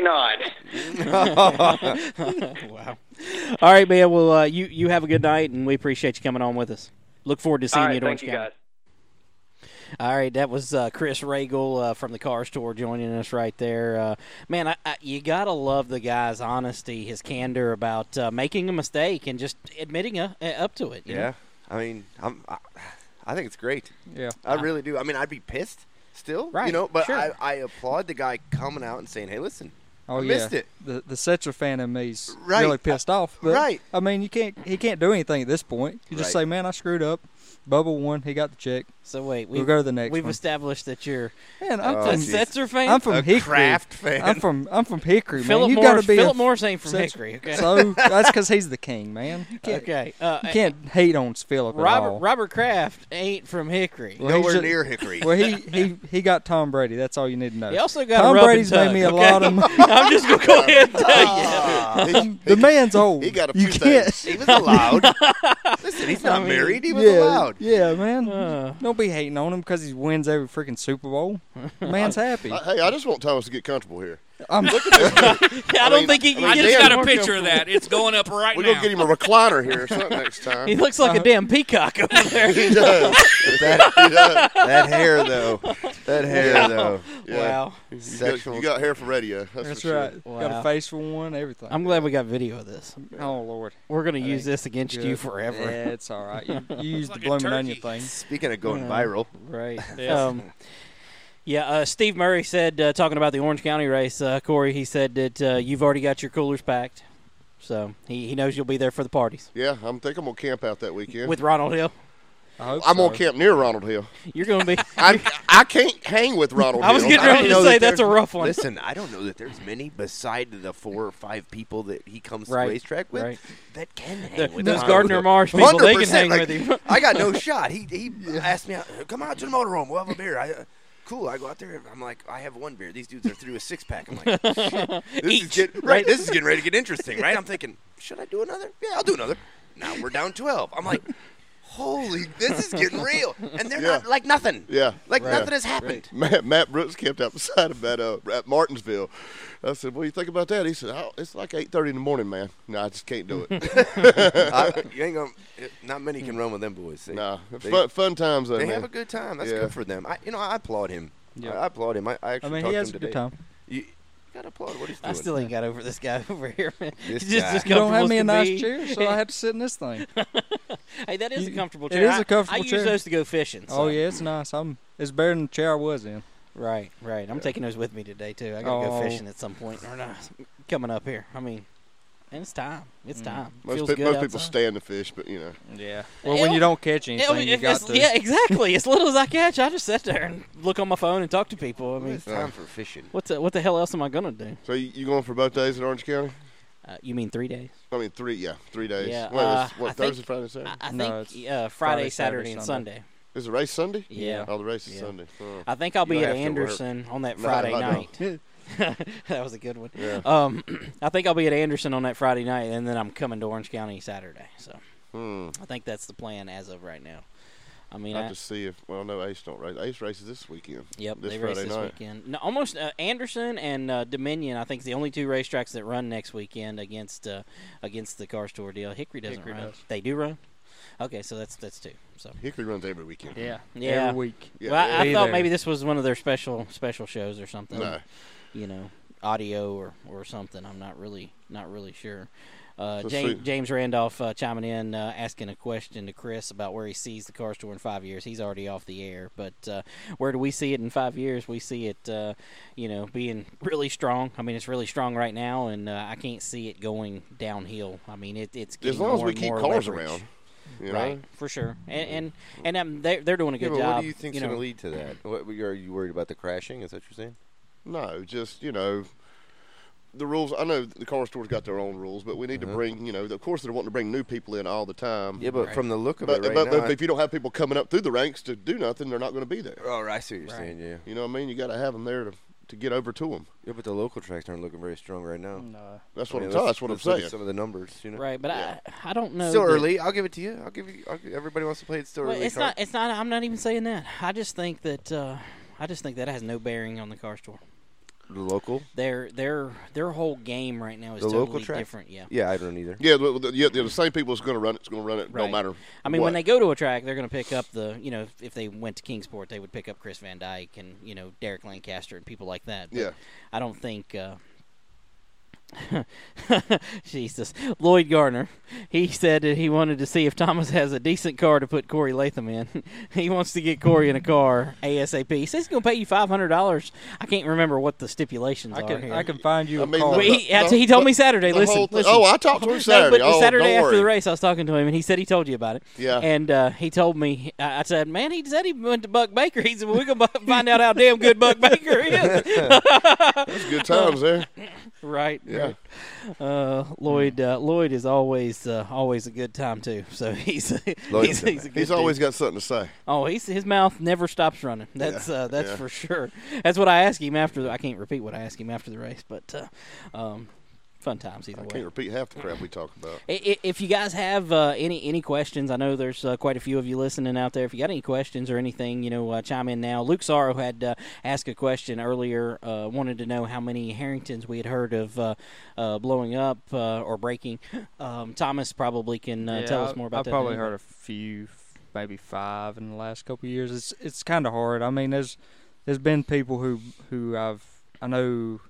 F: *laughs*
L: not.
A: wow. All right, man. Well, uh, you you have a good night, and we appreciate you coming on with us. Look forward to seeing
L: All right,
A: you at
L: thank
A: Orange
L: you
A: County.
L: guys.
A: All right, that was uh, Chris Regal uh, from the car store joining us right there. Uh, man, I, I, you gotta love the guy's honesty, his candor about uh, making a mistake and just admitting uh, up to it. you know?
B: Yeah, I mean, I'm I, I think it's great.
D: Yeah.
B: I really do. I mean, I'd be pissed still,
D: Right,
B: you know, but
D: sure.
B: I, I applaud the guy coming out and saying, hey, listen,
D: Oh
B: I
D: yeah,
B: missed it.
D: The the Setzer fan in me's
B: Right. Uh,
D: really pissed off. But,
B: Right.
D: I mean, you can't he can't do anything at this point. You just
A: Right.
D: say, man, I screwed up. Bubble won. He got the check.
A: So wait,
D: we'll
A: we've-
D: go to the next.
A: We've
D: one.
A: established that you're
D: Man, I'm
A: a
B: Oh,
D: from
A: Setzer fan.
D: I'm from Hickory. I'm from I'm from Hickory, man.
A: Philip
D: you
A: Morris-
D: gotta be a
A: Philip Morris ain't from
D: Setzer.
A: Hickory, okay?
D: So that's because he's the king, man. You can't,
A: *laughs* Okay, uh,
D: you can't hate on Philip at
A: Robert
D: all.
A: Robert Kraft ain't from Hickory.
D: Well, he's ju- Well, he, he he got Tom Brady. That's all you need to know.
A: He also got a
D: Tom
A: rub and
D: Brady's
A: tug,
D: made me a
A: okay?
D: lot of money.
A: *laughs* I'm just gonna go ahead and
B: *laughs* Ah,
A: tell you.
D: The man's old.
A: he got a
D: you
A: few
D: can't.
A: things. He
D: *laughs*
A: was allowed. Listen, he's not married. He was
D: yeah,
A: allowed.
D: Yeah, man.
A: Uh.
D: Don't be hating on him because he wins every freaking Super Bowl. The man's happy.
C: I- hey, I just want Thomas to get comfortable here.
D: I'm-
C: Look *laughs* at
D: *laughs*
A: *laughs*
C: this dude.
A: I don't think he can
C: mean,
A: get
C: damn.
A: us got a picture of that.
E: It's going up right
C: We're
E: now.
C: gonna get him a recliner here or something next time.
A: He looks like
D: Uh-huh.
A: a damn peacock
C: *laughs*
A: over there.
C: he does. That, he does.
B: That hair, though. That hair,
C: Wow.
B: though.
A: Wow.
C: You got-
A: Sexual-
C: You got, hair for radio. That's,
D: That's
C: for sure.
D: right. *laughs* Got a face for one. Everything.
A: I'm glad we got video of this.
D: Oh Lord,
A: We're gonna
D: That
A: use
D: ain't
A: this against you
D: good.
A: forever.
D: Yeah, it's all right.
A: *laughs*
D: You, you use the blooming onion thing.
B: Speaking of going
A: Yeah.
B: viral.
A: right?
D: Yeah.
A: Um, yeah. Uh, Steve Murray said, uh, talking about the Orange County race, uh, Corey. He said that uh, you've already got your coolers packed, so he, he knows you'll be there for the parties
C: Yeah, I'm think I'm gonna camp out that weekend
A: with Ronald Hill.
D: I hope
C: I'm gonna camp near Ronald Hill.
A: You're gonna be.
C: I I can't hang with
A: *laughs*
C: Ronald.
A: I was
C: Hill.
A: getting
B: don't
A: ready to
B: know
A: say
B: that
A: that's a
B: there's-
A: rough one.
B: Listen, I don't know that there's many beside the four or five people that he comes
A: Right,
B: to racetrack with
A: right.
B: that can hang
A: Th-
B: with
A: those
B: Ronald
A: Gardner
B: Hill.
A: Marsh people, they can
B: 100%,
A: hang
B: like,
A: with him.
B: *laughs* I
A: *laughs*
B: got no shot. He he asked me, out, come out to the motorhome. We'll have a beer. I, uh, cool. I go out there. and I'm like, I have one beer. These dudes are through a six pack. I'm
A: *laughs*
B: like, shit, this is getting right. This is getting ready to get interesting, right? I'm thinking, should I do another? Yeah, I'll do *laughs* another. Now we're down twelve. I'm like. Holy, this is getting real, and they're not like nothing.
C: Yeah,
B: like nothing has happened.
C: *laughs* Matt, Matt Brooks camped outside of that uh, at Martinsville. I said, "What do you think about that?" He said, oh, "It's like 8:30 in the morning, man. No, I just
A: *laughs*
C: can't do *laughs* it."
B: I, you ain't gonna. Not many can run with them boys. They,
C: Nah,
B: they-
C: fun, fun times though.
B: They
C: man.
B: have a good time. That's
C: Yeah.
B: good for them. I, you know, I applaud him.
C: Yeah.
B: I, I applaud him. I, I actually
D: mean, he
B: talked to
D: has
B: him
D: a good
B: today.
D: time.
B: You, you gotta applaud what he's doing.
A: I still ain't got over this guy *laughs* over here, man.
B: This
A: He's just
B: guy.
A: as
D: You don't
A: comfortable
D: have me a
A: as can
D: nice
A: be.
D: chair, so I have to sit in this thing.
A: *laughs* Hey, that is
D: You-
A: a comfortable
D: it
A: chair.
D: is a
A: I-
D: comfortable
A: I,
D: chair.
A: use those to go fishing. so-
D: Oh yeah, it's nice. I'm. It's better than the chair I was in.
A: Right, right. I'm taking those with me today too. I gotta
D: Oh.
A: go fishing at some point. Or not. Coming up here. I mean, and it's time. It's
D: Mm.
A: time.
C: Most,
A: Feels
C: pe-
A: good
C: most people
A: outside.
C: stand to fish, but you know.
D: Yeah. Well, when you don't catch
A: Yeah, I
D: anything,
A: mean,
D: you
A: if
D: got
A: it's-
D: to.
A: Yeah, exactly. As little as I catch, I just sit there and look on my phone and talk to people. I mean,
B: it's time for fishing.
A: What the, what the hell else am I gonna do?
C: So you, you going for both days in Orange County?
A: Uh, you mean three days?
C: I mean three, yeah, three days.
A: Yeah,
C: What,
A: uh,
C: it's- what,
A: I think-
C: Thursday, Friday, Saturday?
A: I- I No, think, it's uh, Friday, Friday, Saturday, Saturday, and Sunday. Sunday.
C: Is the race Sunday?
A: Yeah.
C: Oh, the race is
A: Yeah.
C: Sunday. Oh.
A: I think I'll be
C: You'll
A: at
C: have to work.
A: Anderson on
C: *laughs*
A: that
C: No,
A: Friday
C: I
A: *laughs*
C: don't.
A: night.
D: *laughs*
A: that was a good one.
C: Yeah.
A: Um, *clears throat* I think I'll be at Anderson on that Friday night, and then I'm coming to Orange County Saturday. So
C: Hmm.
A: I think that's the plan as of right now. I mean,
C: I'll
A: I-
C: just see if well, no, Ace don't race. Ace races this weekend.
A: Yep,
C: this
A: they
C: Friday
A: race this
C: night.
A: weekend. No, almost uh, Anderson and uh, Dominion. I think is the only two racetracks that run next weekend against uh, against the car store deal. Hickory doesn't
C: Hickory
A: run.
C: does.
A: They do run. Okay, so that's that's two. So
C: Hickory runs every weekend.
A: Yeah,
C: Every
A: yeah.
C: week. Yeah,
A: well, I, I
C: be
A: thought
C: there.
A: maybe this was one of their special special shows or something.
C: No.
A: you know, audio or or something. I'm not really not really sure. Uh,
C: So
A: James,
C: see-
A: James Randolph uh, chiming in, uh, asking a question to Chris about where he sees the car store in five years. He's already off the air, but uh, where do we see it in five years? We see it, uh, you know, being really strong. I mean, it's really strong right now, and uh, I can't see it going downhill. I mean, it, it's getting
C: As long as
A: more
C: we
A: and
C: keep
A: more
C: cars
A: leverage.
C: around, you
A: right?
C: know?
A: For sure, and and and um, they're they're doing a
B: Yeah,
A: good
B: but
A: job.
B: What do you think's
A: know.
B: gonna lead
A: *laughs*
B: to that? What, are you worried about the crashing? Is that what you're saying?
C: No, just you know, the rules. I know the car store's got their own rules, but we need to
B: Uh-huh.
C: bring you know. Of course, they're wanting to bring new people in all the time.
B: Yeah, but Right. from the look of
C: but,
B: it right
C: but,
B: now,
C: but if you don't have people coming up through the ranks to do nothing, they're not going to be there.
B: Oh, I see what you're saying. Yeah.
C: You know what I mean? You got to have them there to, to get over to them.
B: Yeah, but the local tracks aren't looking very strong right now.
D: No.
C: That's what
B: I mean,
C: I'm telling.
B: let's-
C: That's what I'm
B: let's look at
C: saying.
B: Some of the numbers, you know.
A: Right, but I I don't know.
B: Still
A: that-
B: early. I'll give it to you. I'll give you. I'll give, everybody wants to play it still
A: Well,
B: early.
A: it's
B: card.
A: not. It's not. I'm not even saying that. I just think that. Uh, I just think that has no bearing on the car store.
B: the local.
A: Their their their whole game right now is
B: The
A: totally
B: local track?
A: different. Yeah.
B: Yeah, I don't either.
C: Yeah, the, the, yeah, the same people that's going to run it's going to run it. No
A: Right.
C: matter.
A: I mean,
C: what.
A: when they go to a track, they're going to pick up the, you know, if- if they went to Kingsport, they would pick up Chris Van Dyke and you know Derek Lancaster and people like that. But
C: Yeah.
A: I don't think. Uh, *laughs* Jesus. Lloyd Gardner. He said that he wanted to see if Thomas has a decent car to put Corey Latham in. *laughs* he wants to get Corey in a car ASAP. He says he's going to pay you $500. I can't remember what the stipulations
D: I
A: are
D: can-
A: here.
D: I can find you a
A: mean,
D: car.
A: well, he,
D: The-
A: he told me Saturday.
D: the
A: listen,
D: whole thing-
A: listen.
D: oh, I talked to him
A: No,
D: Saturday.
A: but
D: Oh,
A: Saturday
D: don't
A: after the
D: worry.
A: race, I was talking to him, and he said he told you about it.
C: Yeah.
A: And uh, he told me, I I said, man, he said he went to Buck Baker. He said, well, we're going to find out how damn good Buck Baker is.
C: *laughs* That's good times there.
A: Right.
C: Yeah.
A: right. Uh, Lloyd. Uh, Lloyd is always uh, always a good time too. So he's
C: Lloyd-
A: he's, he's, a good
C: he's always
A: dude.
C: got something to say.
A: Oh, he's, his mouth never stops running. That's
C: Yeah,
A: uh, that's
C: yeah.
A: for sure. That's what I asked him after. The, I can't repeat what I asked him after the race, but uh, um, fun times either
C: I
A: way.
C: can't repeat half the crap we talk about.
A: I- i- If you guys have uh, any any questions, I know there's uh, quite a few of you listening out there. If you got any questions or anything, you know, uh, chime in now. Luke Sorrow had uh, asked a question earlier. Uh, wanted to know how many Harringtons we had heard of uh, uh, blowing up uh, or breaking. Um, Thomas probably can uh,
D: Yeah,
A: tell
D: I-
A: us more about
D: I've
A: that.
D: probably
A: than
D: heard a few, f- maybe five in the last couple of years. It's it's kind of hard. I mean, there's there's been people who who I've I know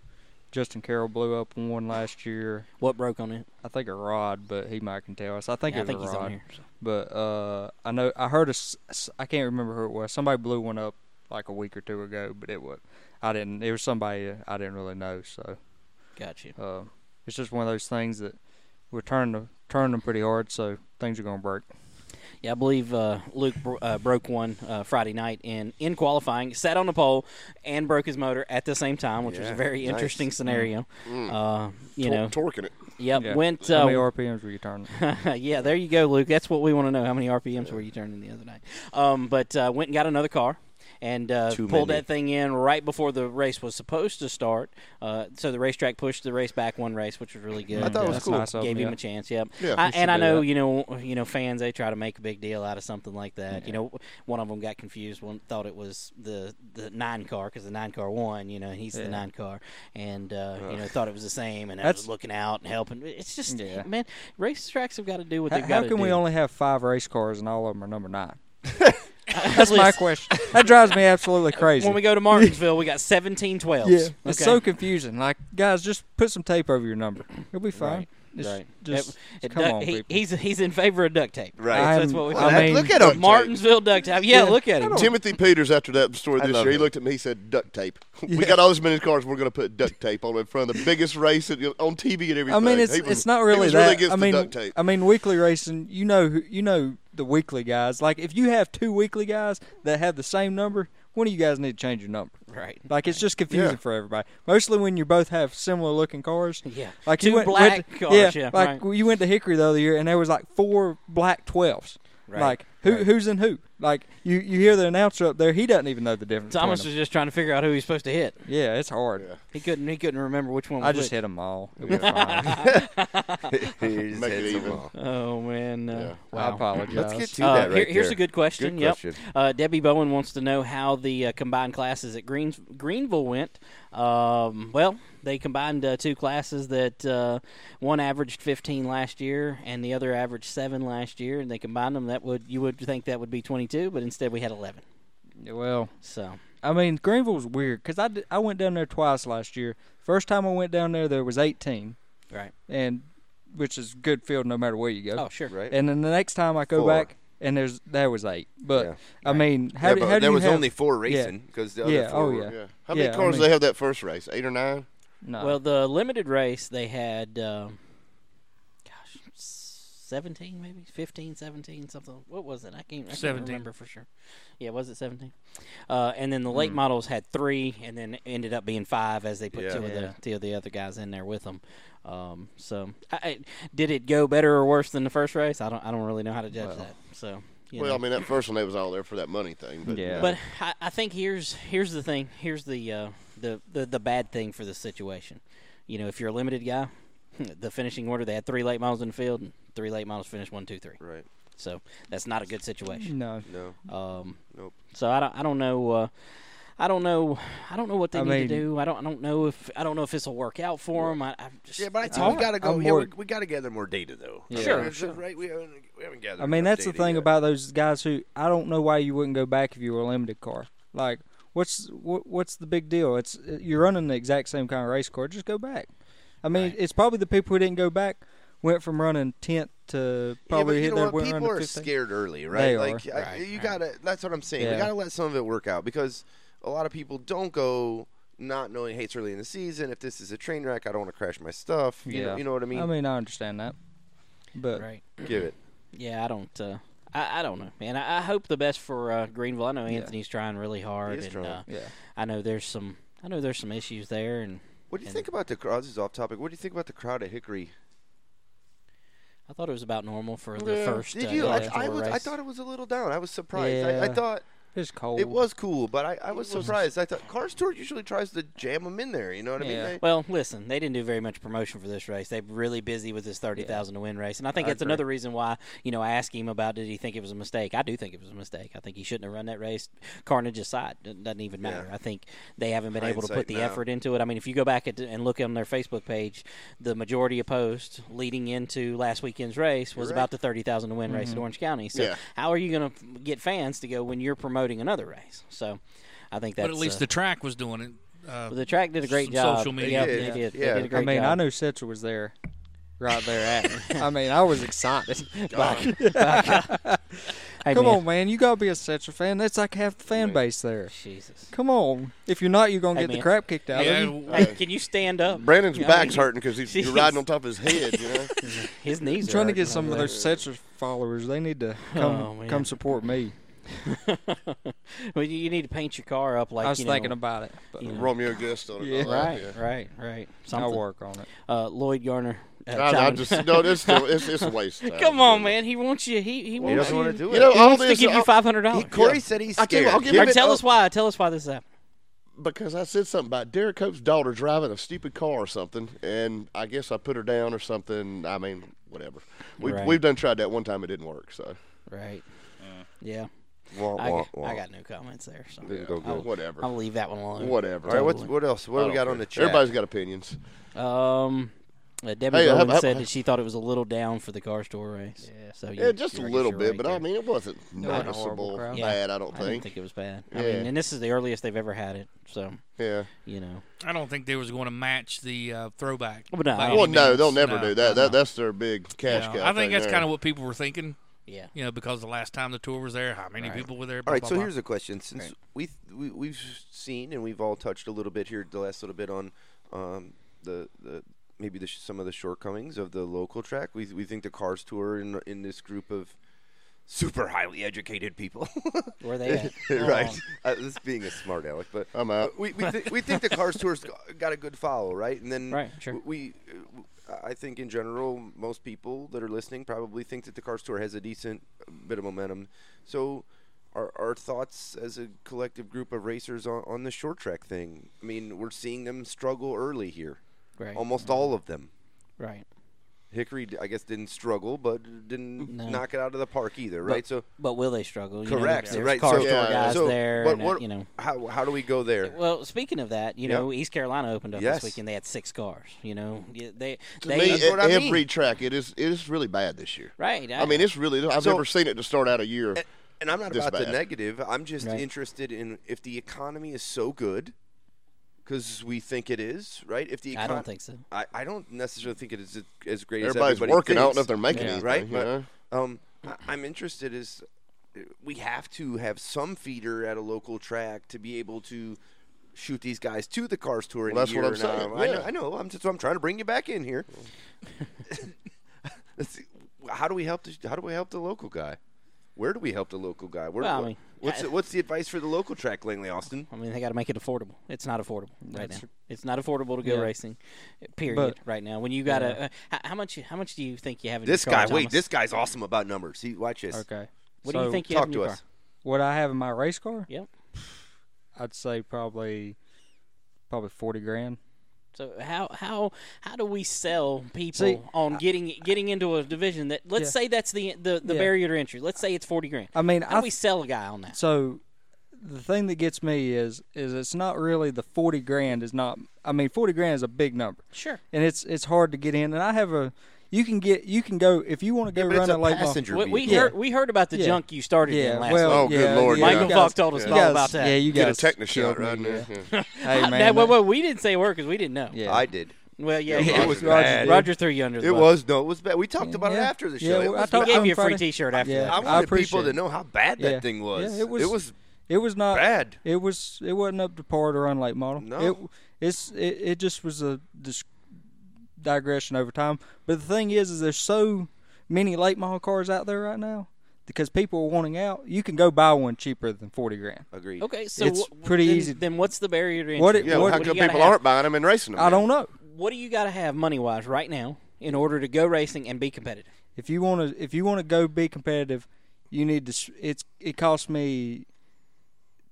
D: Justin Carroll blew up one last year.
A: What broke on it?
D: I think a rod, but he might can tell us. I think
A: Yeah, I
D: it was
A: think
D: a
A: he's on
D: rod.
A: here,
D: But uh, I know I heard a s- s- I can't remember who it was. Somebody blew one up like a week or two ago, but it was I didn't. It was somebody uh, I didn't really know. So
A: Gotcha.
D: Uh, it's just one of those things that we're turning to, turning them pretty hard, so things are gonna break.
A: Yeah, I believe uh, Luke bro- uh, broke one uh, Friday night and in qualifying, sat on the pole and broke his motor at the same time, which was a
C: Yeah,
A: very
C: nice.
A: interesting scenario.
C: Mm.
A: Uh, *laughs* you
C: Tor-
A: know,
C: torquing it.
A: Yep,
D: Yeah.
A: went.
D: How
A: uh,
D: many RPMs were you turning?
A: yeah, there you go, Luke. That's what we want to know. How many RPMs were you turning the other night? Um, but uh, went and got another car and uh,
B: Too
A: pulled
B: many.
A: that thing in right before the race was supposed to start. Uh, so the racetrack pushed the race back one race, which was really good.
B: I thought it was
A: Uh,
B: cool. That's nice of
A: Gave
B: them,
A: him
B: yeah.
A: a chance. Yep.
B: Yeah,
A: I,
B: you should
A: and I
B: do
A: know
B: that.
A: you know you know fans they try to make a big deal out of something like that. You know, one of them got confused. One thought it was the the nine car because the nine car won. You know, and he's
D: Yeah.
A: the nine car, and uh, you
D: Ugh.
A: know thought it was the same, and I
D: That's-
A: was looking out and helping. It's just
D: Yeah.
A: man, racetracks have got to do what
D: How,
A: they've got
D: how
A: to
D: can
A: do.
D: we only have five race cars and all of them are number
A: *laughs*
D: nine? That's my
A: Listen.
D: question. That drives me absolutely crazy.
A: When we go to Martinsville, we got 17 12s.
D: yeah, it's so confusing. Like, guys, just put some tape over your number. You'll be fine.
A: Right.
D: Just,
A: right.
D: just
A: It- it
D: come
A: duck-
D: on,
A: he,
D: people.
A: he's he's in favor of duct tape.
D: Right.
A: So that's
D: I'm-
A: what we.
D: I mean- Look at him.
A: Martinsville duct tape. Yeah, look at him.
C: Timothy Peters after that story
A: I
C: this
A: love
C: year, he
A: him.
C: looked at me. He said, "Duct
D: *laughs*
C: tape. We got all this many cars. We're going to put duct tape on in front of the biggest race at- on TV and everything."
D: I mean, it's
C: He was-
D: it's not
C: he
D: really
C: was
D: that.
C: against
D: I
C: the
D: mean,
C: duct tape.
D: I mean, weekly racing. You know, who- you know the weekly guys. Like, if you have two weekly guys that have the same number, one of you guys need to change your number.
A: Right.
D: Like, it's just confusing
A: Yeah.
D: for everybody. Mostly when you both have similar looking cars.
A: Yeah.
D: Like
A: Two
D: you went,
A: black
D: went to-
A: cars, yeah,
D: Like you went to Hickory the other year, and there was like four black twelves.
A: Right,
D: Like who who's in who? Like you you hear the announcer up there, he doesn't even know the difference. between
A: Thomas
D: them.
A: was just trying to figure out who he's supposed to hit.
D: Yeah, it's hard.
A: He couldn't. He couldn't remember which one.
D: I
A: was
D: just
A: which.
D: hit 'em all. It'll be *laughs* fine.
C: Make it even.
A: Oh man, uh,
D: Yeah.
A: wow.
D: I apologize. Let's get to
A: Uh,
D: that right
A: here- Here's
D: there.
A: a good question.
D: Good
A: yep.
D: question.
A: Uh, Debbie Bowen wants to know how the uh, combined classes at Greens- Greenville went. Um, well, they combined uh, two classes that uh, one averaged 15 last year and the other averaged seven last year, and they combined them. That would you would think that would be 22, but instead we had 11.
D: Well,
A: so
D: I mean, Greenville's weird because I, did- I went down there twice last year. First time I went down there, there was eighteen,
A: Right.
D: and which is good field no matter where you go.
A: Oh, sure. Right.
D: And then the next time I go
B: Four.
D: back, and there's there was eight. But
B: Yeah.
D: I mean, how
B: Yeah,
D: do,
B: but
D: how do
B: there
D: you
B: was
D: have-
B: only four
D: Yeah.
B: racing, 'cause the other
D: yeah,
B: four
D: oh
B: were-
D: yeah.
B: Yeah.
C: How many
D: I
C: cars
D: mean-
C: do they have that first race? Eight or nine?
D: No.
A: Well, the limited race *laughs* they had, um, gosh, seventeen maybe 15, 17, something. What was it? I can't, I can't
E: 17.
A: remember for sure. *laughs* Yeah, was it seventeen? Uh, and then the late
E: Hmm.
A: models had three, and then ended up being five as they put
E: Yeah.
A: two of
E: Yeah.
A: the two of the other guys in there with them. Um, so, I, I, did it go better or worse than the first race? I don't. I don't really know how to judge
C: Well.
A: that. So, you
C: Well,
A: know.
C: I mean, that first one they was all there for that money thing. But,
A: But I, I think here's here's the thing. Here's the, uh, the the the bad thing for the situation. You know, if you're a limited guy, *laughs* the finishing order they had three late models in the field, and three late models finished one, two, three.
B: Right.
A: So that's not a good situation.
D: No.
A: No. Um,
B: nope.
A: So I don't I don't know. Uh, I don't know. I don't know what they
D: I
A: need to
D: mean-
A: do. I don't. I don't know if I don't know if this will work out for them. I, I just
B: Yeah, but I
A: it's
B: think
A: hard.
B: we gotta go. Yeah, we, we gotta gather more data though.
A: Yeah. Sure,
B: Uh,
A: sure.
B: Right, we haven't, we haven't gathered.
D: I mean,
B: enough
D: that's the
B: data
D: thing
B: yet.
D: about those guys who I don't know why you wouldn't go back if you were a limited car. Like, what's what, what's the big deal? It's you're running the exact same kind of race car. Just go back. I mean, it's probably the people who didn't go back went from running tenth to probably
B: yeah, but you
D: hit
B: know
D: their
B: what?
D: went
B: People
D: running
B: are
D: 15th.
B: scared early, right?
D: They
B: like
D: are.
B: I- you gotta. That's what I'm saying.
D: Yeah.
B: We gotta let some of it work out because a lot of people don't go not knowing hey, it's early in the season. If this is a train wreck, I don't want to crash my stuff. You know, you know what I mean?
D: I mean, I understand that, but
A: Right.
B: Give it.
A: Yeah, I don't. Uh, I, I don't know, man. I, I hope the best for uh, Greenville. I know Anthony's trying really hard,
B: is
A: and
B: trying.
A: Uh,
B: Yeah.
A: I know there's some. I know there's some issues there, and
B: What do you think about the crowd? This is off topic. What do you think about the crowd at Hickory?
A: I thought it was about normal for the
B: Yeah.
A: first.
B: Did
A: uh,
B: you?
A: indoor
B: I, I, was, I
A: race.
B: thought it was a little down. I was surprised. I, I
A: Yeah.
B: thought
D: it's cold.
B: It was cool, but I, I was
A: was-
B: surprised. I thought Cars Tour usually tries to jam them in there. You know what I mean?
A: Yeah.
B: They-
A: well, listen, they didn't do very much promotion for this race. They're really busy with this thirty thousand to win race, and I think
B: I
A: that's
B: agree.
A: another reason why you know I asked him about did he think it was a mistake. I do think it was a mistake. I think he shouldn't have run that race. Carnage aside, it doesn't even
B: Yeah.
A: matter. I think they haven't been able to
B: Hindsight
A: put the
B: now.
A: effort into it. I mean, if you go back at, and look on their Facebook page, the majority of posts leading into last weekend's race was
B: You're right.
A: about the thirty thousand to win race
B: Mhm.
A: at Orange County. So
B: Yeah.
A: how are you going to get fans to go when you're promoting another race? So. I think that's
E: but at least
A: uh,
E: the track was doing it. Uh,
A: the track did a great
E: some
A: job.
E: Social media.
A: Yeah, they did. They did a great
D: I mean,
A: job.
D: I knew Setzer was there, right there at. *laughs* I mean, I was *laughs* excited.
A: God. By
D: *laughs*
A: God. Hey,
D: Come
A: man.
D: on, man, you gotta be a Setzer fan. That's like half the fan base there.
A: Jesus.
D: Come on, if you're not, you're gonna
A: Hey,
D: get
A: man.
D: the crap kicked out of you.
A: Hey, can you stand up?
D: Brandon's
A: You know,
D: back's
A: I mean,
D: hurting 'cause he's-
A: *laughs*
D: you're
A: jeez.
D: riding on top of his head, you know?
A: *laughs* his knees.
D: I'm
A: are
D: trying to
A: hurting
D: get some
A: over
D: of
A: there.
D: those Setzer followers. They need to come
A: Oh, man.
D: come support me.
A: *laughs* Well, you you need to paint your car up like
D: I was
A: you know,
D: thinking about it, but- Romeo Guest on it, Yeah. all that,
A: Right,
D: yeah.
A: right, right.
D: I'll
A: Something.
D: work on it.
A: Uh, Lloyd Garner. Uh,
C: I- I
A: chimed-
C: just- no,
A: *laughs*
C: this- no, it's- it's a waste of time.
A: Come on, man. He wants you. He he wants
C: doesn't
A: you.
C: wanna do
A: You
C: it. You know,
A: he
C: all
A: wants to
C: this-
A: give you
C: all-
A: five hundred dollars.
C: he- Corey said he's
A: I'll tell you what,
C: scared. Give
A: Or
C: it
A: tell
C: up.
A: us why. Tell us why this happened.
C: because I said something about Derek Hope's daughter driving a stupid car or something, and I guess I put her down or something. I mean, whatever. We
A: Right.
C: have we've done tried that one time. It didn't work. So
A: Right. Yeah.
B: Wah,
A: I,
B: wah,
A: got-
B: wah.
A: I got no comments there. So
C: Didn't go good.
A: I'll,
C: Whatever.
A: I'll leave that one alone.
C: Whatever.
B: All right, what's- what else? What do
C: I
B: we
C: don't
B: got on the chat?
C: Everybody's got opinions.
A: Um, uh, Debbie
C: Hey, uh,
A: Bowen
C: how-
A: said
C: how-
A: that she thought it was a little down for the car store race. Yeah, so
C: Yeah, just
A: I
C: a
A: guess
C: little
A: you're
C: bit,
A: right
C: but I mean, it wasn't
A: It wasn't a
C: noticeable
A: horrible crowd.
C: bad,
A: Yeah,
C: I don't
A: I didn't
C: think.
A: think it was bad. I
C: Yeah.
A: mean, and this is the earliest they've ever had it, so
C: yeah,
A: you know.
E: I don't think they was going to match the uh, throwback.
A: Well, no.
E: by any
C: well, no,
E: means.
C: they'll never
E: No,
C: do that.
E: no,
C: that.
E: no.
C: That's their big cash
E: Yeah,
C: cow.
E: I think that's kind
C: kind
E: of what people were thinking.
A: Yeah.
E: You know, because the last time the tour was there, how many people were there?
B: All
E: blah,
B: right,
E: blah,
B: so
E: blah.
B: here's a question. Since we, we we've seen and we've all touched a little bit here the last little bit on um, the the maybe the, sh- some of the shortcomings of the local track. We we think the Cars Tour in in this group of super highly educated people.
A: Where
B: *laughs*
A: they at?
B: right.
A: Um,
B: Uh, this being a smart aleck, but
C: I'm out.
B: We we, *laughs* th- we think the Cars Tour's
A: *laughs*
B: g- got a good follow, right? And then
A: Right, sure.
B: we uh, I think in general most people that are listening probably think that the Cars Tour has a decent bit of momentum. So our, our thoughts as a collective group of racers on, on the short track thing. I mean, we're seeing them struggle early here.
A: Right.
B: Almost all of them.
A: Right.
B: Hickory, I guess, didn't struggle, but didn't
A: No.
B: knock it out of the park either, right?
A: But-
B: so,
A: but will they struggle? You know,
B: Correct,
A: there's
B: right?
A: car
B: so,
A: store guys
B: so
A: there,
B: What,
A: and, uh,
B: what,
A: you know.
B: how, how do we go there?
A: Well, speaking of that, you
B: Yep.
A: know, East Carolina opened up
B: Yes.
A: this weekend. They had six cars. You know, Yeah, they
C: To
A: they
C: me,
A: that's
C: e-
A: what I mean.
C: every track it is it is really bad this year.
A: Right,
C: I,
A: I-
C: mean, it's really. I've
B: So-
C: never seen it to start out a year.
B: And, and I'm not
C: this
B: about the
C: bad.
B: negative. I'm just
C: Right.
B: interested in if the economy is so good, because we think it is, right? If the
A: I don't
B: econ-
A: think so.
B: I, I don't necessarily think it is as great
C: Everybody's
B: as everybody
C: working. I don't
B: thinks,
C: know if they're making
B: yeah.
C: anything,
B: right.
C: you
B: But,
C: know?
B: um, I, I'm interested is uh, we have to have some feeder at a local track to be able to shoot these guys to the cars tour. in
C: Well,
B: a
C: that's what
B: year
C: I'm saying,
B: now. I know.
C: yeah.
B: I know. I'm just. I'm trying to bring you back in here. Let's see, how do we help? The, how do we help the local guy? Where do we help the local guy? Where,
A: Well, I
B: wh-
A: mean,
B: what's
A: I-
B: the, what's the advice for the local track, Langley Austin?
A: I mean, they got to make it affordable. It's not affordable right
B: That's
A: now. It's not affordable to go
B: Yeah.
A: racing, period.
B: But-
A: right now, when you got to
B: Yeah.
A: uh, how, how much how much do you think you have in
B: This
A: your car,
B: guy, wait,
A: Thomas?
B: this guy's awesome about numbers. He watch this.
D: Okay.
A: What do you
D: So-
A: think you
B: Talk
A: have in your
B: to
A: car?
B: us.
D: What I have in my race car?
A: Yep.
D: I'd say probably probably forty grand.
A: So how how how do we sell people
D: See,
A: on getting getting into a division that let's
D: Yeah.
A: say that's the the, the
D: Yeah.
A: barrier to entry. Let's say it's forty grand.
D: I mean,
A: how
D: I
A: do we
D: th-
A: sell a guy on that?
D: So the thing that gets me is is it's not really the forty grand is not I mean forty grand is a big number.
A: Sure.
D: And it's it's hard to get in and I have a you can get you can go if you want to go
A: but
D: run
A: it's a
D: a late model-
A: passenger We- we vehicle. heard- we heard about the junk you started in last
D: well,
A: week. Oh, good
D: yeah,
A: Lord,
D: you
A: Michael
D: guys-
A: Falk told us
D: you
A: all
D: guys-
A: about that.
D: Yeah, you
A: Get a
D: guys
A: techno
D: killed
A: shot right
D: me,
A: *laughs* now.
D: yeah. hey
A: Now,
D: man,
A: whoa, whoa, we didn't say a word because we didn't know.
D: Yeah.
B: I did.
A: Well, yeah,
B: It
A: yeah.
B: was
A: Roger-
B: bad.
A: Roger threw you under the
B: It
A: bus.
B: was no, it was bad. We talked about it
A: Yeah.
B: after the
A: Yeah,
B: show.
A: well,
B: It
A: I talked
B: was bad.
A: to him Gave you a free Friday. t-shirt after that.
B: I
A: I
B: wanted people
A: appreciate
B: to
A: it.
B: know how bad that
D: Yeah.
B: thing was.
D: Yeah, it was.
B: It was.
D: It was not
B: bad.
D: It was. It wasn't up to par to run late model.
B: No.
D: It, it's. It, it just was a dis- digression over time. But the thing is, is there's so many late model cars out there right now because people are wanting out. You can go buy one cheaper than forty grand.
B: Agreed.
A: Okay, so
D: it's
A: wh-
D: pretty
A: then,
D: easy.
A: Then what's the barrier to entry?
D: What it- Yeah, what-
C: how
A: do
C: come
A: you gotta
C: people
A: have-
C: aren't buying 'em and racing 'em
D: I don't know.
A: What do you got to have money wise right now in order to go racing and be competitive?
D: If you want to, if you want to go be competitive, you need to. s- It's it costs me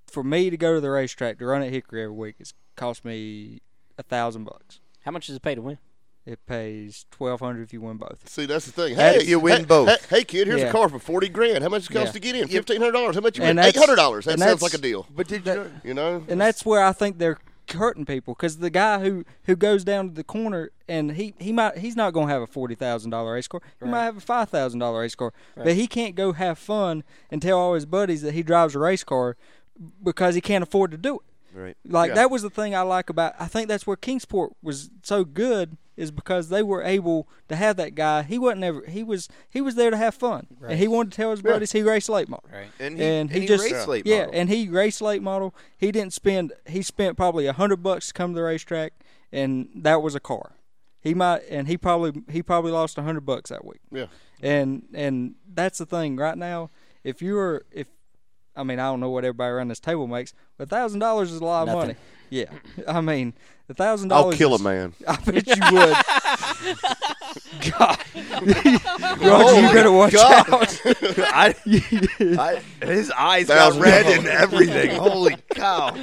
D: for me to go to the racetrack to run at Hickory every week. It's cost me a thousand bucks.
A: How much does it pay to win?
D: It pays twelve hundred if you win both.
C: *laughs* See, that's the thing. Hey, hey, Hey, hey, kid, here's
D: Yeah.
C: a car for forty grand. How much it costs
D: Yeah.
C: to get in? Fifteen hundred dollars. How much you
D: And
C: win?
D: that's-
C: Eight hundred dollars. That
D: and
C: sounds
D: that's-
C: like a deal.
B: But did you?
C: You know,
D: and that's where I think they're hurting people because the guy who who goes down to the corner and he he might he's not gonna have a forty thousand dollar race car. He might have a five thousand dollar race car, but
A: Right.
D: he can't go have fun and tell all his buddies that he drives a race car because he can't afford to do it.
B: Right.
D: Like
B: Yeah.
D: that was the thing I like about. I think that's where Kingsport was so good is because they were able to have that guy. He wasn't ever. He was he was there to have fun, and he wanted to tell his
C: Yeah.
D: buddies he raced late model.
A: Right.
B: And he- and he
D: just
B: raced late
D: yeah,
B: model.
D: and he raced late model. He didn't spend. He spent probably a hundred bucks to come to the racetrack, and that was a car. He might, and he probably he probably lost a hundred bucks that week.
C: Yeah.
D: and and that's the thing right now. If you're if I mean I don't know what everybody around this table makes, but thousand dollars is a lot of
C: Nothing.
D: money. Yeah, *laughs* I mean a thousand
C: I'll
D: dollars.
C: kill
D: is-
C: a man.
D: *laughs* I bet you would.
C: *laughs*
B: *laughs*
D: God, Roger,
B: Oh,
D: you better
B: my
D: watch
B: God. *laughs*
D: out.
B: I, I, *laughs* his eyes got
D: Thousand
B: red
D: dollars.
B: and everything.
D: *laughs*
B: Holy cow!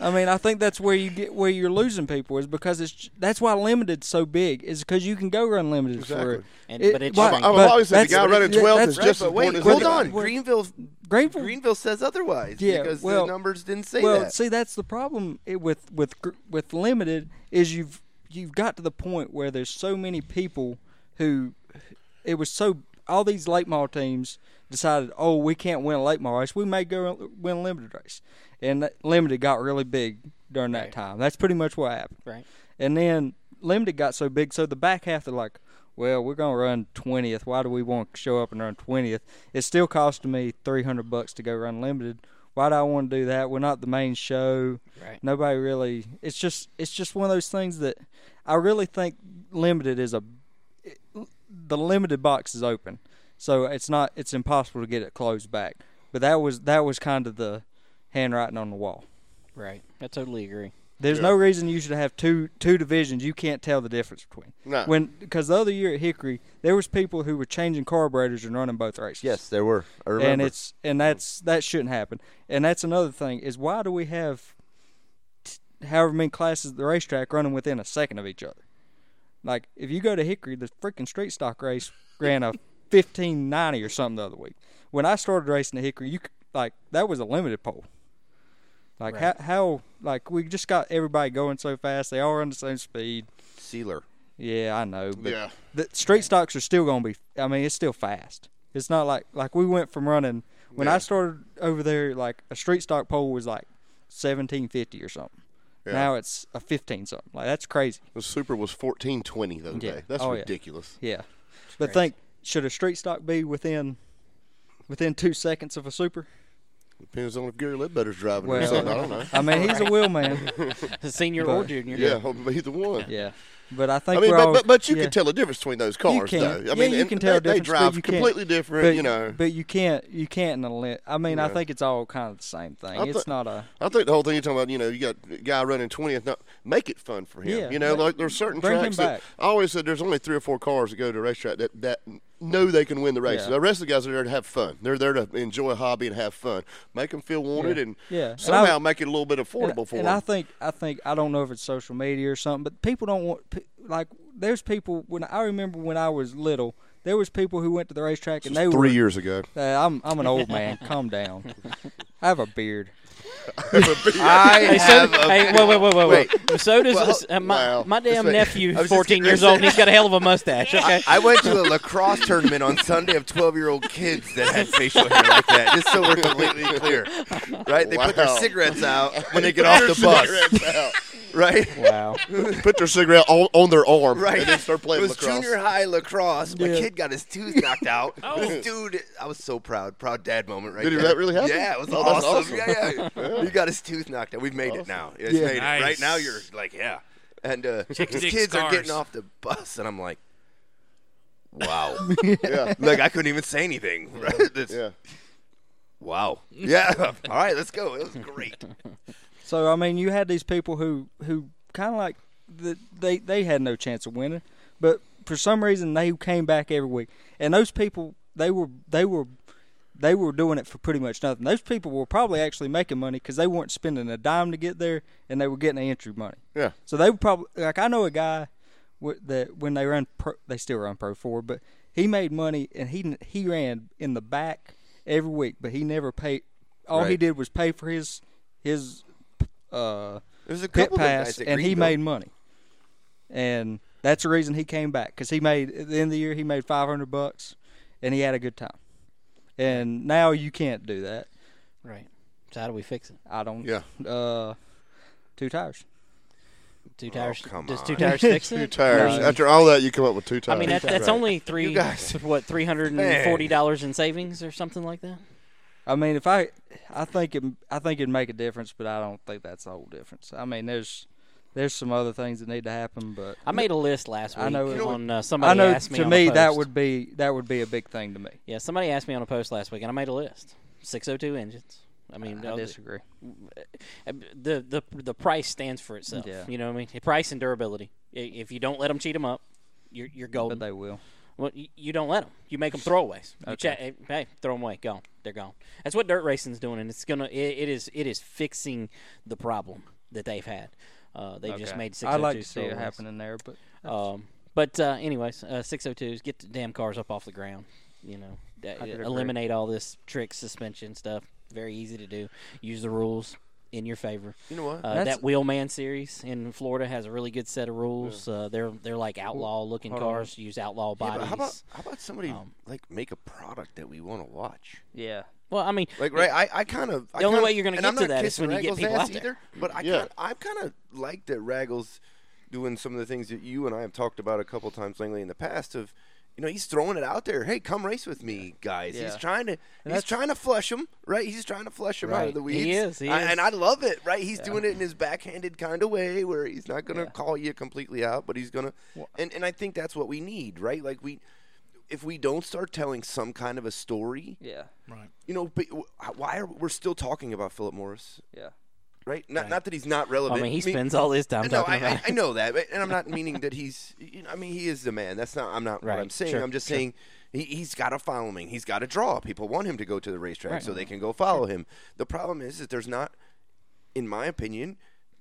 D: I mean, I think that's where you get where you're losing people is because it's that's why limited's so big is because you can go run limited for it.
A: And-
D: It-
A: but it's
B: Oh,
D: why-
A: shrinking.
D: but
C: I've always said the
D: that's-
C: guy running
D: yeah,
C: 12
D: that's-
C: is just as
B: But wait,
C: important as
B: hold on.
C: anybody.
B: Greenville,
D: Greenville,
B: Greenville says otherwise because
D: well-
B: the numbers didn't say
D: well,
B: that.
D: see, that's the problem it, with with gr- with limited is you've you've got to the point where there's so many people who it was so all these late model teams decided, oh, we can't win a late model race, we may go win a limited race, and that limited got really big during that time. That's pretty much what happened.
A: Right.
D: And then limited got so big, so the back half they're like, well, we're gonna run twentieth. Why do we want to show up and run twentieth? It still costing me three hundred bucks to go run limited. Why do I want to do that? We're not the main show.
A: Right.
D: Nobody really. It's just it's just one of those things that I really think limited is a it- the limited box is open, so it's not it's impossible to get it closed back. But that was that was kind of the handwriting on the wall.
A: Right. I totally agree.
D: There's no reason you should have two two divisions. You can't tell the difference between.
A: No.
D: When because the other year at Hickory, there was people who were changing carburetors and running both races.
B: Yes, there were. I
D: And
B: remember.
D: it's and that's that shouldn't happen. And that's another thing is why do we have t- however many classes at the racetrack running within a second of each other? Like if you go to Hickory, the freaking street stock race ran a *laughs* fifteen ninety or something the other week. When I started racing at Hickory, you c- like that was a limited pole. Like how how like we just got everybody going so fast. They all run the same speed.
B: Sealer.
D: Yeah, I know. But
C: Yeah.
D: The street stocks are still gonna be. I mean, it's still fast. It's not like like we went from running when I
C: Yeah.
D: started over there. Like a street stock pole was like seventeen fifty or something.
C: Yeah.
D: Now it's a fifteen something. Like that's crazy.
C: The super was fourteen twenty the other
D: Yeah.
C: day. That's
D: Oh, yeah.
C: ridiculous.
D: Yeah. But think, should a street stock be within within two seconds of a super?
C: Depends on if Gary Ledbetter's driving or
D: Well,
C: something. I don't know.
D: I mean, he's a wheel
A: *laughs*
D: man.
A: Senior
D: But-
A: or junior.
C: Yeah, he'll be the one.
D: Yeah. But I think
C: mean,
D: we're
C: but,
D: all-
C: but but you
D: yeah.
C: can tell the difference between those
D: You
C: cars,
D: can.
C: though.
D: yeah,
C: I mean,
D: you
C: and
D: can tell
C: they,
D: a
C: they
D: difference, but
C: drive
D: you can't-
C: completely different.
D: but-
C: you know,
D: but you can't. You can't. in a li- I mean, I
C: Yeah.
D: think it's all kind of the same thing.
C: I
D: it's
C: thi-
D: not a.
C: I think the whole thing you're talking about, you know, you got a guy running 20th. Now, make it fun for him.
D: Yeah,
C: you know,
D: ma-
C: like there's certain
D: bring him
C: tracks that
D: back.
C: I always said there's only three or four cars that go to a racetrack that, that know they can win the race.
D: Yeah.
C: The rest of the guys are there to have fun. They're there to enjoy a hobby and have fun. Make them feel wanted
D: Yeah.
C: and
D: Yeah. And
C: somehow
D: I-
C: make it a little bit affordable
D: and,
C: for
D: and
C: them.
D: I think I think I don't know if it's social media or something, but people don't want pe- like there's people when I remember when I was little, there was people who went to the racetrack and they were
C: three years ago.
D: Uh, I'm I'm an old
H: *laughs*
D: man.
C: *laughs*
D: Calm down. I have a beard.
B: *laughs* I
A: Hey, so,
B: have a-
A: hey, wait, wait, wait, wait, wait.
B: Wait.
A: So does
B: *laughs* Well,
A: uh, my,
B: wow.
A: my damn
B: That's right. I
A: nephew,
B: was just
A: fourteen
B: getting
A: years
B: ready
A: old, and he's got a hell of a mustache. Okay,
B: I went to a lacrosse tournament on Sunday of 12 year old kids that had facial hair like that, just so we're completely clear. Right? They put their
C: Wow.
B: cigarettes out when they get off the bus.
C: Cigarettes out.
B: right?
A: Wow.
C: *laughs* Put their cigarette on, on their arm,
B: Right.
C: And then start playing
B: it was
C: lacrosse.
B: junior high lacrosse. My
C: Yeah.
B: kid got his tooth knocked out.
C: *laughs* Oh.
B: This dude, I was so proud. Proud dad moment right
C: Did
B: there.
C: that really happen?
B: Yeah, it was
C: Oh, that's
B: awesome.
C: awesome.
B: Yeah, yeah.
C: *laughs* Yeah.
B: He got his tooth knocked out. We've made it now. It's
C: Yeah.
B: made it.
C: Nice.
B: Right now you're like, yeah. And uh, his
C: Chick dick
B: kids are getting
C: scars.
B: off the bus, and I'm like, wow.
C: *laughs* Yeah.
B: *laughs* Like, I couldn't even say anything. *laughs* Right? That's-
C: Yeah.
B: Wow. Yeah. *laughs* All right, let's go. It was great.
D: So I mean, you had these people who who kind of like the, they they had no chance of winning, but for some reason they came back every week, and those people they were they were they were doing it for pretty much nothing. Those people were probably actually making money because they weren't spending a dime to get there, and they were getting the entry money.
C: Yeah.
D: So they were probably like I know a guy wi- that when they run pro, they still run pro four, but he made money and he he ran in the back every week, but he never paid. All he
C: Right.
D: did was pay for his his uh
B: There's a
D: pit
B: couple of them
D: pass,
B: guys at
D: and he
B: Greenville.
D: made money, and that's the reason he came back because he made at the end of the year he made five hundred bucks, and he had a good time, and now you can't do that.
A: Right. So how do we fix it?
D: I don't.
C: Yeah.
D: Uh, two tires.
A: Two
D: tires.
A: come does two on. tires fix
C: Two
A: it?
C: tires.
A: No.
C: After all that, you come up with two
A: I
C: tires.
A: mean, that, that's
C: Right.
A: only three,
C: guys-
A: what,
B: *laughs*
A: $340 in savings or something like that?
D: I mean, if I, I think it, I think it'd make a difference, but I don't think that's the whole difference. I mean, there's, there's some other things that need to happen, but
A: I made a list last week
D: I know it-
A: on, uh, somebody
D: I know
A: asked me
D: to
A: on a
D: me that
A: post.
D: would be that would be a big thing to me.
A: Yeah, somebody asked me on a post last week, and I made a list: six hundred two engines. I mean,
D: I
A: uh,
D: disagree.
A: The the the price stands for itself.
D: Yeah.
A: You know what I mean? Price and durability. I- If you don't let them cheat them up, you're you're golden.
D: But they will.
A: Well, you, you don't let them. You make them throwaways. You
D: Okay.
A: check- hey, hey, throw them away. Gone. They're gone. That's what dirt racing's doing, and it's gonna. It, it is. It is fixing the problem that they've had. Uh, they've just
D: Okay.
A: made six.
D: I'd like to see it happening there, but
A: Um, but uh, anyways, uh, 602s get the damn cars up off the ground. You know, d-
D: could agree.
A: eliminate all this trick suspension stuff. Very easy to do. Use the rules in your favor.
B: You know what?
A: Uh,
B: That's-
A: that Wheelman series in Florida has a really good set of rules. Uh, they're they're like outlaw looking
B: Hold on.
A: cars. Use outlaw
B: Yeah,
A: bodies. Um,
B: but how about how about somebody
C: Um,
B: like make a product that we want to watch?
D: Yeah.
A: Well, I mean,
B: like right, I, I kind of
A: The only way you're gonna
B: and
A: get
B: I'm
A: to
B: not
A: that is
B: kissing
A: when you get
B: Raggles'
A: people
B: ass
A: out there.
B: Either, but I
A: Yeah.
B: kind I kind of like that Raggles doing some of the things that you and I have talked about a couple times lately in the past. Of you know, he's throwing it out there. Hey, come race with me, guys.
A: Yeah.
B: He's trying to
A: And that's-
B: he's trying to flush him right. He's trying to flush him out
A: Right.
B: of the
A: He
B: weeds.
A: is, he
B: I-
A: is.
B: and I love it. Right, he's doing it in his backhanded kind of way where he's not going to call you completely out, but he's going to. And and I think that's what we need. Right, like we. If we don't start telling some kind of a story,
D: yeah,
E: Right.
B: you know, but w- h- why are we're still talking about Philip Morris?
D: Yeah.
B: Right? Not not that he's not relevant.
A: I mean, he spends all his time
B: no,
A: talking
B: I,
A: about
B: I,
A: it.
B: I know that, but- and
A: *laughs*
B: I'm not meaning that he's. You know, I mean, he is the man. That's not. I'm not
A: Right,
B: what I'm saying.
A: sure,
B: I'm just
A: sure.
B: saying he, he's got a following. He's got a draw. People want him to go to the racetrack
A: Right.
B: so they can go follow him. The problem is that there's not, in my opinion,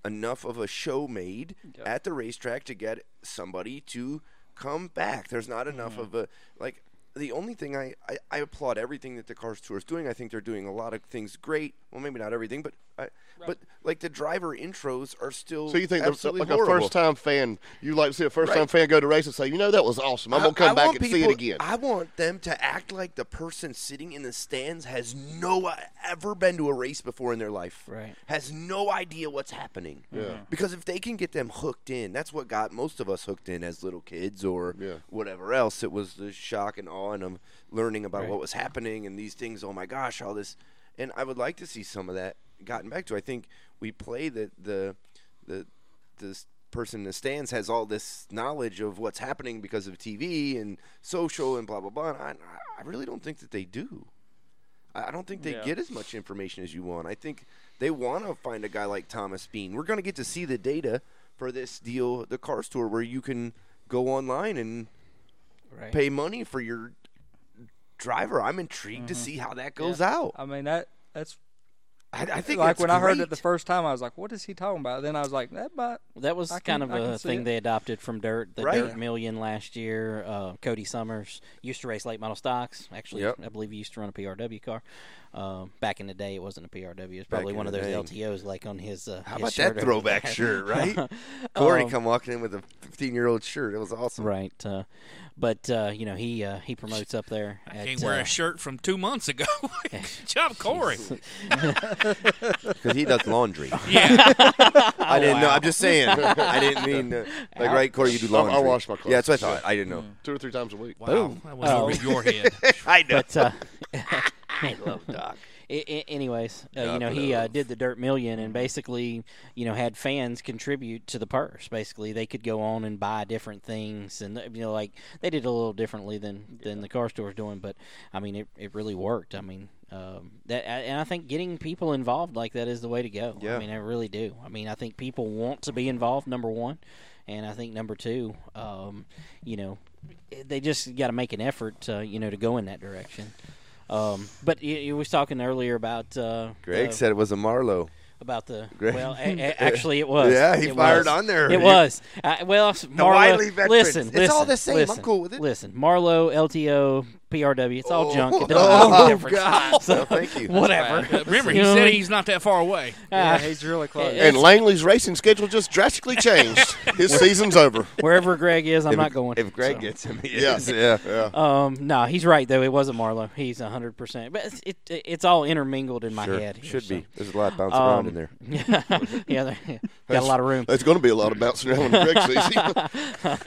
B: enough of a show made at the racetrack to get somebody to come back. There's not enough of a like. The only thing I, I, I applaud everything that the Cars Tour is doing. I think they're doing a lot of things great. Well, maybe not everything, but I, but like the driver intros are still
C: So you think the,
B: absolutely
C: like
B: horrible.
C: a first-time fan, you like to see a first-time
B: Right.
C: fan go to race and say, you know, that was awesome. I'm
B: I-
C: gonna come
B: I
C: back
B: want
C: and see
B: people-
C: it again.
B: I want them to act like the person sitting in the stands has no uh, ever been to a race before in their life.
A: Right.
B: Has no idea what's happening.
C: Yeah.
B: Because if they can get them hooked in, that's what got most of us hooked in as little kids or whatever else. It was the shock and awe and um learning about
A: Right.
B: what was happening and these things. Oh my gosh, all this. And I would like to see some of that gotten back to. I think we play that the the this person in the stands has all this knowledge of what's happening because of TV and social and blah blah blah. And I, I really don't think that they do. I I don't think they
C: Yeah.
B: get as much information as you want. I think they want to find a guy like Thomas Bean. We're going to get to see the data for this deal, the car store, where you can go online and
A: Right.
B: pay money for your driver. I'm intrigued
D: Mm-hmm.
B: to see how that goes
D: Yeah.
B: out.
D: I mean that that's.
B: I, I think
D: like
B: that's
D: when I heard it
B: great.
D: the first time, I was like, "What is he talking about?" Then I was like, "That might,
A: That was
D: I can-
A: kind of
D: I can
A: a
D: see
A: thing
D: it.
A: they adopted from Dirt, the
D: Right.
A: Dirt Million last year. Uh, Cody Summers used to race late model stocks. Actually,
B: Yep.
A: I believe he used to run a PRW car. Uh, back in the day, it wasn't a PRW. It was probably
B: in
A: one of
B: the
A: those
B: day.
A: LTOs, like on his. Uh,
B: How
A: his
B: about
A: shirt
B: that
A: over *laughs*
B: throwback
A: there.
B: shirt, right? Corey
A: Um,
B: come walking in with a 15 year old shirt. It was awesome.
A: Right. Uh, but uh, you know he uh, he promotes up there. uh,
E: I can't wear a shirt from two months ago. *laughs* Good job, Corey.
B: *laughs* Because he does laundry.
E: Yeah.
B: *laughs* I didn't know.
E: Wow.
B: I'm just saying. I didn't mean to, like right, Corey. You do
C: I- I
B: laundry.
C: wash my clothes.
B: Yeah, that's what I thought. I didn't know.
C: Two or three times a week.
A: Boom. *laughs*
B: *laughs* I know.
A: But, uh,
B: I love Doc.
A: *laughs* a- a- anyways, uh, you
B: Doc
A: know he uh, did the Dirt Million and basically, you know, had fans contribute to the purse. Basically, they could go on and buy different things, and you know, like they did a little differently than than the car store's doing. But I mean, it it really worked. I mean. Um, that I- and I think getting people involved like that is the way to go. I
B: Yeah.
A: mean, I really do. I mean, I think people want to be involved. Number one, and I think number two, um, you know, they just got to make an effort, uh, you know, to go in that direction. Um, but you, you was talking earlier about uh,
B: Greg
A: the-
B: said it was a Marlowe.
A: about the
B: Greg-
A: well,
B: *laughs*
A: a, a- actually it was.
B: Yeah, he
A: It
B: fired
A: was.
B: on there.
A: It
B: He-
A: was. I, well, s-
B: The
A: Marlo,
B: Wiley veterans.
A: listen,
B: It's all
A: listen,
B: the same. I'm
A: Listen,
B: cool with it.
A: Listen, Marlo, LTO, PRW, it's all junk.
B: *laughs*
A: It
B: Oh,
A: doesn't make a difference. *laughs*
B: God.
A: So,
B: Well, thank you.
A: Whatever.
E: Remember, he
A: You know what I
E: said
A: mean?
E: he's not that far away.
A: Ah.
C: And Langley's racing schedule just drastically changed. His season's over.
A: Wherever Greg is, I'm not going.
B: If Greg
A: so.
B: gets him, he
C: Yeah.
B: is. Yeah. yeah.
A: Um, no, he's right though. It wasn't Marlo. He's hundred percent. But it's, it it's all intermingled in my
B: Sure.
A: head. here,
B: Should
A: so.
B: be. There's a lot bouncing around in there.
A: Yeah, *laughs* yeah, there- yeah. got a lot of room.
C: There's going to be a lot of bouncing around when Greg sees him.
A: *laughs*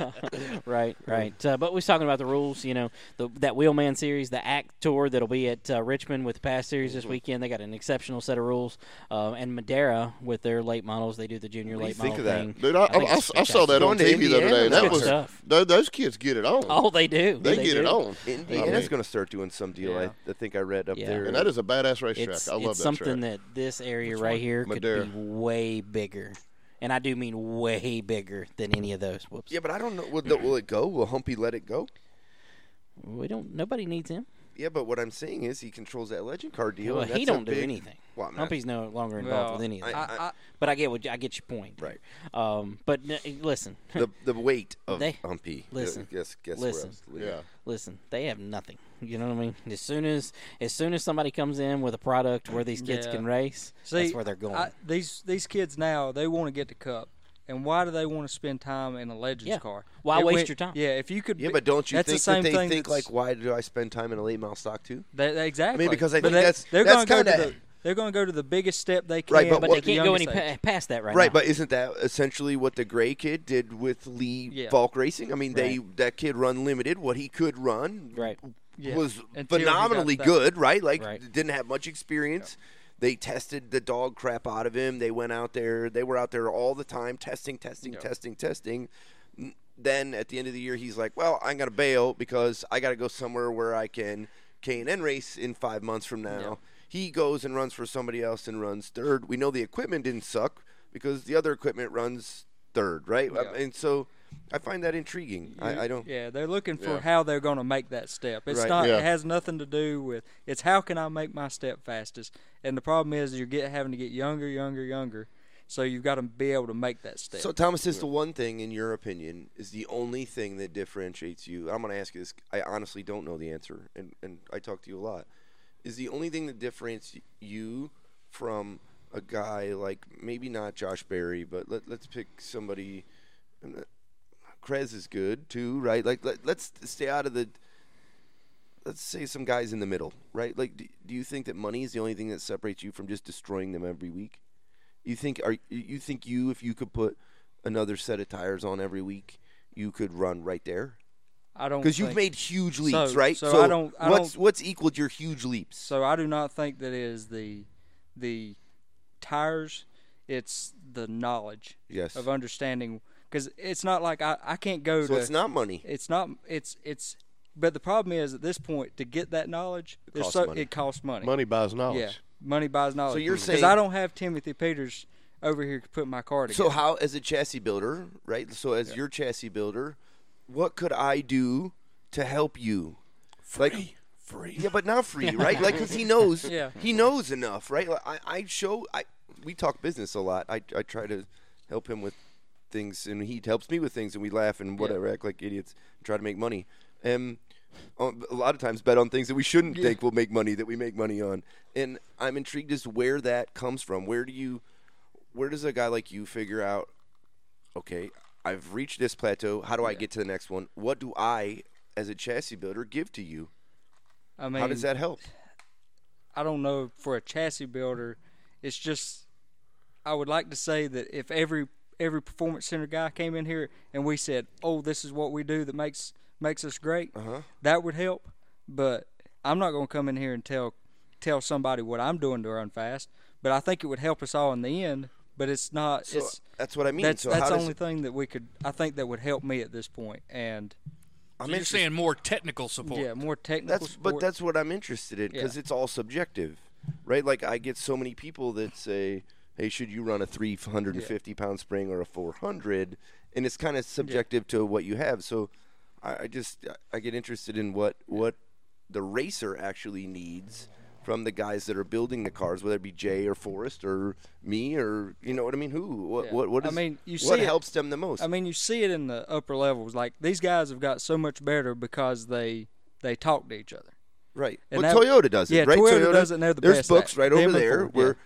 A: right, right. Uh, but we was talking about the rules. You know, the, that Wheelman series, the Act Tour that'll be at uh, Richmond with the Pass Series
C: Mm-hmm.
A: this weekend. They got an exceptional set of rules. Um, and Madeira with their late models, they do the junior
B: What do you
A: late
B: think
A: model
B: of that?
A: thing.
C: Dude, I, I,
A: think
C: I,
A: it's
C: I saw that
A: spectacular.
C: on
B: Going to
C: TV the other day.
B: Indiana.
C: and That
A: Good
C: was
A: stuff.
C: tho- those kids get it on.
A: Oh, they do.
C: they,
A: they
C: get
A: do.
C: it on.
B: Indiana's
C: I mean,
B: going to start doing some deal.
A: Yeah.
B: I, I think I read up
A: Yeah.
B: there.
C: and that is a badass racetrack.
A: It's,
C: I love
A: it's
C: that
A: something
C: track.
A: that this area right here could
C: Madeira.
A: be way bigger. And I do mean way bigger than any of those. Whoops.
B: Yeah, but I don't know. Will, will it go? Will Humpy let it go?
A: We don't. Nobody needs him.
B: Yeah, but what I'm saying is he controls that legend car deal.
A: Well,
B: and
A: he
B: that's a
A: don't do
B: big-
A: anything.
B: Well, I'm not-
A: Humpy's no longer involved with any of
B: I-
A: that.
B: I-
A: but I get what you- I get your point.
B: Right.
A: Um, but n- listen,
B: the the weight of
A: They-
B: Humpy.
A: listen,
B: Guess guess
A: listen.
B: Where
C: Yeah.
B: else?
A: listen, they have nothing. You know what I mean? As soon as as soon as somebody comes in with a product where these kids
D: Yeah.
A: can race, that's where they're going.
D: I- these these kids now they want to get the cup, and why do they want to spend time in a Legends
A: Yeah.
D: car?
A: Why
D: It
A: waste
D: went-
A: your time?
D: Yeah, if you could.
B: Yeah,
D: be-
B: but don't you
D: that's
B: think
D: the same
B: that they
D: thing
B: think
D: that's-
B: like, why do I spend time in a late mile stock too?
D: that, that- exactly.
B: because I
D: But
B: think
D: they-
B: that's-
D: they're
B: that's
D: gonna go
B: kinda-
D: to the, they're going to go to the biggest step they can.
B: Right, but
A: but
B: what-
A: they can't go any
D: youngest
A: pa-
D: age.
A: past that right,
B: Right,
A: now.
B: but isn't that essentially what the Gray kid did with Lee
D: Yeah.
B: Falk Racing? I mean, they that kid run limited. What he could run
A: Right.
D: Yeah.
B: was
D: Until he got
B: phenomenally
D: that-
B: good. Right, like
A: Right.
B: didn't have much experience. They tested the dog crap out of him. They went out there. They were out there all the time testing, testing, testing, testing. N- Then at the end of the year, he's like, "Well, I'm gonna bail because I gotta go somewhere where I can K and N race in five months from now." He goes and runs for somebody else and runs third. We know the equipment didn't suck because the other equipment runs third, right? I- And so I find that intriguing. I, I don't.
D: Yeah, they're looking for
C: Yeah.
D: how they're going to make that step. It's
B: Right.
D: not.
C: Yeah.
D: It has nothing to do with. It's how can I make my step fastest? And the problem is you're get having to get younger, younger, younger. So you've got to be able to make that step.
B: So Thomas, is the one thing in your opinion is the only thing that differentiates you? I'm going to ask you this. I honestly don't know the answer, and and I talk to you a lot. Is the only thing that differentiates you from a guy like maybe not Josh Berry, but let let's pick somebody. I'm not- Krez is good too, right? Like let, let's stay out of the. Let's say some guys in the middle, right? Like, do, do you think that money is the only thing that separates you from just destroying them every week? You think are you think you if you could put another set of tires on every week, you could run right there?
D: I don't
B: Because you've
D: think-
B: made huge leaps,
D: So-
B: right?
D: so I don't- I
B: what's
D: don't-
B: what's equaled your huge leaps?
D: So I do not think that it is the the tires. It's the knowledge
B: Yes.
D: of understanding because it's not like I, I can't go
B: So
D: to
B: it's not money.
D: it's not it's it's but the problem is at this point to get that knowledge there's
B: costs
D: so
B: money.
D: it costs money
C: Money buys knowledge.
D: yeah money buys knowledge
B: you're
D: because
B: saying-
D: I don't have Timothy Peters over here to put my car together
B: So how as a chassis builder, right? So as your chassis builder, what could I do to help you? Free. Like, free. Yeah, but not free, right? Like cuz he knows
D: Yeah.
B: he knows enough, right? Like, I I show I we talk business a lot. I I try to help him with things and he helps me with things and we laugh and whatever act like idiots try to make money. Um on, a lot of times bet on things that we shouldn't think will make money that we make money on. And I'm intrigued as to where that comes from. Where do you, where does a guy like you figure out? Okay, I've reached this plateau. How do I get to the next one? What do I, as a chassis builder, give to you?
D: I mean,
B: how does that help?
D: I don't know for a chassis builder. It's just I would like to say that if every every performance center guy came in here and we said, "Oh, this is what we do that makes makes us great,"
B: Uh-huh.
D: that would help. But I'm not going to come in here and tell tell somebody what I'm doing to run fast. But I think it would help us all in the end. But it's not.
B: So,
D: it's
B: that's what I mean.
D: That's,
B: So
D: that's
B: how
D: the
B: does-
D: only thing that we could. I think that would help me at this point. And
E: So you're saying more technical support.
D: Yeah, more technical
B: That's but
D: support.
B: that's what I'm interested in because
D: Yeah.
B: it's all subjective, right? Like I get so many people that say, "Hey, should you run a 350 pound spring or a 400?" And it's kind of subjective to what you have. So I, I just I get interested in what what the racer actually needs from the guys that are building the cars, whether it be Jay or Forrest or me or you know what I mean. Who? What?
D: Yeah.
B: What? What is?
D: I mean, you
B: what
D: see it-
B: helps them the most?
D: I mean, you see it in the upper levels. Like these guys have got so much better because they they talk to each other.
B: Right.
D: And
B: well,
D: that-
B: Toyota does it.
D: Yeah,
B: right?
D: Toyota, does it. and They're the
B: There's
D: best. at
B: books
D: it.
B: right
D: Them
B: over
D: and
B: there
D: Ford, yeah.
B: where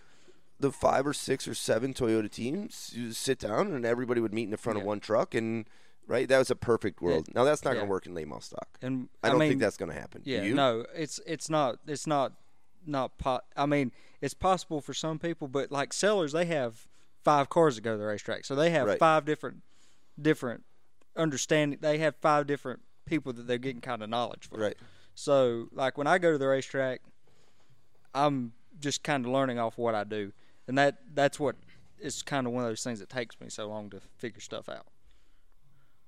B: the five or six or seven Toyota teams you sit down and everybody would meet in the front of one truck and right. That was a perfect world. now that's not going
D: yeah.
B: to work in late model stock.
D: And
B: I don't
D: mean,
B: think that's going to happen. Do
D: Yeah,
B: you?
D: no, it's it's not it's not not po- I mean, it's possible for some people, but like sellers, they have five cars that go to the racetrack, so they have
B: Right.
D: five different different understanding. They have five different people that they're getting kind of knowledge from.
B: Right.
D: So, like when I go to the racetrack, I'm just kind of learning off what I do, and that that's what it's kind of one of those things that takes me so long to figure stuff out. *laughs*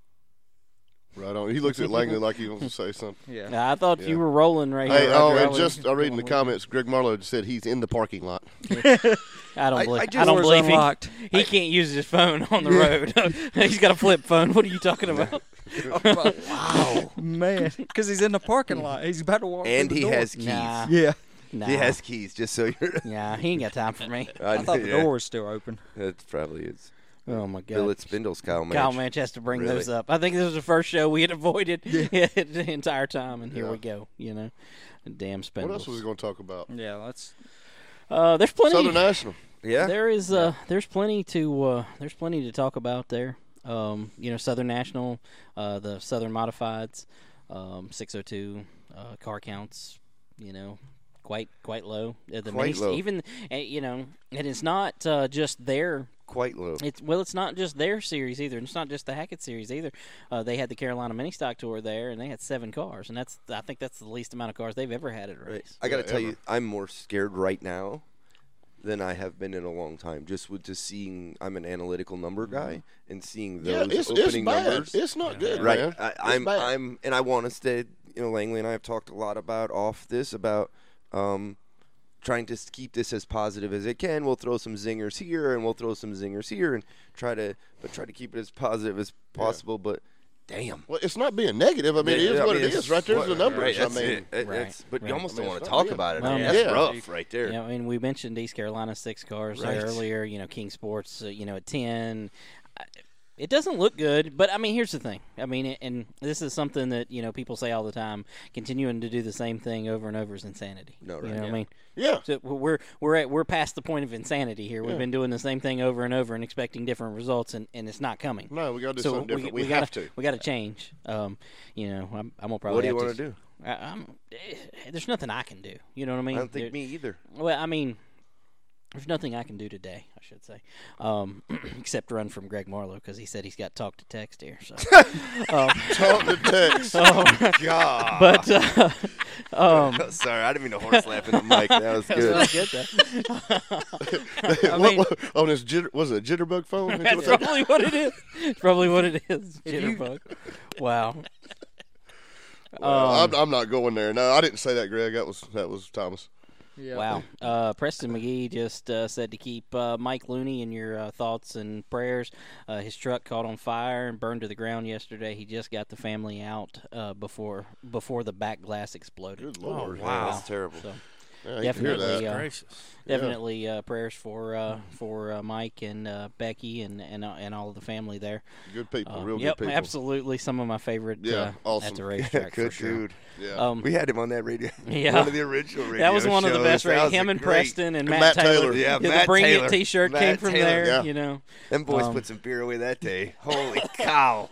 C: Right on. He looks at Langley like he wants to say something.
D: Yeah.
A: Yeah, I thought you were rolling right
C: Hey,
A: here,
C: oh,
A: Roger. I
C: and
A: was
C: just I read in the
A: going
C: comments, Greg Marlowe said he's in the parking
A: *laughs*
C: lot.
A: I don't believe. I,
C: just-
A: don't
C: Doors
A: believe *laughs*
C: unlocked.
A: he. He can't use his phone on the
C: Yeah.
A: road. *laughs* He's got a flip phone. What are you
B: *laughs*
A: talking about? *laughs*
D: wow, man! Because he's in the parking lot. He's about to walk.
B: And
D: through
B: he
D: the door.
B: has keys.
D: Yeah.
A: Nah.
B: He has keys. Just so you're.
A: *laughs* Yeah, he ain't got time for me.
B: *laughs* I
D: thought
B: *laughs*
D: the door was still open.
B: It probably is.
A: Oh my God.
B: Bill at Spindles, Kyle Manch.
A: Kyle Manch has to bring
B: Really?
A: those up. I think this was the first show we had avoided *laughs* the entire time, and here we go. You know, damn
C: What
A: spindles.
C: else was we going to talk about?
D: Yeah, let's.
A: Uh, there's plenty.
C: Southern National.
B: Yeah.
A: There is. Uh, there's plenty to. Uh, there's plenty to talk about there. Um, you know, Southern National, uh, the Southern Modifieds, um, 602 uh, car counts. You know, quite quite low. Uh, the
B: Quite
A: minis-
B: low.
A: Even uh, you know, and it's not uh, just their
B: Quite low.
A: it's well, it's not just their series either, and it's not just the Hackett series either. Uh, they had the Carolina Mini Stock Tour there, and they had seven cars, and that's I think that's the least amount of cars they've ever had at a race.
B: I got to tell you, I'm more scared right now than I have been in a long time. Just with just seeing, I'm an analytical number guy, and seeing
C: Mm-hmm. Yeah,
B: those
C: it's- it's
B: opening
C: bad.
B: numbers,
C: It's not Yeah. good,
B: right?
C: man.
B: I,
C: It's
B: I'm,
C: bad.
B: I'm, and I want us to, you know, Langley and I have talked a lot about off this about. Um, Trying to s- keep this as positive as it can. We'll throw some zingers here and we'll throw some zingers here and try to, but try to keep it as positive as possible. But damn,
C: Well, it's not being negative. I mean, it is what it
B: it's
C: is. Right there's
B: what-
C: the numbers.
B: Right,
C: I
B: that's
C: mean,
B: it. It- it's- but
A: Right.
B: you almost
A: I mean,
B: don't want
C: it's
B: to
C: not
B: talk
C: good.
B: about it.
A: Well,
B: I mean,
A: yeah.
B: that's
A: Yeah.
B: rough right there.
A: Yeah, I mean, we mentioned East Carolina six cars there
B: Right.
A: earlier. You know, King Sports, uh, you know, at ten. I- It doesn't look good, but I mean, here's the thing. I mean, a- and this is something that you know people say all the time: continuing to do the same thing over and over is insanity.
B: No,
A: You
B: right.
A: know what I
B: Yeah.
A: mean?
C: Yeah.
A: So we're- we're we're at we're past the point of insanity here. We've
C: Yeah.
A: been doing the same thing over and over and expecting different results, and, and it's not coming.
C: No, we gotta do
A: So
C: something different. We
A: gotta,
C: have to.
A: We got to change. Um, you know, I'm, I'm gonna probably.
B: What do you
A: have
B: want to
A: to
B: do?
A: I, I'm, eh, there's nothing I can do. You know what I mean?
B: I don't think
A: There-
B: me either.
A: Well, I mean, there's nothing I can do today. I should say, um, *clears throat* except run from Greg Marlowe because he said he's got talk to text here. So
B: *laughs*
A: um,
C: Talk to
A: *laughs*
C: text.
A: um,
B: God.
A: But uh, um,
C: *laughs*
B: Sorry, I didn't mean to horse laugh in the mic. That
A: *laughs*
B: was
A: That
B: good.
A: was really good,
C: *laughs*
A: though.
C: What- what- on his jitter, was it a jitterbug phone?
A: That's probably what it is. It's probably what it
C: *laughs*
A: is. Jitterbug. Wow.
C: Well,
A: Um,
C: I'm, I'm not going there. No, I didn't say that, Greg. That was that was Thomas.
A: Wow. Uh, Preston McGee just uh, said to keep uh, Mike Looney in your uh, thoughts and prayers. Uh, his truck caught on fire and burned to the ground yesterday. He just got the family out uh, before before the back glass exploded.
C: Good lord.
B: wow. That's terrible.
A: So,
C: Yeah, you can hear
A: definitely,
C: that.
A: uh,
C: Gracious. Yeah.
A: definitely uh, prayers for uh, for uh, Mike and uh, Becky and and uh, and all of the family there. Uh,
C: Good people, real good
A: yep,
C: people.
A: absolutely. Some of my favorite.
C: Yeah,
A: uh,
C: awesome. *laughs*
A: At the racetrack,
B: *laughs* Yeah,
A: for
B: good
A: sure. Um,
B: dude. we had him on that
A: *laughs*
B: radio.
A: Yeah,
B: one of the original radio
A: That was one of the
B: shows.
A: best.
B: That
A: radio.
B: was
A: Him
B: a
A: and
B: great-
A: Preston and Matt,
B: Yeah,
A: the
B: Matt
A: Bring
B: Taylor.
A: It T-shirt
B: Matt
A: came from
B: Taylor,
A: there.
B: yeah.
A: You know,
B: them boys
A: Um,
B: put some beer away that
A: *laughs*
B: day. Holy
A: *coughs*
B: cow!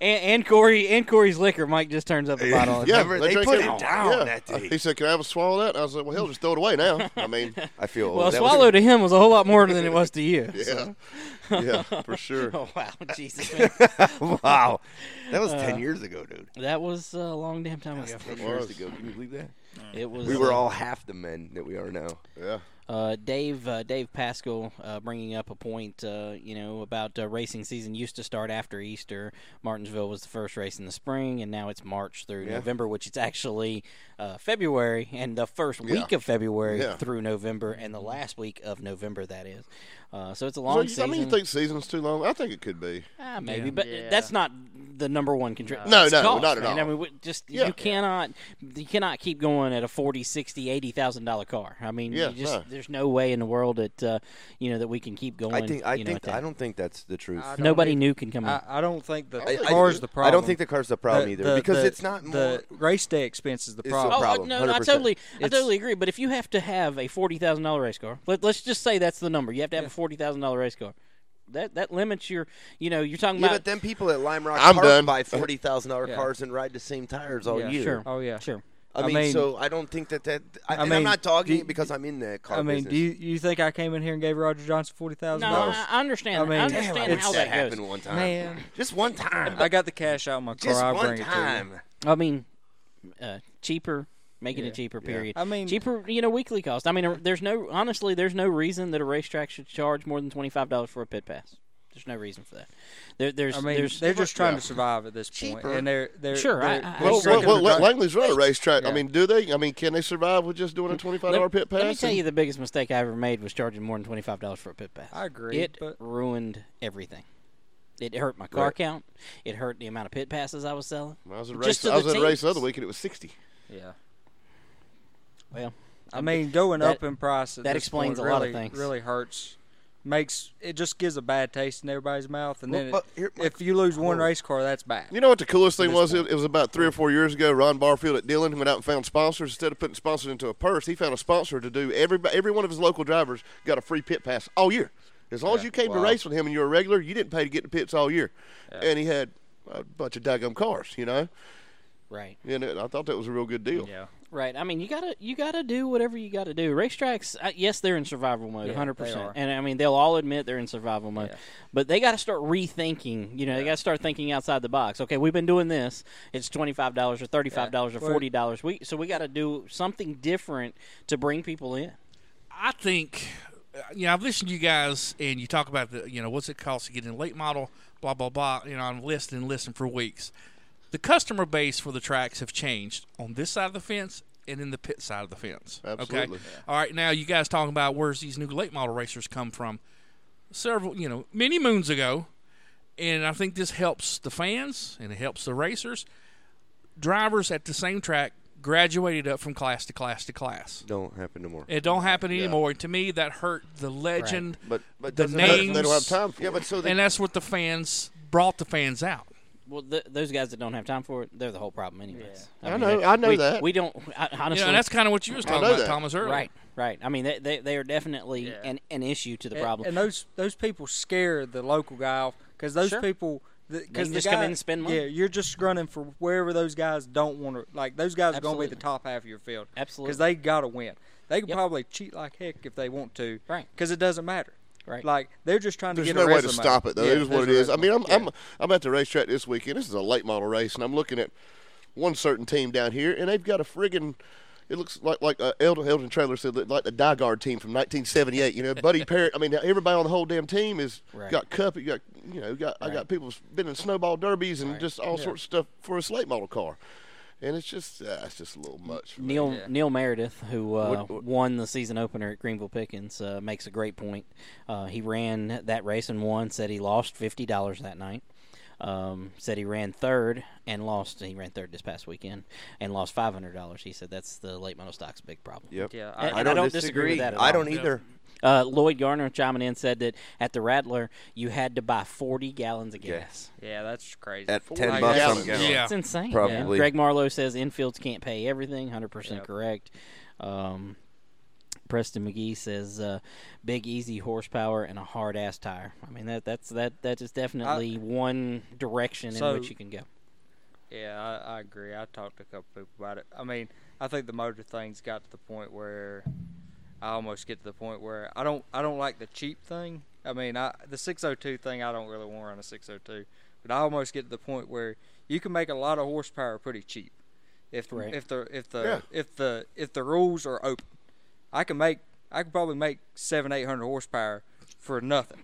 A: and, and Corey and Corey's liquor. Mike just turns
B: *laughs*
A: up a bottle.
C: *laughs* yeah,
B: they
C: drank
B: put
C: it
B: it
C: all.
B: down
C: Yeah. Uh,
B: that day.
C: He said, "Can I have a swallow of that?" I was like, "Well, hell, just throw it away now." I mean,
B: *laughs* I feel
A: well, swallow to him was a whole lot more than it was to
B: *laughs*
A: you.
C: Yeah.
A: so. *laughs*
C: Yeah, for sure.
A: oh wow, Jesus. man. Uh,
B: Wow. That was 10 years ago, dude.
A: That was uh, a long damn time ago.
B: That was 10 years ago. Can you believe that?
A: It was.
B: We were
A: uh,
B: all half the men that we are now.
C: Yeah.
A: Uh, Dave uh, Dave Pascal uh, bringing up a point, uh, you know, about uh, racing season used to start after Easter. Martinsville was the first race in the spring, and now it's March through
B: Yeah.
A: November, which it's actually uh, February and the first
C: Yeah.
A: week of February
C: Yeah.
A: through November and the last week of November. That is, uh, so it's a
C: So
A: long
C: you-
A: season.
C: I mean, you think season's too long? I think it could be.
A: Ah, maybe, but that's not the number one contributor.
C: No,
A: It's
C: no,
A: cost,
C: not at
A: man.
C: all.
A: I mean, we- just
C: Yeah.
A: you cannot you cannot keep going at a forty, sixty, eighty thousand dollar car. I mean,
C: Yeah,
A: you just
C: no.
A: there's no way in the world that uh, you know that we can keep going.
B: I think I
A: you know,
B: think
A: at that.
B: I don't think that's the truth.
A: don't Nobody new can come in.
D: I, I don't think the
B: I- I-
D: car's the problem.
B: I don't think the car's the problem either, because it's not
D: the race day expense is the
B: It's the
D: problem.
A: Oh, I-
B: problem,
A: no, no, I
B: 100%.
A: totally, I
D: It's-
A: totally agree. But if you have to have a forty thousand dollar race car, let, let's just say that's the number. You have to have a forty thousand dollar race car. That that limits your, you know, you're talking
B: Yeah,
A: about
B: but them people at Lime Rock
C: I'm
B: Park
C: done.
B: buy forty thousand dollar
D: Yeah.
B: cars and ride the same tires all
D: Yeah,
B: year.
A: sure.
D: Oh yeah.
A: Sure.
B: I,
D: I
B: mean,
D: mean-
B: so I don't think that that. I,
D: I
B: and I'm
D: mean,
B: not dogging
D: do-
B: it because I'm in the car
D: I mean,
B: business.
D: do you, you think I came in here and gave Roger Johnson forty thousand
A: No,
D: dollars?
A: I, I understand.
D: I
A: that.
D: mean,
A: I
B: Damn, I
A: understand
B: wish
A: how
B: that
A: that goes.
B: happened one time.
D: Man,
B: Just one time.
D: I got the cash out of my car.
B: Just
D: I'll
B: one
D: bring it to
B: time.
A: I mean, uh, cheaper, making
D: Yeah.
A: it cheaper. Period.
D: I mean-
A: cheaper. You know, weekly cost. I mean, uh, there's no honestly, there's no reason that a racetrack should charge more than twenty five dollars for a pit pass. There's no reason for that. There, there's,
D: you. I mean,
A: there's,
D: they're just trying to survive at this point,
B: Cheaper.
D: and they're they're
A: Sure, I-
D: They're,
A: I-
D: they're
C: Well, well,
D: drinking
C: well,
D: the
C: La-
D: drink.
C: Langley's Run a racetrack.
D: Yeah.
C: I mean, do they? I mean, can they survive with just doing a twenty-five
A: Let me-
C: dollar pit pass?
A: Let me tell
C: and-
A: you, the biggest mistake I ever made was charging more than twenty five dollars for a pit pass.
D: I agree,
A: It
D: but-
A: ruined everything. It hurt my car
B: Right.
A: count. It hurt the amount of pit passes I was selling.
C: I was at a
A: Just
C: race.
A: to
C: I
A: the
C: was at a race the
A: teams.
C: other week, and it was sixty.
D: Yeah.
A: Well,
D: I mean, going
A: That-
D: up in price at
A: that
D: this
A: explains
D: point
A: a lot of
D: really,
A: things.
D: Really hurts. Makes it just gives a bad taste in everybody's mouth, and
B: Well,
D: then it,
B: but here-
D: if you lose one race car, that's bad.
C: You know what the coolest thing
D: this
C: was?
D: point.
C: It, it was about three or four years ago. Ron Barfield at Dillon went out and found sponsors. Instead of putting sponsors into a purse, he found a sponsor to do every every one of his local drivers got a free pit pass all year. As long as you came to race with him and you were a regular, you didn't pay to get the pits all year. And he had a bunch of daggum cars, you know.
A: right.
C: And it, I thought that was a real good deal.
D: Yeah.
A: Right. I mean, you gotta you gotta do whatever you gotta do. Racetracks, uh, yes, they're in survival mode,
D: Yeah,
A: hundred
D: they
A: percent.
D: are.
A: And I mean, they'll all admit they're in survival mode, but they got to start rethinking. You know, they got to start thinking outside the box. Okay, we've been doing this. It's twenty five dollars or thirty five dollars or
D: Well-
A: forty dollars. We so we got to do something different to bring people in.
E: I think, uh, you know, I've listened to you guys, and you talk about the, you know, what's it cost to get in late model, blah blah blah. You know, I'm listening, and listening for weeks. The customer base for the tracks have changed on this side of the fence and in the pit side of the fence. Okay.
C: Absolutely.
E: All right. Now you guys talking about where's these new late model racers come from? Several, you know, many moons ago, and I think this helps the fans and it helps the racers. Drivers at the same track graduated up from class to class to class.
B: Don't happen no more.
E: It don't happen anymore. To me, that hurt the legend,
C: But but
E: the
C: doesn't matter.
E: names,
C: they don't have time for.
B: Yeah,
C: it.
B: but so they,
E: and that's what the fans brought the fans out.
A: Well, th- those guys that don't have time for it, they're the whole problem, anyways.
C: I know- I know
A: we-
C: that.
A: We don't I,
E: You
A: honestly.
E: know, and that's kind of what you was talking
C: know
E: about,
C: that.
E: Thomas, earlier.
A: right. Right. I mean, they they, they are definitely an an issue to the
D: And-
A: problem.
D: And, those those people scare the local guy off because those
A: Sure.
D: people because
A: can just come in and spend money.
D: Yeah, you're just running for wherever those guys don't want to. Like those guys are going to
A: Absolutely.
D: be the top half of your field.
A: Absolutely.
D: because they got to win. They can
A: Yep.
D: probably cheat like heck if they want to.
A: Right.
D: Because it doesn't matter.
A: Right.
D: Like they're just trying
C: There's
D: to get.
C: no
D: a
C: way to
D: resume.
C: stop it though.
D: Yeah,
C: it is what it
D: there's
C: is.
D: a
C: I mean, I'm,
D: resume.
C: I'm I'm at the racetrack this weekend. This is a late model race, and I'm looking at one certain team down here, and they've got a friggin' it looks like like uh, Eldon, Eldon Trailer said, that- like the Die Guard team from 1978. You
D: *laughs*
C: know, Buddy Parrott. I mean, everybody on the whole damn team is
A: Right.
C: got cup. You got you know, got I got people been in snowball derbies and just all sorts of stuff for a late model car, and it's just uh, it's just a little
D: Mm.
C: much. for me.
A: Neil Neil Meredith, who uh, won the season opener at Greenville Pickens, uh, makes a great point. Uh, he ran that race and won. Said he lost fifty dollars that night. um, said he ran third and lost. He ran third this past weekend and lost five hundred dollars. He said that's the late metal stock's big problem.
B: Yep. Yeah,
A: I,
B: I-
A: and
B: I
A: I, don't
B: don't
A: disagree with
B: disagree.
A: that. At
B: I
A: all.
B: don't either.
A: Uh, Lloyd Garner chiming in said that at the Rattler you had to buy forty gallons of gas.
H: Yeah, that's crazy.
B: At 10 bucks some gallon.
A: It's insane.
B: Probably.
A: Yeah. Greg Marlowe says infields can't pay everything. 100% correct. Um, Preston McGee says uh, big easy horsepower and a hard ass tire. I mean that that's that that is definitely one direction
D: So-
A: in which you can go.
D: Yeah, I, I agree. I talked to a couple people about it. I mean, I think the motor thing's got to the point where I almost get to the point where I don't I don't like the cheap thing. I mean, I the 602 thing I don't really want to run a 602, but I almost get to the point where you can make a lot of horsepower pretty cheap if
A: Right.
D: if the if the
A: Yeah.
D: if the if the rules are open. I can make I could probably make seven eight hundred horsepower for nothing.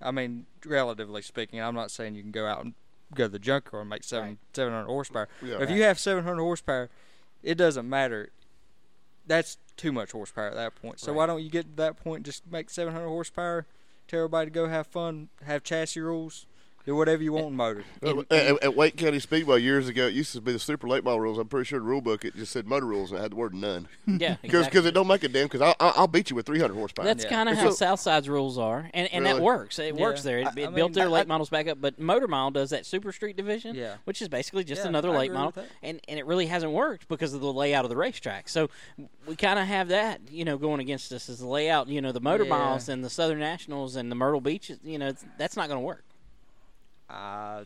D: I mean, relatively speaking, I'm not saying you can go out and go to the junker and make seven seven hundred horsepower.
C: Yeah.
D: But if you have seven hundred horsepower, it doesn't matter. That's too much horsepower at that point. So why don't you get to that point? And just make seven hundred horsepower. Tell everybody to go have fun, have chassis rules, do whatever you want in motor.
C: Uh, At, at- at Wake County Speedway years ago, it used to be the super late model rules. I'm pretty sure the rule book it just said motor rules and it had the word none.
A: *laughs*
C: *laughs*
A: Yeah,
C: because
A: exactly.
C: it don't make a damn. Because I, I, I'll beat you with 300 horsepower.
A: That's kind of
C: So-
A: how Southside's rules are, and and that
C: Really?
A: works. It
D: Yeah.
A: works there. It,
D: I-
A: it
D: I
A: built
D: mean,
A: their
D: I-
A: late models back up, but Motor Mile does that Super Street division,
D: Yeah.
A: which is basically just
D: Yeah,
A: another
D: I
A: late
D: agree with
A: model, and and it really hasn't worked because of the layout of the racetrack. So we kind of have that, you know, going against us is the layout. You know, the Motor
D: Yeah.
A: Miles and the Southern Nationals and the Myrtle Beaches. You know, it's, that's not going to work.
D: I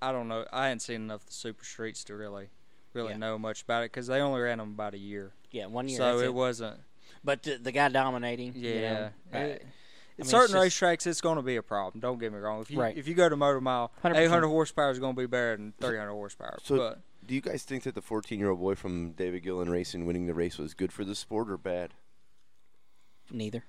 D: I don't know. I hadn't seen enough of the Super Streets to really really know much about it because they only ran them about a year.
A: Yeah, one year.
D: So
A: that's
D: it,
A: it.
D: wasn't.
A: But the, the guy dominating.
D: Yeah.
A: You know, I-
D: It-
A: I mean, it's
D: certain
A: just-
D: racetracks, it's going to be a problem. Don't get me wrong. If you
A: Right.
D: if you go to Motor Mile,
A: 100%.
D: 800 horsepower is going to be better than 300 horsepower.
B: So,
D: but
B: do you guys think that the 14-year-old boy from David Gillen Racing winning the race was good for the sport or bad?
A: Neither.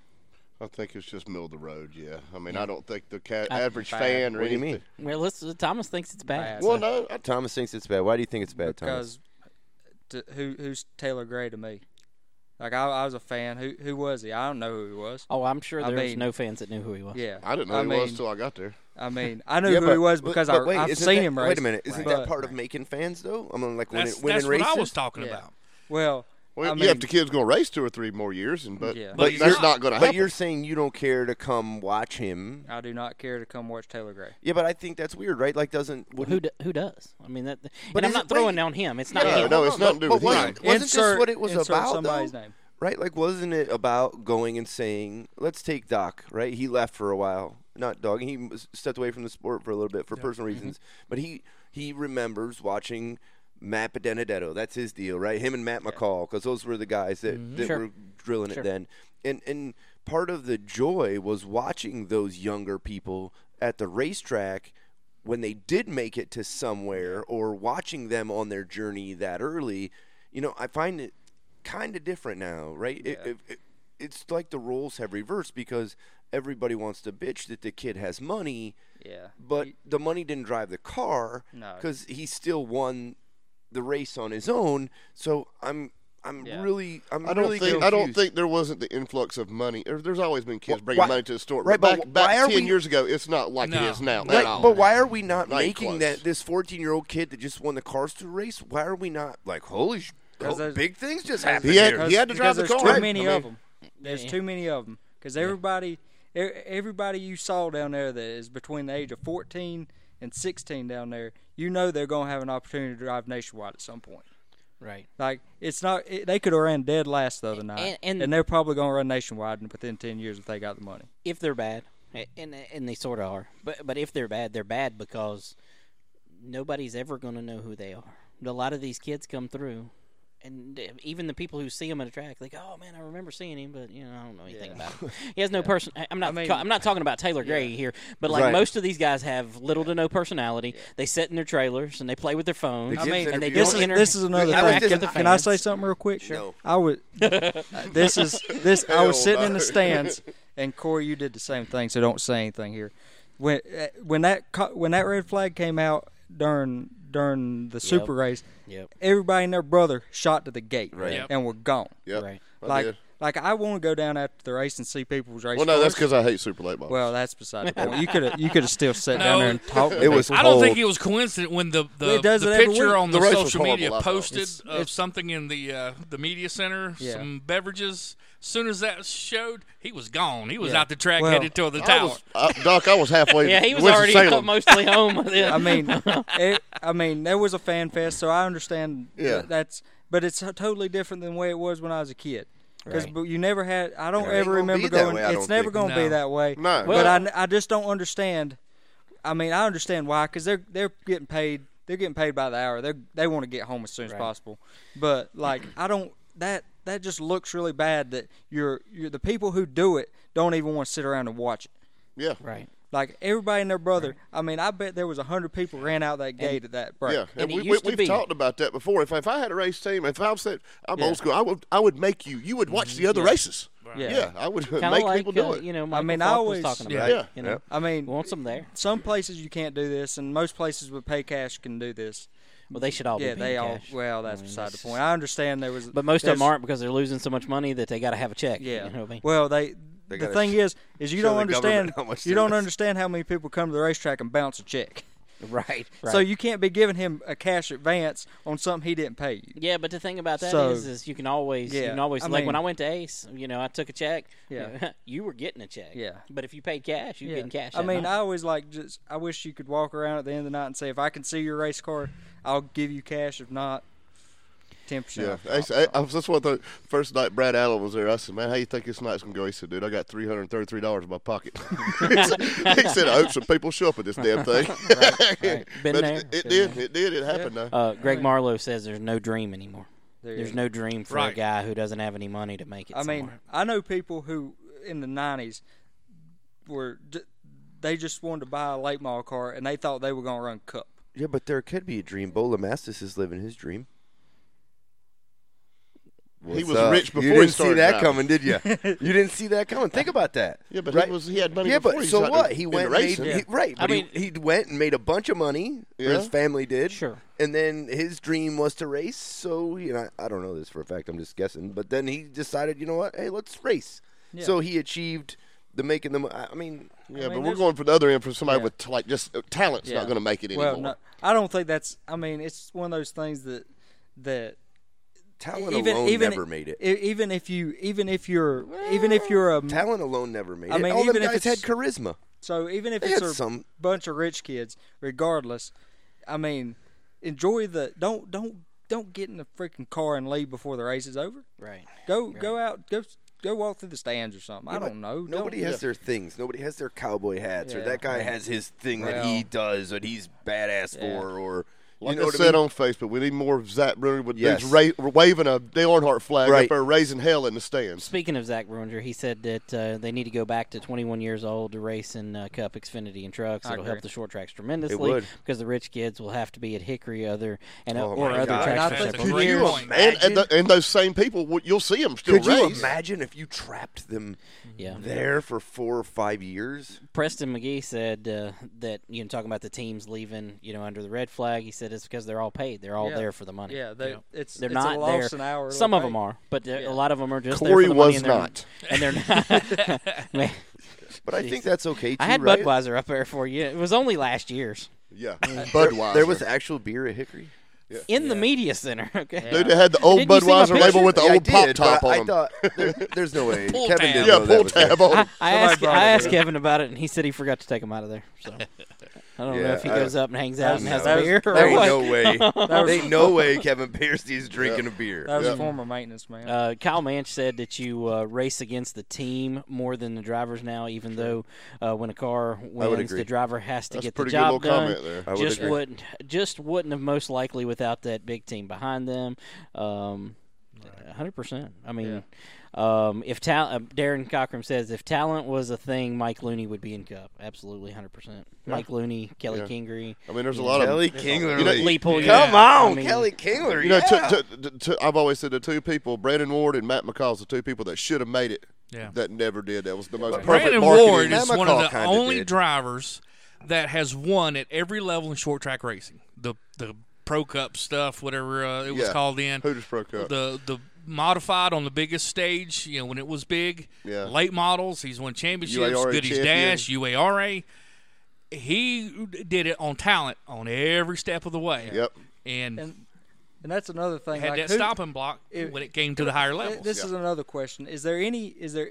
C: I think it's just middle of the road. Yeah, I mean, I don't think the ca-
A: I-
C: average fan or
B: What do you
C: anything.
B: mean?
A: Well, let's, Thomas thinks it's bad.
B: Well, no. I- Thomas thinks it's bad. Why do you think it's bad, Thomas?
D: because to, who who's Taylor Gray to me? Like I, I was a fan. Who who was he? I don't know who he was.
A: Oh, I'm sure
D: I
A: there was
D: mean-
A: no fans that knew who he was.
D: Yeah,
C: I didn't know who he was till I got there.
D: I mean, I
C: *laughs*
D: knew
B: Yeah,
D: who
B: but-
D: he was
B: but-
D: because
B: but
D: I,
B: wait,
D: I've
B: isn't
D: seen
B: that-
D: him race.
B: Wait a minute, isn't
D: but-
B: that part of making fans though? I mean, like winning,
E: That's-
B: winning
E: that's
B: races.
E: what I was talking
D: Yeah.
E: about.
D: Well,
C: Well,
D: I
C: you have
D: mean-
C: the kids going to race two or three more years, and but,
D: Yeah.
C: but,
B: you're-
C: that's not going to happen.
B: But you're saying you don't care to come watch him.
D: I do not care to come watch Taylor Gray.
B: Yeah, but I think that's weird, right? Like, doesn't
A: Well, who do, who does? I mean, that.
B: But
A: and I'm
B: is
A: not
B: it-
A: throwing
B: wait.
A: down him. It's not
C: No,
A: him.
C: no, it's nothing to do
B: but
C: with
B: wasn't,
C: him.
B: wasn't
D: Insert-
B: this what it was
D: insert
B: about?
D: somebody's
B: though?
D: name.
B: Right? Like, wasn't it about going and saying, "Let's take Doc"? Right? He left for a while. Not Doc. He was- stepped away from the sport for a little bit for personal
A: Mm-hmm.
B: reasons. But he he remembers watching. Matt Benedetto, that's his deal, right? Him and Matt McCall, because those were the guys that, that
A: Mm-hmm. Sure.
B: were drilling
A: Sure.
B: it then. And and part of the joy was watching those younger people at the racetrack when they did make it to somewhere or watching them on their journey that early. You know, I find it kind of different now, right? It, it, it, it's like the roles have reversed because everybody wants to bitch that the kid has money,
D: Yeah.
B: but the money didn't drive the car
D: No.
B: because he still won the race on his own. So I'm I'm
D: Yeah.
B: really I'm
C: I don't
B: really
C: think I don't
B: confused.
C: think there wasn't the influx of money. There- There's always been kids
B: Wh-
C: bringing
B: why-
C: money to the store.
B: right,
C: back,
B: but wh-
C: back
B: why are
C: ten
B: we-
C: years ago, it's not like it is now
B: Like,
C: at all.
B: But why are we not,
C: Not even
B: making
C: close.
B: that this 14 year old kid that just won the cars to race? Why are we not like holy sh-
D: 'Cause
B: oh,
D: there's-
B: big things just happened
C: He had-
B: here?
C: he had to drive
D: because
C: the
D: there's
C: car.
D: too
C: Right.
D: many
C: I
D: of them. There's too many of them because everybody, e- everybody you saw down there that is between the age of 14 and 16 down there, you know they're gonna have an opportunity to drive nationwide at some point.
A: Right.
D: Like it's not it, they could have ran dead last the other night,
A: and-
D: and,
A: and-
D: they're probably gonna run nationwide within 10 years if they got the money.
A: If they're bad, a- and and they sort of are, but but if they're bad, they're bad because nobody's ever going to know who they are. A lot of these kids come through, and uh, even the people who see him at a track, they go, "Oh man, I remember seeing him," but you know, I don't know anything about him. He has no person. I- I'm not.
D: mean-
A: ca- I'm not talking about Taylor Gray here, but like
B: Right.
A: most of these guys have little to no personality. They sit in their trailers and they play with their phones.
B: They I mean,
A: and they
B: interview
A: don't
D: This
B: them.
D: is,
A: inter-
D: this is another
B: I was
D: thing.
B: just-
D: Can, can I say
A: fans.
D: something real quick?
B: Sure. No.
D: I
A: *laughs*
D: would. this is this. I was
C: Hell
D: sitting in
C: no.
D: the stands, and Corey, you did the same thing. So don't say anything here. When uh, when that co- when that red flag came out during during the super race,
A: Yep.
D: everybody and their brother shot to the gate
B: Right.
E: Yep.
D: and were gone.
C: Yep.
A: Right.
C: I
D: Like
C: did.
D: Like I want to go down after the race and see people's race.
C: Well, no, that's
D: cars.
C: because I hate super late bombs.
D: Well, that's beside the point. You could you could have still sat down there and talked. to
C: It was.
D: people.
E: I don't think it was coincident when the the,
D: It does
E: the
D: it every
E: picture
D: week.
E: on the,
D: The race was
E: social media
D: horrible, I thought.
E: posted
D: It's-
E: of something in the uh, the media center,
D: Yeah.
E: some beverages. Soon as that showed, he was gone. He was
D: Yeah.
E: out the track
D: Well,
E: headed toward the
D: I
E: tower.
D: was-
C: I, uh, Doc, I
A: *laughs*
C: was halfway.
D: Yeah,
C: to
D: he was
C: Winston
D: already
C: Salem.
A: mostly home.
D: *laughs* I mean,
A: *laughs*
D: it, I mean, there was a fan fest, so I understand.
C: Yeah.
D: that's but it's totally different than the way it was when I was a kid. Because
A: Right.
D: you never had, I don't
A: It ain't
D: ever
A: gonna
D: remember
A: be that
D: going.
A: way, I
D: it's
A: don't
D: never
A: think.
D: going to be
A: No.
D: that way.
A: No.
D: but I,
A: Well-
D: n- I just don't understand. I mean, I understand why, because they're they're getting paid. They're getting paid by the hour. They they want to get home as soon as
A: Right.
D: possible. But like, I don't. That that just looks really bad. That you're you're the people who do it don't even want to sit around and watch it.
C: Yeah.
A: Right.
D: Like everybody and their brother. I mean, I bet there was a hundred people ran out that gate at that break.
C: Yeah, and, we, we, we've talked about that before. If, if I had a race team, if I said I'm
D: Yeah.
C: old school, I would I would make you. You would watch the other races. Yeah. I would
A: Mm-hmm.
C: *laughs*
A: Kinda
C: make
A: like,
C: people do
A: uh,
C: it.
A: You know,
D: I
A: Michael
D: mean, I
A: Falk
D: always
A: was talking about.
D: Yeah.
A: it, You know,
D: I mean,
A: want some there.
D: Some places you can't do this, and most places with pay cash can do this.
A: Well, they should all be
D: Yeah, they
A: paying
D: all.
A: cash.
D: Well, that's
A: I mean,
D: beside the
A: that's
D: point. I understand there was,
A: But most of them
D: there's-
A: aren't because they're losing so much money that they got to have a check.
D: Yeah.
A: *laughs* You know what I mean?
D: Well, they. the
A: They gotta
D: thing
A: sh-
D: is, is you
A: show
D: don't
A: the
D: understand.
A: government how much
D: You
A: they
D: don't
A: mess.
D: understand how many people come to the racetrack and bounce a check.
A: *laughs* Right,
D: *laughs* So
A: right.
D: you can't be giving him a cash advance on something he didn't pay you.
A: *laughs* Yeah, but the thing about that is,
D: So-
A: is, you can always, you
D: Yeah,
A: can always
D: I
A: like when
D: mean-
A: I went to Ace, you know, I took a check.
D: Yeah.
A: *laughs* you were getting a check.
D: Yeah.
A: but if you paid cash, you
D: Yeah.
A: getting cash.
D: I
A: that
D: mean, I
A: night.
D: always like just. I wish you could walk around at the end of the night and say, "If I can see your race car, I'll give you cash. If not, ten
C: Yeah,
D: percent."
C: I, I, I was just one the first night Brad Allen was there. I said, "Man, how you
A: *laughs*
C: think this night's gonna go?" He said, "Dude, I got three hundred thirty-three dollars in my pocket." *laughs* he said, he said, "I hope some people show up at this damn thing."
A: *laughs*
C: *laughs*
A: Right, right. Been
C: But
A: there, been
C: It, did.
A: there.
C: It did. It happened. though.
A: Uh, Greg Marlowe says there's no dream anymore.
D: There
A: there's
D: isn't.
A: no dream for a
D: Right.
A: guy who doesn't have any money to make it.
D: I mean,
A: somewhere.
D: I know people who in the '90s were d- they just wanted to buy a late model car and they thought they were gonna run Cup.
B: Yeah, but there could be a dream. Bola Mastis is living his dream.
C: He
B: What's
C: was
B: up?
C: rich before he
B: you didn't see
C: started
B: that
C: driving.
B: coming, did you? you didn't see that coming. Think about that.
C: Yeah, but he
B: right?
C: was- he had money
B: Yeah,
C: before
B: but
C: he
B: so
C: got
B: what?
C: in-
B: he
C: in
B: went
C: the
B: and
C: racing.
B: made- he-
C: Yeah.
B: right.
C: I
B: but he-
C: mean-
B: he, went and made a bunch of money. Or
C: Yeah.
B: his family did.
A: Sure.
B: And then his dream was to race. So you know, I don't know this for a fact. I'm just guessing. But then he decided, you know what? Hey, let's race.
C: Yeah.
B: So he achieved the making the. mo- I I mean,
C: Yeah, but we're going for the other end for somebody with like just uh, talent's
D: Yeah.
C: not going to make it anymore.
D: Well, no, I don't think that's. I mean, it's one of those things that that
B: Talent alone never made it.
D: e- Even if you, even if you're, even if you're a
B: talent alone never made
D: I
B: it.
D: mean,
B: All them
D: even if
B: guys
D: it's-
B: had charisma.
D: So even if
B: They
D: it's
B: had
D: a
B: some-
D: bunch of rich kids, regardless, I mean, enjoy the don't don't don't get in the freaking car and leave before the race is over.
A: Right.
D: Go go out go go walk through the stands or something. I
B: Yeah, but
D: don't know.
B: Nobody
D: Don't-
B: has their things. Nobody has their cowboy hats, or
D: Yeah.
B: that guy
D: Right.
B: has his thing that he
D: Well.
B: does that he's badass
D: Yeah.
B: for, or you
C: Like
B: know
C: I
B: what
C: said
B: I mean?
C: on Facebook, we need more of Zach Bruner with
B: Yes.
C: dudes ra- waving a Dale Earnhardt flag
B: Right.
C: up there, raising hell in the stands.
A: Speaking of Zach Bruinger, he said that uh, they need to go back to 21 years old to race in uh, Cup, Xfinity, and trucks.
D: I
A: It'll
D: agree.
A: help the short tracks tremendously
C: would.
A: because the rich kids will have to be at Hickory other and
C: Oh,
A: or
C: my
A: other
C: God.
A: tracks for
C: Could
A: several
C: you
A: years.
C: imagine? And, and, th- and those same people, w- you'll see them still
B: Could you
C: race.
B: imagine if you trapped them
A: Yeah.
B: there for four or five years?
A: Preston McGee said uh, that you know talking about the teams leaving you know under the red flag. He said it's because they're all paid. They're all
D: Yeah.
A: there for the money.
D: Yeah, they- it's- it's
A: they're
D: a
A: not
D: loss
A: there.
D: an hour,
A: Some
D: they're
A: of them
D: paid.
A: are, but they're-
D: Yeah.
A: a lot of them are just
C: Corey
A: there for the
C: was not.
A: money. *laughs* and they're- And
D: *laughs*
A: they're not.
B: But I think that's okay,
A: I
B: too,
A: had
B: right?
A: Budweiser up there for you. It was only last year's. *laughs*
C: Yeah,
B: There-
C: Budweiser.
B: There was actual beer at Hickory.
A: in the media center. *laughs* Okay,
C: Dude, it had the old
A: Didn't you see my
C: Budweiser label
A: picture?
C: with the
B: Yeah, I
C: old pop
B: did,
C: top
B: but
C: on
B: I
C: them.
B: thought- there- there's no
A: *laughs*
B: way. Pull Kevin tab. didn't
C: Yeah,
B: know that
C: pull
B: was there.
C: tab on
A: I,
C: them.
A: I asked, I asked Kevin about it, and he said he forgot to take him out of there. So I don't know
B: Yeah,
A: if he
B: I-
A: goes up and hangs out and has a
B: That was-
A: beer. or
B: There ain't
A: what.
B: no
A: *laughs*
B: way. There ain't no way Kevin Piercy's drinking a beer.
D: That was a former maintenance man.
A: Uh, Kyle Manch said that you uh, race against the team more than the drivers now, even though uh, when a car wins,
B: agree.
A: the driver has to
C: That's
A: get the
C: pretty good
A: job
C: little
A: done.
C: comment there. I would
A: Just
C: agree.
A: wouldn't, just wouldn't have most likely without that big team behind them. Um, Hundred percent. I mean, um, if talent, uh, Darren Cochran says if talent was a thing, Mike Looney would be in Cup. Absolutely, hundred percent.
C: Yeah.
A: Mike Looney, Kelly
C: Yeah.
A: Kingery.
C: I mean, there's a
A: you
C: lot
A: know,
C: of
A: there's a- you know, Lee Pulliam. I mean,
B: Kingler,
C: You know,
B: yeah.
C: to- to- to- to- I've always said the two people, Brandon Ward and Matt McCall's the two people that should have made it.
E: Yeah.
C: That never did. That was the most perfect
E: Brandon
C: marketing.
E: Ward is
C: Matt
E: one of
C: McCall
E: the
C: kinda
E: only
C: did.
E: drivers that has won at every level in short track racing. The the Pro Cup stuff, whatever uh, it was
C: Yeah,
E: called then.
C: Hooters Pro Cup.
E: The the modified on the biggest stage, you know, when it was big.
C: Yeah.
E: Late models. He's won championships,
C: UARA
E: Goodies
C: champion.
E: Dash, UARA. He did it on talent on every step of the way.
C: Yep.
E: And,
D: And that's another thing.
E: had
D: like,
E: that
D: who-
E: stopping block
D: if-
E: when it came to the higher
D: Th-
E: levels.
D: This is another question. Is there any? Is there?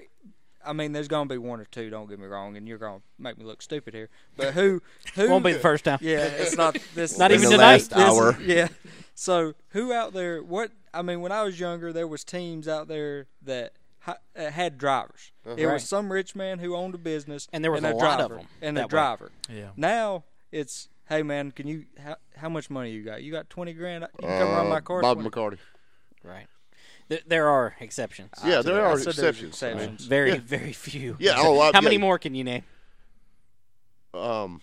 D: I mean, there's gonna be one or two. Don't get me wrong, and you're gonna make me look stupid here. But
A: *laughs*
D: who? Who
A: Won't be the first time.
D: Yeah, it's not this.
A: *laughs* Not
D: this-
A: even tonight.
D: this- this-
A: Hour.
D: Yeah. So who out there? What? I mean, when I was younger, there was teams out there that hi- uh, had drivers.
A: Uh-huh.
D: It
A: Right.
D: was some rich man who owned a business,
A: And there was a
D: a
A: lot of
D: driver,
A: them
D: and
A: that
D: a
A: way.
D: driver.
A: Yeah.
D: Now it's. Hey man, can you how, how much money you got? You got twenty grand. You can come around
C: Uh,
D: my car.
C: Bob
D: 20
C: McCarty.
A: Right. There, there are exceptions.
C: Yeah, there
A: I
C: are
A: said there's
C: exceptions. I mean,
A: exceptions. Very,
C: yeah.
A: very few.
C: Yeah, a
A: *laughs*
C: lot-
A: How many
C: yeah.
A: more can you name?
C: Um,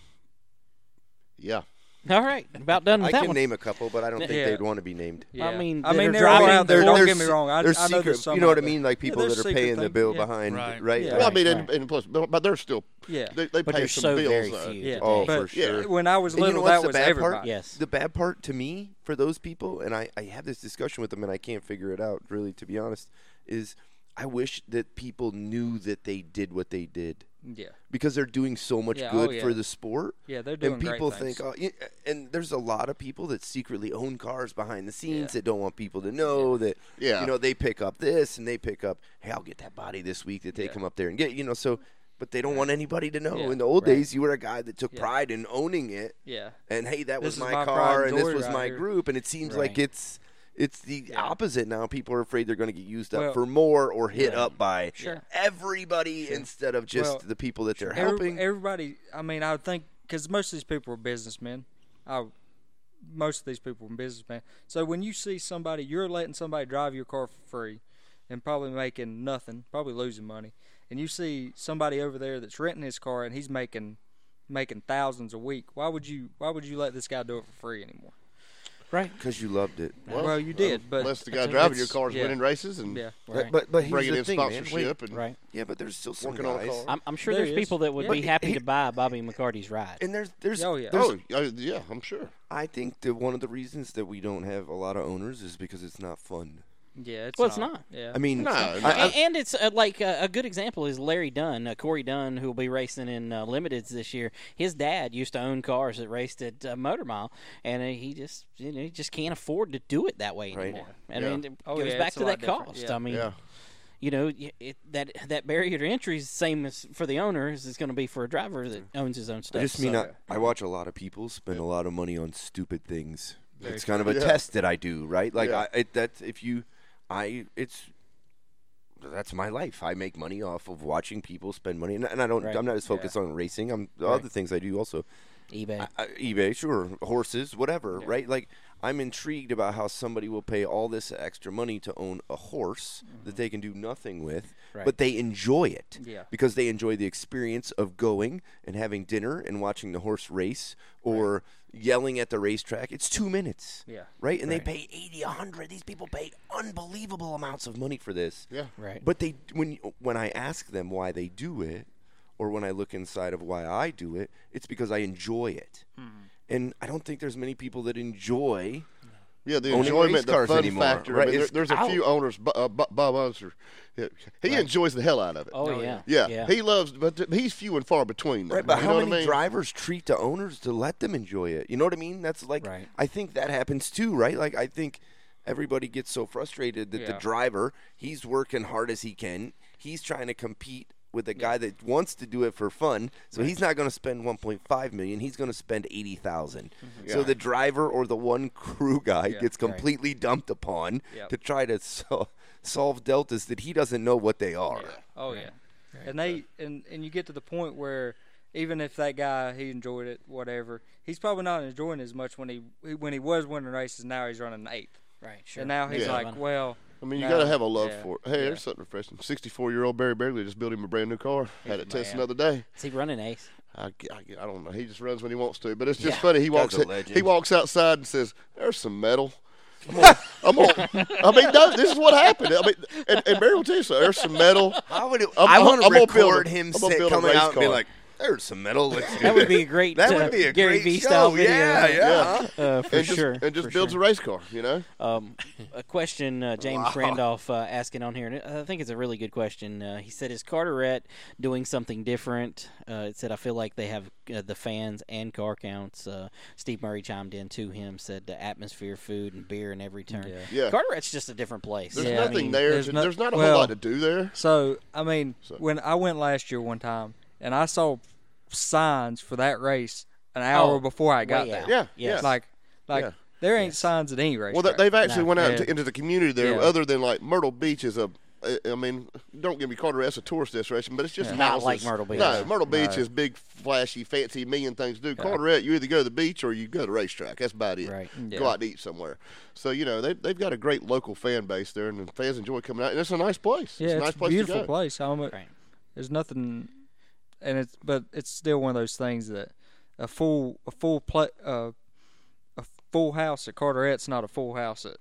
C: yeah.
A: All right, about done with
B: I
A: that
B: can
A: one.
B: name a couple, but I don't think
A: Yeah.
B: they'd want to be named.
A: Yeah. I mean,
D: I mean,
A: that
D: there
A: are
D: are
A: driving
D: out there. Don't
A: force.
D: get me wrong. I,
B: there's
D: I know there's
B: secret,
D: some
B: you know
D: out
B: what I
D: there.
B: mean? Like
D: Yeah,
B: people
D: there's
B: that are
D: secret
B: paying the
D: thing.
B: bill
D: Yeah.
B: behind, right?
D: Yeah.
C: Well, I mean,
D: Right.
C: and, and plus, but, but they're still.
D: Yeah.
C: They, they
A: But
C: pay
A: there's
C: some
A: so
C: bills.
A: very
C: though.
A: few
D: Yeah.
B: Oh,
D: But
B: for sure.
D: When I was
B: And you
D: little,
B: know what's
D: that
B: the
D: was
B: bad
D: everybody.
B: Part?
A: Yes.
B: The bad part to me for those people, and I, I have this discussion with them, and I can't figure it out really, to be honest, is I wish that people knew that they did what they did.
D: Yeah.
B: Because they're doing so much
D: Yeah,
B: good
D: oh, yeah.
B: for the sport.
D: Yeah, they're doing
B: And
D: great
B: people
D: things.
B: think, oh, yeah, and there's a lot of people that secretly own cars behind the scenes that don't want people to know that,
C: Yeah.
B: you know, they pick up this and they pick up, hey, I'll get that body this week that they
D: Yeah.
B: come up there and get, you know, so, but they don't want anybody to know.
D: Yeah,
B: In the old
D: right.
B: days, you were a guy that took pride in owning it
D: Yeah.
B: and hey, that
D: This
B: was
D: is
B: my,
D: my pride
B: car,
D: and
B: and this
D: joy
B: was
D: right
B: my
D: here.
B: group, and it seems like
A: Right.
B: it's it's the opposite now. People are afraid they're going to get used up
D: Well-
B: for more or hit
D: Yeah.
B: up by
D: Sure.
B: everybody instead of just
D: Well,
B: the people that they're
D: Every-
B: helping.
D: Everybody, I mean, I would think because most of these people are businessmen. I, most of these people are businessmen. So when you see somebody, you're letting somebody drive your car for free, and probably making nothing, probably losing money. And you see somebody over there that's renting his car and he's making making thousands a week. Why would you? Why would you let this guy do it for free anymore?
A: Right.
B: because you loved it.
D: Well, you
B: uh,
D: did, but
C: unless the guy driving your car is
D: yeah.
C: winning races and
D: Yeah.
A: Right.
B: But but here's
C: bringing
B: the
C: in
B: thing, man. Wait,
C: sponsorship and
A: Right.
B: yeah, but there's still some
C: Working on a
B: guys.
C: car.
A: I'm, I'm sure
D: There
A: there's
D: is.
A: people that would
D: Yeah.
A: be
B: *laughs*
A: happy to buy Bobby McCarty's ride.
B: And there's there's
D: Oh, yeah.
B: there's
C: Oh, yeah, yeah, I'm sure.
B: I think that one of the reasons that we don't have a lot of owners is because it's not fun.
D: Yeah, it's
A: Well,
D: not.
A: it's not.
D: Yeah,
B: I mean,
C: No,
B: I-
C: no.
B: I-
A: and, and it's uh, like uh, a good example is Larry Dunn, uh, Corey Dunn, who will be racing in uh, limiteds this year. His dad used to own cars that raced at uh, Motor Mile, and uh, he just you know he just can't afford to do it that way
B: Right.
A: anymore. I
C: Yeah.
A: mean, it
D: Oh,
A: goes
D: yeah,
A: back
D: it's a
A: to
D: lot
A: that
D: different.
A: cost.
D: Yeah.
A: I mean,
C: Yeah.
A: you know y- it, that that barrier to entry is the same as for the owner as it's going to be for a driver that owns his own stuff.
B: I just mean
A: So-
B: I, I watch a lot of people spend a lot of money on stupid things. it's kind of a
C: true. Yeah.
B: test that I do, right? Like
C: Yeah.
B: I, it, that's if you, I it's that's my life. I make money off of watching people spend money, and, and I don't.
A: Right.
B: I'm not as focused on racing. I'm the other things I do also.
A: eBay.
B: I, I- eBay, sure, horses, whatever, right? Like I'm intrigued about how somebody will pay all this extra money to own a horse
A: Mm-hmm.
B: that they can do nothing with, but they enjoy it
D: Yeah.
B: because they enjoy the experience of going and having dinner and watching the horse race or yelling at the racetrack. It's 2 minutes.
D: Yeah.
B: Right? And they pay 80, 100. These people paid unbelievable amounts of money for this.
C: Yeah.
A: Right.
B: But they when when I ask them why they do it, or when I look inside of why I do it, it's because I enjoy it. And I don't think there's many people that enjoy.
C: Yeah, the
B: Owning race
C: enjoyment, the
B: cars
C: fun
B: anymore,
C: factor. I
B: right,
C: mean, there-
B: it's
C: there's a few
B: out.
C: owners. Bu- Uh, Bu- Bob Unser, yeah, he enjoys the hell out of it.
A: Oh, Oh, yeah. yeah.
C: yeah,
A: Yeah.
C: He loves, but th- he's few and far between. Though,
B: Right, but
C: you
B: how
C: know
B: many
C: what I mean?
B: drivers treat the owners to let them enjoy it? You know what I mean? That's like
A: Right.
B: I think that happens too, right? Like I think everybody gets so frustrated that the
D: Yeah.
B: driver, he's working hard as he can. He's trying to compete with a guy that wants to do it for fun. So he's not going to spend 1.5 million, he's going to spend 80,000. So the driver or the one crew guy gets completely dumped upon
D: Yep.
B: to try to so- solve deltas that he doesn't know what they are.
D: Oh yeah. And they and and you get to the point where even if that guy he enjoyed it, whatever, he's probably not enjoying as much when he when he was winning races. Now he's running eighth,
A: right. Sure.
D: and now he's
C: Yeah.
D: like, well,
C: I mean, you
D: no,
C: got to have a love
D: yeah,
C: for it. Hey,
D: yeah.
C: there's something refreshing. 64 year old Barry Begley just built him a brand new car. Had it test another day.
A: is he running ace?
C: I, g- I g- I don't know. He just runs when he wants to. But it's just
A: Yeah.
C: funny. He
B: Doug's
C: walks
B: a
C: he,
B: legend.
C: walks outside and says, "There's some metal." I'm gonna- I mean, no, this is what happened. I mean, and, and Barry will tell you so. There's some metal.
B: How would it,
C: I'm-
B: I want
C: I'm
B: to
C: gonna build
B: record
C: a-
B: him
C: I'm gonna
B: sit,
C: build a
B: coming
C: race
B: out and be
C: car.
B: like, There's some metal. Let's do
A: That would be a great,
B: That
A: uh,
B: would be a
A: Gary
B: great
A: Vee
B: show.
A: style video.
B: Yeah, yeah.
A: Uh, for
C: and just,
A: sure,
C: And just
A: for
C: builds
A: sure.
C: a race car, you know?
A: Um, a question uh, James
C: Wow.
A: Randolph uh, asking on here, and I think it's a really good question. Uh, he said, "Is Carteret doing something different?" Uh, it said, "I feel like they have uh, the fans and car counts." Uh, Steve Murray chimed in to him, said, "The atmosphere, food, and beer in every turn."
C: Yeah.
A: Carteret's
C: *laughs*
A: just a different place.
C: There's
A: I
C: nothing
A: mean-
C: there. There's,
D: no-
C: there's not a
D: well,
C: whole lot to do there.
D: So I mean, when I went last year one time, and I saw signs for that race an hour
C: Oh,
D: before I got
C: way
D: there.
C: out. Yeah, yes.
D: like like
C: Yeah.
D: there ain't signs at any race.
C: Well, they- they've actually went out into, into the community there,
D: Yeah.
C: other than like Myrtle Beach is a. I- I mean, don't get me Carter. That's a tourist destination, but it's just
A: Yeah. Not like
C: houses.
A: Myrtle Beach.
C: No, Myrtle
A: No.
C: Beach is big, flashy, fancy, million things to do.
A: Yeah.
C: Carteret, you either go to the beach or you go to the racetrack. That's about it. Right. Go
A: Yeah.
C: out to eat somewhere. So you know they they've got a great local fan base there, and the fans enjoy coming out. And it's a nice place.
D: Yeah,
C: it's a
D: it's
C: nice place.
D: beautiful
C: to go.
D: place. I'm a, There's nothing, and it's but it's still one of those things that a full a full pla uh, a full house at Carteret's not a full house at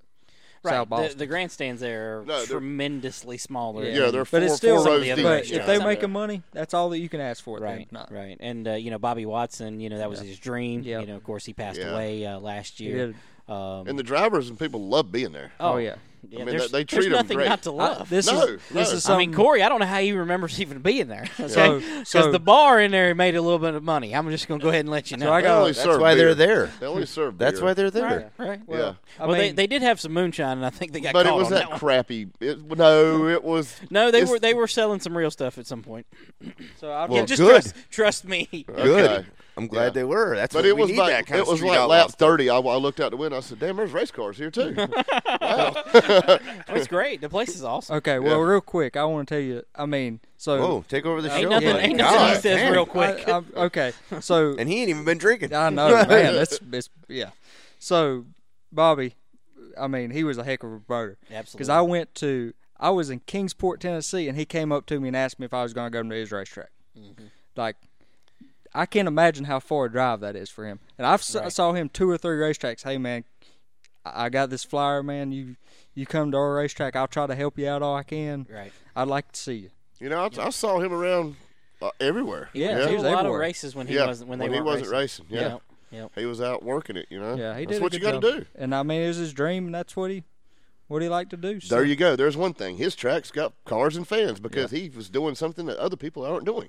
D: South
A: Right, the,
D: Boston.
A: the grandstands there are
C: No, they're-
A: tremendously smaller.
D: Yeah. Yeah,
A: than
D: they're But it's four- still-
A: some of
D: four
A: the
D: rows
A: other
D: deep. But
A: restaurants
D: if they
A: out
D: making
A: there.
D: money, that's all that you can ask for.
A: Right, right, and uh, you know Bobby Watson, you know that was his dream. You know, of course, he passed
C: Yeah.
A: away uh, last
C: He
A: year.
C: did.
A: Um,
C: and the drivers and people love being there.
A: Oh, yeah. Yeah,
C: I mean, they,
A: there's-
C: they
A: there's
C: treat them
A: nothing
C: great.
A: not to love.
D: this
C: no,
D: is this
C: no.
D: is
A: I
D: something.
A: mean, Corey, I don't know how he remembers even being *laughs* there.
D: So-
A: Okay, because
D: so-
A: the bar in there made a little bit of money. I'm just going to go ahead and let you know.
D: So I got- They only
B: That's serve why beer. they're there.
C: They only serve
B: That's
C: beer.
B: why they're there.
A: Right. right.
C: Yeah.
A: Well,
C: I
A: well, they,
C: mean-
A: they did have some moonshine, and I think they got
C: But it
A: caught
C: was
A: on
C: that
A: one.
C: crappy. It, no, it was.
A: No, they
C: it's-
A: were they were selling some real stuff at some point. *clears throat*
D: so
A: I
D: I've-
A: yeah,
D: Well,
A: just
B: good.
A: Trust, trust me.
B: Good. I'm glad
C: Yeah.
B: they were. That's
C: but
B: what
C: it
B: we
C: was
B: need
C: like
B: that kind
C: it
B: of
C: was
B: street
C: like
B: outlaw
C: lap
B: stuff.
C: thirty. I, I looked out the window. I said, "Damn, there's race cars here
B: *laughs*
C: too." wow,
A: It's great. The place is awesome.
D: Okay, well, real quick, I want to tell you. I mean, so
B: Whoa, take over the
A: Ain't
B: show.
A: nothing-
B: buddy.
A: ain't nothing he
B: God,
A: says
B: man.
A: real quick.
D: I- I- okay, so
B: *laughs* and he ain't even been drinking.
D: I
B: *laughs*
D: know, man. That's it's, yeah. So, Bobby, I mean, he was a heck of a promoter. Because
A: Absolutely.
D: I went to, I was in Kingsport, Tennessee, and he came up to me and asked me if I was going to go to his racetrack.
C: Mm-hmm.
D: Like, I can't imagine how far a drive that is for him. And I've s- I saw him two or three racetracks. Hey, man, I I got this flyer, man. You you come to our racetrack, I'll try to help you out all I can.
A: Right.
D: I'd like to see you.
C: you know, I, I saw him around uh, everywhere.
D: Yeah, he was a
C: yeah.
D: lot
A: of
D: everywhere.
A: races when he wasn't- when they
C: he
A: weren't
C: wasn't
A: racing.
C: racing. Yeah.
A: Yep, yep.
C: He was out working it. You know.
D: Yeah, he
C: that's
D: did.
C: what
D: a
C: you
D: good
C: got to
D: job.
C: do.
D: And I mean, it was his dream, and that's what he, what he liked to do. so-
C: There you go. There's one thing. His track's got cars and fans because he was doing something that other people aren't doing.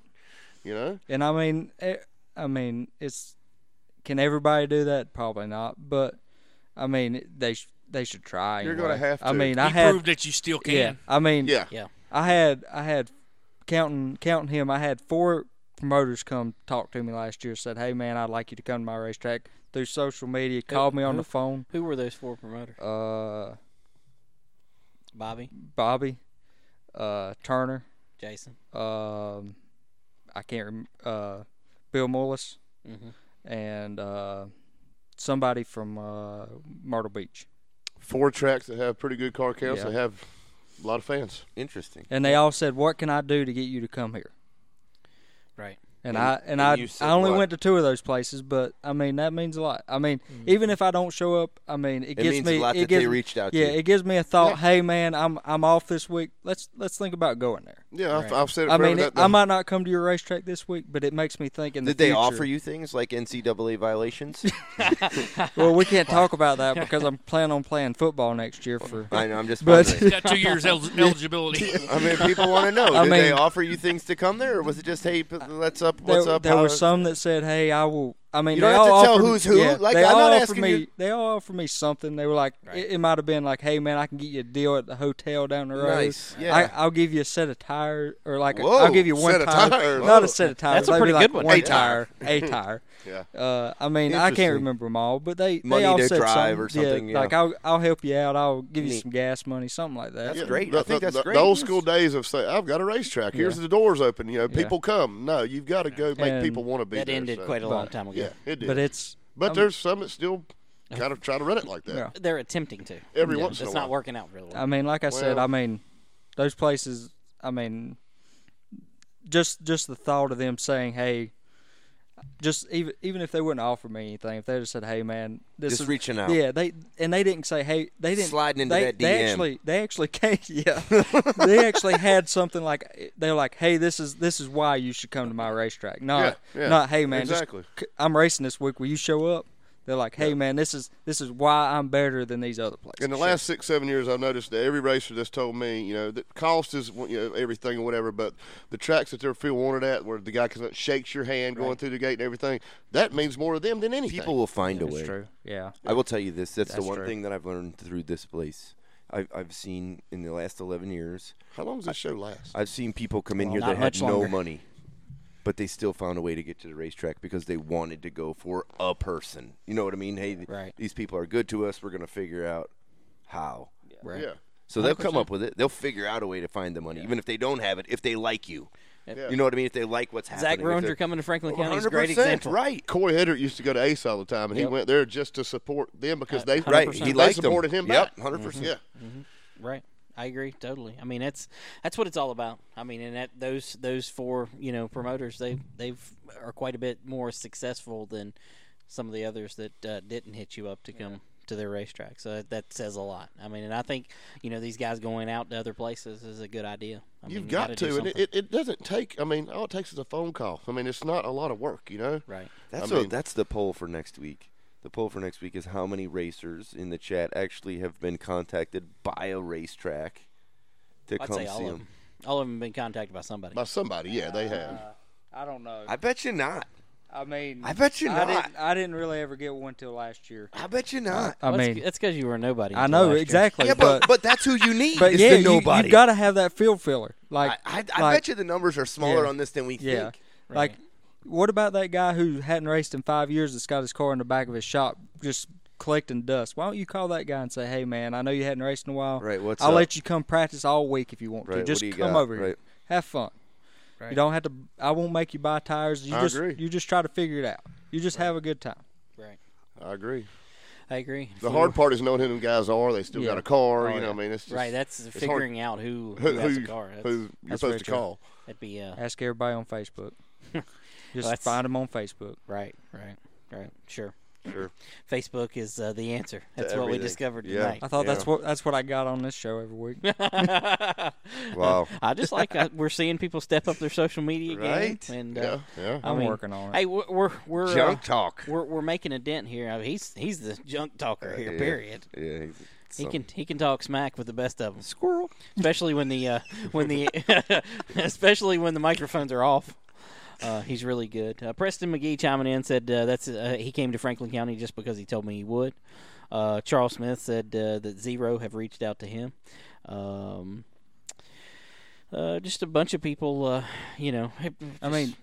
C: You know.
D: And I mean, eh, I mean, it's can everybody do that? Probably not, but I mean, it- they sh- they should try.
C: You're
D: anyway.
C: gonna have
D: I
C: to.
D: mean,
C: He
D: I had
E: proved that you still can.
D: Yeah, I mean,
C: Yeah.
A: Yeah.
D: I had I had counting counting him. I had four promoters come talk to me last year. Said, "Hey, man, I'd like you to come to my racetrack." Through social media, called me on
A: who-
D: the phone.
A: Who were those four promoters?
D: Uh,
A: Bobby,
D: Bobby, uh, Turner,
A: Jason.
D: um, I can't rem- uh, Bill Mullis,
A: Mhm.
B: Mm-hmm.
D: and uh, somebody from uh, Myrtle Beach,
C: Four tracks that have pretty good car counts.
D: Yeah.
C: They have a lot of fans.
B: Interesting.
D: and they all said, "What can I do to get you to come here?"
A: Right.
D: And,
B: And-
D: I and,
B: and
D: I
B: you said
D: I only
B: what?
D: went to two of those places, but I mean that means a lot. I mean, even if I don't show up, I mean it,
B: Mm-hmm. It
D: gives
B: means a
D: me
B: lot
D: it
B: that
D: gives
B: they
D: me-
B: reached out to
D: Yeah,
B: you.
D: it gives me a thought. Hey man, I'm I'm off this week. Let's let's think about going there.
C: Yeah, I've, I've said it.
D: I
C: forever
D: mean,
C: that
D: it, I might not come to your racetrack this week, but it makes me think. In the
B: Did they
D: future-
B: offer you things like NCAA violations?
D: Well, we
E: *laughs*
D: can't talk about that because I'm planning on playing football next year for.
B: I know. I'm
D: *laughs*
B: just
D: But
B: wondering.
E: Got two
D: *laughs*
E: years
B: *laughs*
E: el- eligibility.
B: I mean, people want to know. Did
D: I
B: they
D: mean-
B: offer you things to come there, or was it just hey, p- let's up,
D: there,
B: what's up? uh,
D: there
B: how-
D: were some that said, "Hey, I will." I mean,
B: You don't
D: they
B: have to
D: all
B: tell
D: offered-
B: who's who.
D: yeah,
B: Like,
D: they
B: I'm
D: all
B: not
D: offered
B: asking
D: me.
B: you-
D: They all offered me something. They were like, it, it might have been like, "Hey, man, I can get you a deal at the hotel down the road.
B: Nice, yeah.
D: I, I'll give you a set of tires, or like, a,
B: Whoa,
D: I'll give you one
B: set of
D: tire,
B: tires.
D: not
B: Whoa.
D: a set of tires.
A: That's a
D: They'd be
A: pretty
D: like
A: good one.
D: One
A: A
D: tire,
A: tire.
B: *laughs*
D: a tire.
C: Yeah.
D: Uh, I mean, I
B: Interesting.
D: can't remember them all, but they
B: Money
D: they all
B: to
D: said
B: drive or
D: something,
B: something,
D: Yeah,
B: yeah.
D: Like, I'll I'll help you out. I'll give you
B: Neat.
D: some gas money, something like that.
B: That's great.
C: The,
B: I think
C: the-
B: that's
C: the-
B: great.
C: The old school days of saying, "I've got a racetrack. Here's
D: Yeah.
C: the doors open. You know,
D: Yeah.
C: people come." No, you've got to go make
D: And
C: people want to be.
A: that
C: there,
A: ended
C: so.
A: quite a long time ago.
C: Yeah, it did.
D: But it's
C: But
D: I'm-
C: there's some that still kind of try to run it like that.
D: Yeah.
A: They're attempting to.
C: Every
A: Yeah.
C: once in a
A: It's
C: while.
A: not working out really well.
D: I mean, like I said,
C: Well-
D: I mean, those places. I mean, just just the thought of them saying, "Hey, just even even if they wouldn't offer me anything, if they just said, "Hey, man, this
B: Just
D: is,
B: reaching out.
D: Yeah, they and they didn't say,
C: *laughs*
D: "Hey," they didn't
B: Sliding into
D: they,
B: that
D: They
B: DM.
D: actually, they actually *laughs* came. Yeah, they actually had something like they're like, "Hey, this is this is why you should come to my racetrack." Not
C: Yeah, yeah,
D: not, "Hey, man, just
C: exactly.
D: c- I'm racing this week. Will you show up?" They're like, "Hey, man, this is this is why I'm better than these other places."
C: In the last six, seven years, I've noticed that every racer that's told me, you know, that cost is you know everything or whatever, but the tracks that they're feel wanted at, where the guy comes up, shakes your hand going through the gate and everything, that means more to them than anything.
B: People will find a way.
D: Yeah.
B: I will tell you this. That's,
C: That's
B: the one
C: true.
B: thing that I've learned through this place. I've, I've seen in the last 11 years.
C: How long does this
B: I-
C: show last?
B: I've seen people come in
C: Well,
B: here
C: not
B: that had
C: much
B: no
C: longer.
B: money, but they still found a way to get to the racetrack because they wanted to go for a person. You know what I mean? Hey, right. these people are good to us. We're going to figure out how.
C: Right. Yeah.
B: So they'll come up with it. They'll figure out a way to find the money, even if they don't have it, if they like you.
C: Yeah.
B: You know what I mean? If they like what's happening. Oh,
A: Zach
B: if
A: Roenger
B: they're-
A: coming to Franklin
B: Well,
A: County is a great
B: 100%,
A: example.
B: Right.
C: Corey Hedrick used to go to Ace all the time, and
A: Yep. Uh,
C: he went there just to support them because they
B: Right,
C: they
B: he liked 'em.
C: supported him.
B: Yep,
A: Mm-hmm.
C: back.
B: 100%.
C: Yeah.
A: Mhm. Right. I agree totally. I mean, that's that's what it's all about. I mean, and that those those four you know promoters they they've are quite a bit more successful than some of the others that uh, didn't hit you up to come to their racetrack. So that, that says a lot. I mean, and I think you know these guys going out to other places is a good idea. I mean,
C: You've
A: you
C: got
A: gotta do
C: to, and it,
A: something.
C: it, it doesn't take. I mean, all it takes is a phone call. I mean, it's not a lot of work, you know.
A: Right.
B: That's
C: I mean,
B: what, that's the poll for next week. The poll for next week is how many racers in the chat actually have been contacted by a racetrack to
A: I'd
B: come
A: say all
B: see
A: of
B: them.
A: them. All of them been contacted by somebody.
C: By somebody, yeah, they
D: Uh, I don't know.
B: I bet you not.
D: I mean,
B: I bet you
D: I
B: not.
D: Didn't, I didn't really ever get one till last year.
B: I bet you
D: not. I mean,
A: that's because you were a nobody.
D: I
A: until
D: know,
A: last year.
D: exactly, Yeah, but- but-
B: But that's who you need.
D: But
B: is
D: yeah,
B: the nobody.
D: you, have got to have that field filler. Like
B: I- I
D: like-
B: bet you the numbers are smaller on this than we
D: yeah.
B: think.
D: Like, what about that guy who hadn't raced in five years that's got his car in the back of his shop just collecting dust? Why don't you call that guy and say, "Hey, man, I know you hadn't raced in a while.
B: Right, what's
D: I'll
B: up?"
D: let you come practice all week if you want
B: Right,
D: to.
B: what
D: Just
B: do you
D: come
B: got?
D: over here,
B: Right.
D: have fun.
B: Right.
D: You don't have to. I won't make you buy tires. You
C: I
D: just
C: agree.
D: you just try to figure it out. You just have a good time.
C: I agree.
A: I agree.
C: The hard part is knowing who them guys are. They still
A: Yeah.
C: got a car.
A: Oh,
C: you know,
A: yeah.
C: *laughs* I mean, it's just,
A: Right, that's
C: it's hard-
A: figuring out who-
C: who,
A: who has the car. That's-
C: who you're
A: that's
C: supposed
A: very
C: to
A: true.
C: call.
A: That'd be uh,
D: Ask everybody on
A: *laughs*
D: Facebook. Just
A: that's-
D: find them on Facebook.
A: Right, right, right. Sure.
B: Sure.
A: *laughs* Facebook is uh, the answer. That's what we
D: everything.
A: discovered
D: Yeah.
A: tonight.
D: I thought that's what that's what I got on this show every
A: *laughs*
D: week.
A: Wow. I just like uh, we're seeing people step up their social media
D: Right?
A: game, and uh,
D: Yeah, yeah.
A: I
D: I'm
A: mean,
D: working on it.
A: Hey, we're we're, we're uh,
B: Junk talk.
A: We're we're making a dent here. I mean, he's he's the junk talker
B: Uh,
A: here.
B: yeah.
A: Period.
B: Yeah, he's
A: He
B: something.
A: can he can talk smack with the best of them.
B: Squirrel.
A: Especially when the
B: *laughs*
A: uh, when the *laughs* especially when the microphones are off. Uh, he's really good. Uh, Preston McGee chiming in said uh, that's uh, he came to Franklin County just because he told me he would. Uh, Charles Smith said uh, that zero have reached out to him. Um, uh, just a bunch of people, uh, you know.
D: I mean,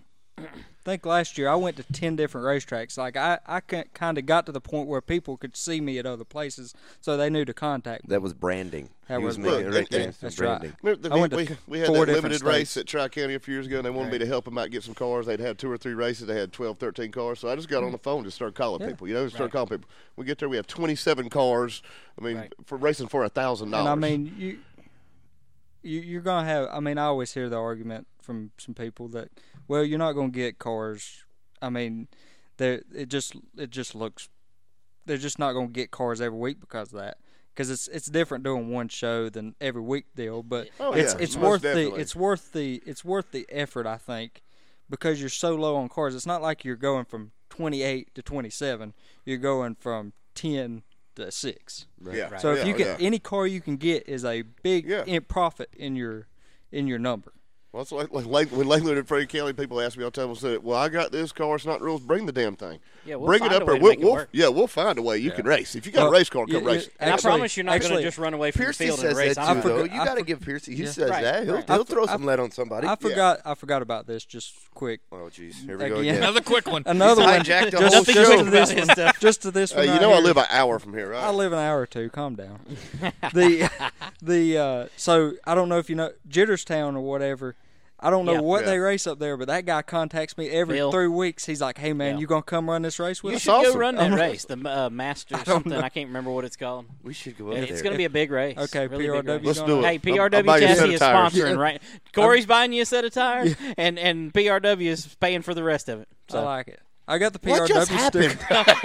D: *clears throat* think last year I went to 10 different racetracks. Like, I, I kind of got to the point where people could see me at other places, so they knew to contact me.
B: That was branding.
D: That
B: he
D: was
B: was, making
D: branding.
B: right there.
D: That's
B: That's
D: right.
B: branding.
C: Remember the,
D: I went to
C: we, we had
D: four
C: that
D: different
C: limited race
D: states.
C: at Tri County a few years ago, and they wanted me
D: Right.
C: to help them out get some cars. They'd had two or three races. They had 12, 13 cars. So I just got on the
A: Mm.
C: phone to start calling
D: Yeah.
C: people. You know, just start calling people. We get there, we have 27 cars. I mean, for racing for a
D: And
C: thousand dollars.
D: I mean, you, you you're gonna have. I mean, I always hear the argument from some people that, well, you're not gonna get cars. I mean, they it just it just looks they're just not gonna get cars every week because of that. Because it's it's different doing one show than every week deal, but
C: Oh,
D: it's
C: yeah,
D: it's
C: most
D: worth the
C: definitely.
D: it's worth the it's worth the effort I think because you're so low on cars. It's not like you're going from 28 to 27. You're going from 10 to six.
C: Right. Yeah.
D: So if
C: Yeah,
D: you can
C: yeah.
D: any car you can get is a big in profit in your in your number.
C: Well, it's like, like Lang- when Lakeland and Free County people ask me all the time, I said, "Well, I got this car. It's not rules. Bring the damn thing.
A: Yeah, we'll
C: bring
A: find
C: it
A: a
C: up
A: way
C: or
A: to
C: we'll,
A: make it
C: we'll-
A: work.
C: yeah, we'll find a way. You can race if you got
D: Well,
C: a race car. Come
D: yeah,
C: race.
A: And I promise you're not going to just run away from
B: Piercy
A: the field
B: says
A: and race.
B: that
A: I
B: too,
A: forgot-
B: though. You
A: I
B: got to
A: for-
B: give Piercy. He
A: Yeah.
B: says
A: Right,
B: that. He'll,
A: right.
B: he'll
A: I
B: throw
A: for-
B: some lead on somebody.
D: I forgot I forgot about this just quick.
B: Oh jeez, here
C: we go again.
E: Another quick one.
D: *laughs* Another
E: He's
D: one.
E: hijacked the
D: just,
E: whole
D: just
E: show.
D: to this
E: About his
D: one.
E: stuff.
D: Just to this
E: Uh,
D: one.
E: you
D: right
E: know I
D: here.
E: live an hour from here, right?
D: I live an hour or two. Calm down. the the uh, so I don't know if you know Jitterstown or whatever. I don't know
C: Yeah.
D: what
C: Yeah.
D: they race up there, but that guy contacts me every
A: Bill.
D: three weeks. He's like, "Hey man, you gonna come run this race with
A: You
D: us?"
A: should go run that race, the uh, Master something. I can't remember what it's called.
B: We should
D: go up
A: It's
D: there.
A: going to be a big race.
D: Okay,
A: really
D: PRW
A: big race.
D: Let's do it.
A: Hey,
D: I'll-
A: PRW
D: I'll buy you a set
A: Chassis
D: of
A: is
D: tires.
A: sponsoring,
D: Yeah.
A: right? Corey's buying you a set of tires, and and PRW is paying for the rest of it. So.
D: I like it. I got the PRW
A: What just *laughs*
D: sticker. *laughs*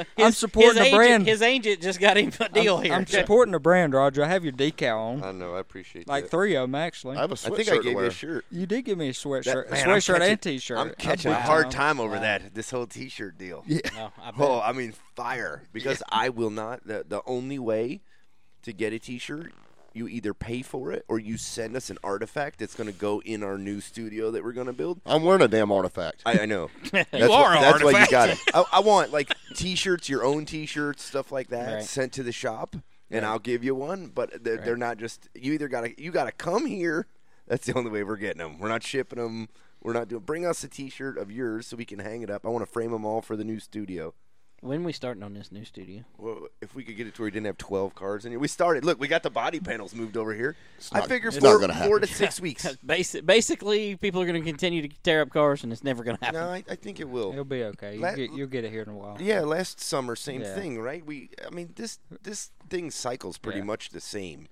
D: I'm
A: His-
D: supporting
A: his
D: the
A: agent,
D: brand.
A: His agent just got him a deal
D: I'm,
A: here.
D: I'm
A: *laughs*
D: supporting the brand, Roger. I have your decal on.
B: I know. I appreciate
D: like
B: that.
D: three of them actually.
B: I have a I think I sweatshirt to gave you a wear. shirt.
D: You did give me a sweatshirt,
B: That- man,
D: a
B: I'm
D: sweatshirt
B: catching-
D: and t-shirt.
B: I'm catching a
D: wow.
B: hard time over
D: Wow.
B: that. This whole T-shirt deal.
D: Yeah. No,
B: *laughs*
D: I bet.
B: oh, I mean fire because I will not. The, the only way to get a T-shirt, you either pay for it or you send us an artifact that's going to go in our new studio that we're going to build.
C: I'm wearing a damn artifact.
B: I,
A: *laughs*
B: I know.
C: You
B: that's
C: are
B: why,
C: an
B: That's why you
C: artifact.
B: got it. I, I want like T-shirts, your own T-shirts, stuff like that,
C: Right.
B: sent to the shop, and
C: Right.
B: I'll give you one. But they're, they're not just. You either got to you got to come here. That's the only way we're getting them. We're not shipping them. We're not doing. Bring us a T-shirt of yours so we can hang it up. I want to frame them all for the new studio.
A: When we starting on this new studio?
B: Well, if we could get it to where we didn't have twelve cars in here, we started. Look, we got the body panels moved over here. I figure
A: It's
B: four,
A: not gonna
B: four to
A: happen. *laughs*
B: six weeks.
A: Basi- basically, people are going to continue to tear up cars, and it's never going to happen.
B: No, I, I think it will.
D: It'll be okay. You'll,
B: La-
D: get, you'll get it here in a while.
B: Yeah, last summer, same
D: Yeah.
B: thing, right? We, I mean, this this thing cycles pretty
D: Yeah.
B: much the same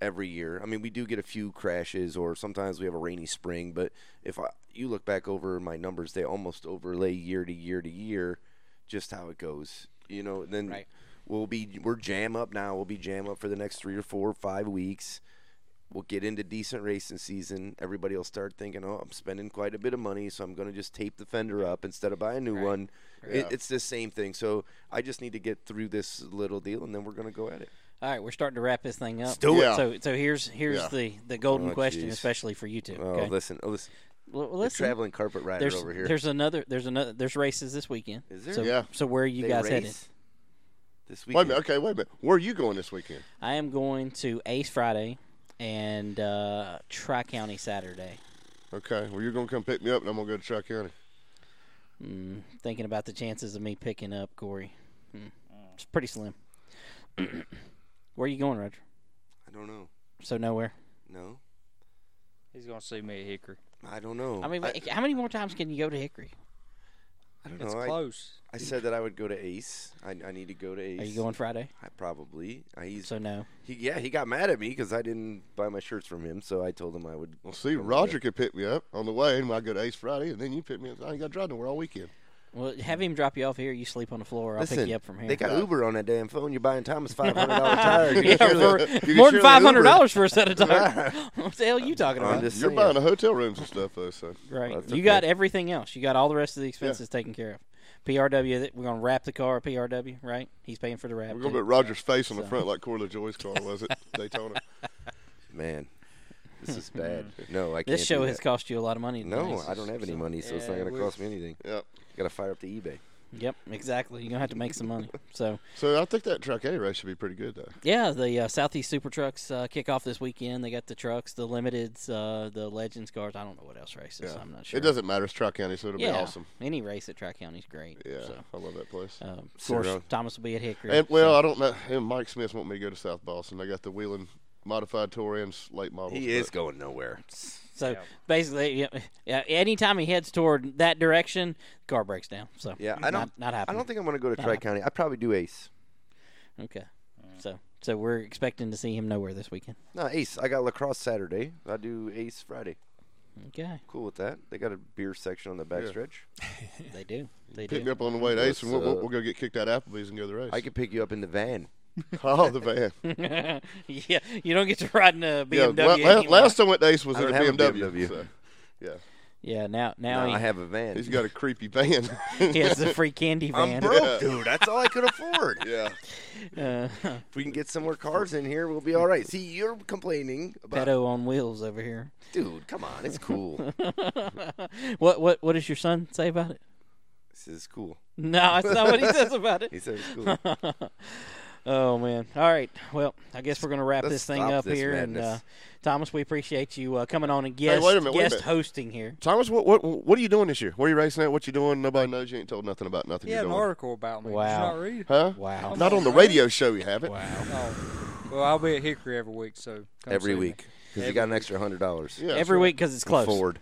B: every year. I mean, we do get a few crashes, or sometimes we have a rainy spring. But if I, you look back over my numbers, they almost overlay year to year to year, just how it goes. You know, and then we'll be we're jam up now. We'll be jam up for the next three or four or five weeks. We'll get into decent racing season. Everybody will start thinking, "Oh, I'm spending quite a bit of money, so I'm going to just tape the fender up instead of buy a new one."
A: Yeah.
B: It, it's the same thing. So I just need to get through this little deal, and then we're going to go at it.
A: All right, we're starting to wrap this thing up.
B: Let's do it. Yeah.
A: So, so here's here's
B: Yeah.
A: the, the golden
B: Oh,
A: question,
B: jeez.
A: especially for you two.
B: Oh,
A: okay?
B: listen, oh, listen.
A: Well,
B: The
A: listen.
B: traveling carpet rider
A: there's,
B: over here.
A: There's another. There's another. There's races this weekend.
C: *laughs*
B: Is there?
A: So,
C: Yeah.
A: So where are you
C: They
A: guys
C: race?
A: headed?
B: This
C: Wait a minute. Okay, wait a minute. Where are you going this weekend?
A: I am going to Ace Friday and uh, Tri County Saturday.
C: Okay, well, you're going to come pick me up, and I'm going to go to Tri County.
A: Mm, thinking about the chances of me picking up Corey. Hmm. It's pretty slim. *clears throat* where are you going, Roger?
B: I don't know.
A: So nowhere.
B: No,
D: He's gonna see me at Hickory.
B: I don't know.
A: I mean, how many more times can you go to Hickory?
B: I don't
D: It's
B: know. I-
D: close.
B: I, said that I would go to Ace. I, I need to go to Ace.
A: Are you going Friday?
B: I probably. I, he's,
A: so no.
B: He, yeah, he got mad at me because I didn't buy my shirts from him, so I told him I would.
C: Well, see, Roger could pick me up on the way, and I go to Ace Friday, and then you pick me up. I ain't got to drive nowhere all weekend.
A: Well, have him drop you off here. You sleep on the floor. I'll pick you up from here.
B: They got Uber on that damn phone. You're buying Thomas five hundred dollar
A: *laughs*
B: tires. You
A: *laughs* Yeah,
B: can surely-
A: for-
B: you can
A: more than
B: surely
A: five hundred
B: Uber.
A: dollars for a set
C: *laughs*
A: of
B: *laughs*
A: tires. *laughs* what the hell are you talking
C: I'm
A: about?
C: just You're saying. buying the hotel rooms and stuff, though. So
A: right.
C: That's
A: you
C: okay.
A: got everything else. You got all the rest of the expenses taken care of. PRW. that- We're gonna wrap the car. PRW. Right. He's paying for the wrap.
C: We're going
A: too.
C: to put Roger's face on the
A: So.
C: front like Corey LaJoy's car
A: *laughs*
C: was at Daytona.
B: Man, *laughs* this is
A: *laughs*
B: bad. No, I can't.
A: This show
B: do
A: has
B: that.
A: cost you a lot of money.
B: No,
A: tonight,
B: I don't have any
A: so-
B: money, so it's not
A: Yeah,
B: going to
A: we-
B: cost me anything.
C: Yep.
B: Got to fire up the eBay.
A: Yep. Exactly. You're gonna have to make some
B: *laughs*
A: money. So.
C: So I think that track A race should be pretty good, though.
A: Yeah, the uh, Southeast Super Trucks uh, kick off this weekend. They got the trucks, the limiteds, uh, the legends cars. I don't know what else races.
C: Yeah.
A: I'm not sure.
C: It doesn't matter. It's Tri County, so it'll
A: yeah.
C: be awesome.
A: Any race at Tri County's great.
C: Yeah,
A: So.
C: I love that place.
A: Um, of course, Thomas will be at Hickory.
C: And, well, I don't know. And Mike Smith want me to go to South Boston. They got the Wheeling Modified Tour and s- late models.
B: He is going nowhere.
A: so basically, yeah, yeah, anytime he heads toward that direction, the car breaks down. So
B: Yeah, I don't.
A: not, not happening.
B: I don't think I'm going to go to
A: Not
B: Tri
A: happening.
B: County. I probably do Ace.
A: Okay,
C: Mm.
A: so so we're expecting to see him nowhere this weekend. *laughs*
B: No, Ace. I got lacrosse Saturday. I do Ace Friday.
A: Okay.
B: Cool with that. They got a beer section on the
C: Yeah.
B: backstretch.
A: *laughs* They do. They
C: Pick
A: do.
C: me up on the way to Ace, and we'll,
B: What's
C: we'll,
B: up?
C: we'll go get kicked out of Applebee's and go to the race.
B: I could pick you up in the van.
C: *laughs* oh, the
A: *laughs*
C: van.
A: yeah, you don't get to ride in a
C: Yeah,
A: BMW.
C: la- la-
A: anymore.
C: last time I went to Ace was
B: I
C: in
B: don't
C: a
B: have a
C: BMW.
B: BMW.
C: so, yeah.
A: Yeah, now now
B: No,
A: he,
B: I have a van.
C: He's got a creepy van.
A: *laughs* he has the free candy
B: I'm
A: van.
B: broke, dude. That's all I could afford.
C: *laughs* yeah.
A: Uh,
B: If we can get some more cars in here, we'll be all right. See, you're complaining about
A: pedo on wheels over here.
B: Dude, come on, it's cool.
A: *laughs* what what what does your son say about it?
B: this is cool.
A: No, that's not what he says about it.
B: He says it's cool.
A: *laughs* oh man! All right. Well, I guess we're gonna wrap
B: Let's
A: this thing
B: stop
A: up
B: this
A: here. And uh,
B: madness.
A: Thomas, we appreciate you uh, coming on and guest
C: wait a minute, wait a
A: guest
C: minute.
A: hosting here.
C: Thomas, what, what what are you doing this year? Where are you racing at? What you doing? Nobody knows. You ain't told nothing about nothing.
D: He
C: you're
D: had an
C: doing.
D: article about me. Did you
A: Wow.
D: not read it?
C: Huh?
A: Wow.
C: Not on the radio show. You haven't.
A: Wow.
D: Oh. Well, I'll be at Hickory every week, so come
B: Every
D: see me.
B: week. Because you got an extra hundred dollars.
C: Yeah, Every
A: week 'cause it's close.
B: Forward.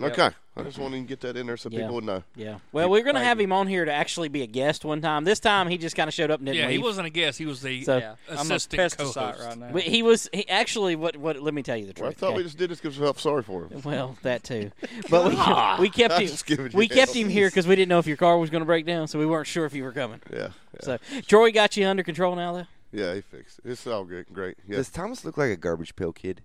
C: Okay. I just wanted to get that in there so people would know.
A: Yeah. Well, we are going to have him on here to actually be a guest one time. This time, he just kind of showed up and didn't
E: Yeah, he
A: leave.
E: wasn't a guest. He was the
A: So-
E: uh, assistant co-host.
A: But he was he actually what what? Let me tell you the truth.
C: I thought
A: okay?
C: we just did this because we felt sorry for him. Ah,
A: Well, that
C: *laughs*
A: too. But we, we kept
C: I'm just
A: him
C: giving you
A: we
C: hell.
A: kept him here because we didn't know if your car was going to break down, so we weren't sure if you were coming.
C: Yeah,
A: So Troy got you under control now, though.
C: Yeah, he fixed it. It's all good. Great. Yeah.
B: Does Thomas look like a garbage pail kid?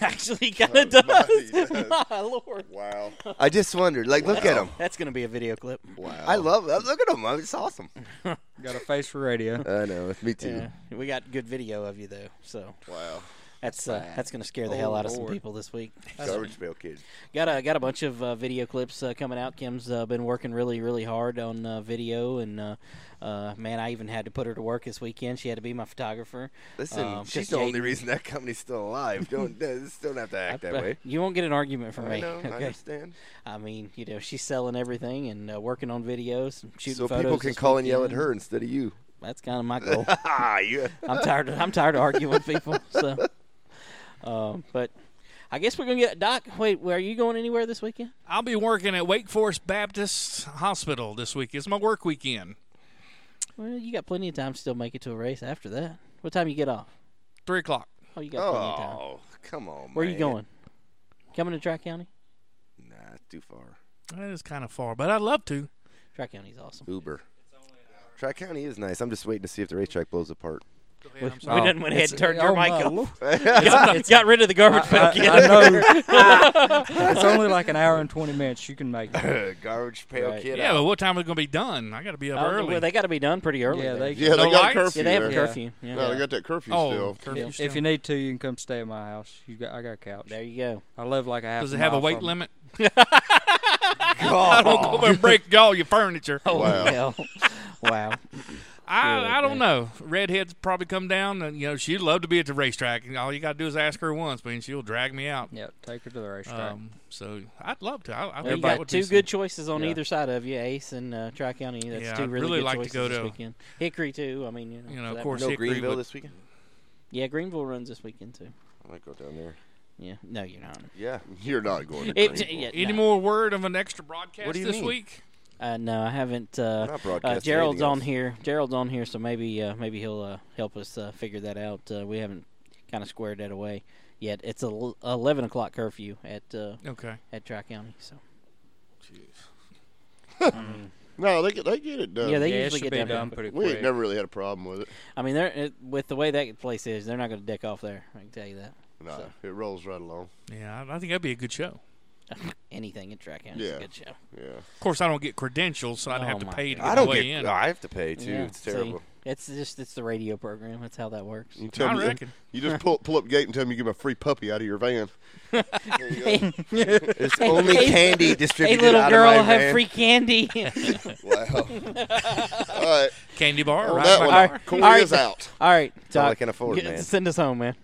A: Actually, he kind of *laughs* does. My lord!
C: Wow.
B: I just wondered. Like, look at him.
A: That's going to be a video clip.
B: Wow. I love. uh, Look at him.
A: *laughs*
B: It's awesome.
D: Got a face for radio.
B: I know. Me too.
A: Yeah, we got good video of you though. So
C: wow,
A: that's uh, that's going to scare the hell
B: Oh,
A: out of some
B: Lord.
A: people this week.
B: Garbage pail kid.
A: Got a got a bunch of uh, video clips uh, coming out. Kim's uh, been working really really hard on uh, video, and uh, uh, man, I even had to put her to work this weekend. She had to be my photographer.
B: Listen,
A: Um,
B: she's
A: 'cause
B: the only
A: Jaden-
B: reason that company's still
A: *laughs*
B: alive. Don't just don't have to act that
A: But
B: way.
A: You won't get an argument from
B: I
A: me.
B: know, I
A: okay?
B: understand.
A: I mean, you know, she's selling everything and uh, working on videos and shooting
B: So
A: photos.
B: people can
A: this
B: call and yell at
A: weekend.
B: her instead of you.
A: That's kind of my
B: *laughs*
A: goal.
B: You-
A: I'm tired. Of, I'm tired of arguing with people. So, um, but I guess we're gonna get Doc. Wait, were- are you going anywhere this weekend?
E: I'll be working at Wake Forest Baptist Hospital this week. It's my work weekend.
A: Well, you got plenty of time to still make it to a race after that. What time you get off?
E: Three o'clock.
A: Oh, you got plenty of time.
B: Oh, come on.
A: Where are you
B: man.
A: going? Coming to Tri County?
B: Nah, too far.
E: That is kind of far, but I'd love to.
A: Tri County's awesome.
B: Uber. Tri County is nice. I'm just waiting to see if the racetrack blows apart.
A: We, we done went ahead and turned your
D: oh,
A: mic
D: my
A: off.
D: Lord.
C: *laughs*
A: got, it's got rid of the garbage
D: I,
A: pail kid.
D: I
A: *laughs*
D: know. it's only like an hour and 20 minutes. You can make it.
C: *laughs*
B: Garbage pail
A: Right.
B: kid.
E: Yeah,
B: out.
E: but what time are we going to be done? I got to be up
A: Oh,
E: early.
A: Well, they got to be done pretty early.
D: Yeah,
A: there.
D: they-
C: Yeah, they
E: No
C: got
E: lights?
C: curfew.
A: Yeah, they have a
C: there.
A: curfew. Yeah.
C: No, they got that curfew
E: Oh,
C: still.
E: curfew
D: If-
E: still.
D: If you need to, you can come stay at my house. You got, I got a couch.
A: There you go.
D: I live like I have.
E: Does it have a weight
D: *laughs*
A: *laughs*
E: limit? *laughs* I
C: *laughs*
E: don't go and break all your furniture.
C: Oh,
A: *laughs* Wow. Oh, wow.
E: I, I don't know. Redheads probably come down, and you know she'd love to be at the racetrack. And all you got to do is ask her once, but she'll drag me out.
D: Yep, take her to the racetrack.
E: Um, so I'd love to. I, I
A: Well,
E: think
A: you
E: that
A: got
E: would
A: two
E: be
A: good choices on
D: Yeah.
A: either side of you, Ace and uh, Tri County. That's
E: Yeah,
A: two
E: I'd
A: really,
E: really
A: good
E: like to
A: choices
E: go
A: this
E: to-
A: weekend. Hickory too. I mean, you know.
E: You know,
A: so
E: of
A: that-
E: course,
B: No
E: Hickory
B: Greenville
E: would-
B: this weekend.
A: Yeah, Greenville runs this weekend too.
B: I might go down there.
A: Yeah, no, you're not.
B: Yeah. *laughs*
C: You're not going to
A: It,
C: Greenville.
A: yeah, no.
E: Any more word of an extra broadcast
B: What do you
E: this
B: mean?
E: week?
A: Uh, no, I haven't. Uh,
B: not
A: uh,
B: broadcasting
A: Gerald's
B: anything
A: on
B: else.
A: here. Gerald's on here, so maybe uh, maybe he'll uh, help us uh, figure that out. Uh, we haven't kind of squared that away yet. It's a l- eleven o'clock curfew at uh,
E: Okay.
A: at Tri County. So
C: *laughs* No, they get they get it done.
A: yeah, they
D: yeah, it
A: usually
D: should
A: get
D: be
A: down.
D: done
A: pretty
D: pretty
C: we
D: quick.
C: ain't never really had a problem with it.
A: quick. I mean, they're it, with the way that place is, they're not going to deck off there. I can tell you that.
C: No,
A: *laughs*
C: it rolls right along.
E: Yeah, I, I think that'd be a good show.
A: Anything at Tri County is
C: Yeah.
A: a good show.
C: Yeah.
E: Of course, I don't get credentials, so I'd
A: Oh,
E: have to
A: my
E: pay to
A: God.
E: get
B: I don't
E: way
B: get.
E: in.
B: no, I have to pay too.
A: Yeah,
B: it's
A: see?
B: terrible.
A: it's just it's the radio program. That's how that works.
C: You tell
E: I
C: me
B: uh,
E: reckon.
C: you just pull pull up gate and tell me you give a free puppy out of your
A: *laughs*
C: van.
B: It's only
A: hey,
B: candy
A: Hey,
B: distributed
A: little
B: out
A: girl,
B: of my
A: have
B: van.
A: free
C: *laughs*
A: candy.
C: Wow. all
A: *laughs*
C: right.
E: Candy bar,
C: On
E: right?
C: that
E: by
C: one,
E: the-
A: right.
C: Corey
A: All right.
C: is out.
A: All right,
B: all I
A: Doc,
B: can afford,
A: get-
B: man.
A: Send us home, man.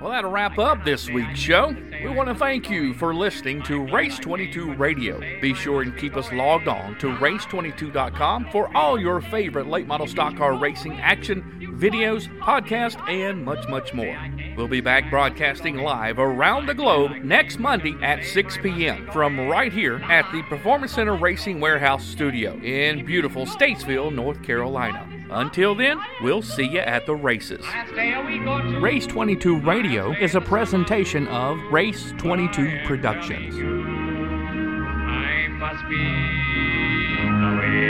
F: Well, that'll wrap up this week's show. We want to thank you for listening to Race 22 Radio. Be sure and keep us logged on to race22.com for all your favorite late model stock car racing action, videos, podcasts, and much, much more. We'll be back broadcasting live around the globe next Monday at 6 p.m. from right here at the Performance Center Racing Warehouse Studio in beautiful Statesville, North Carolina. Until then, we'll see you at the races. Race 22 Radio is a presentation of Race 22 Productions.
M: I must be away.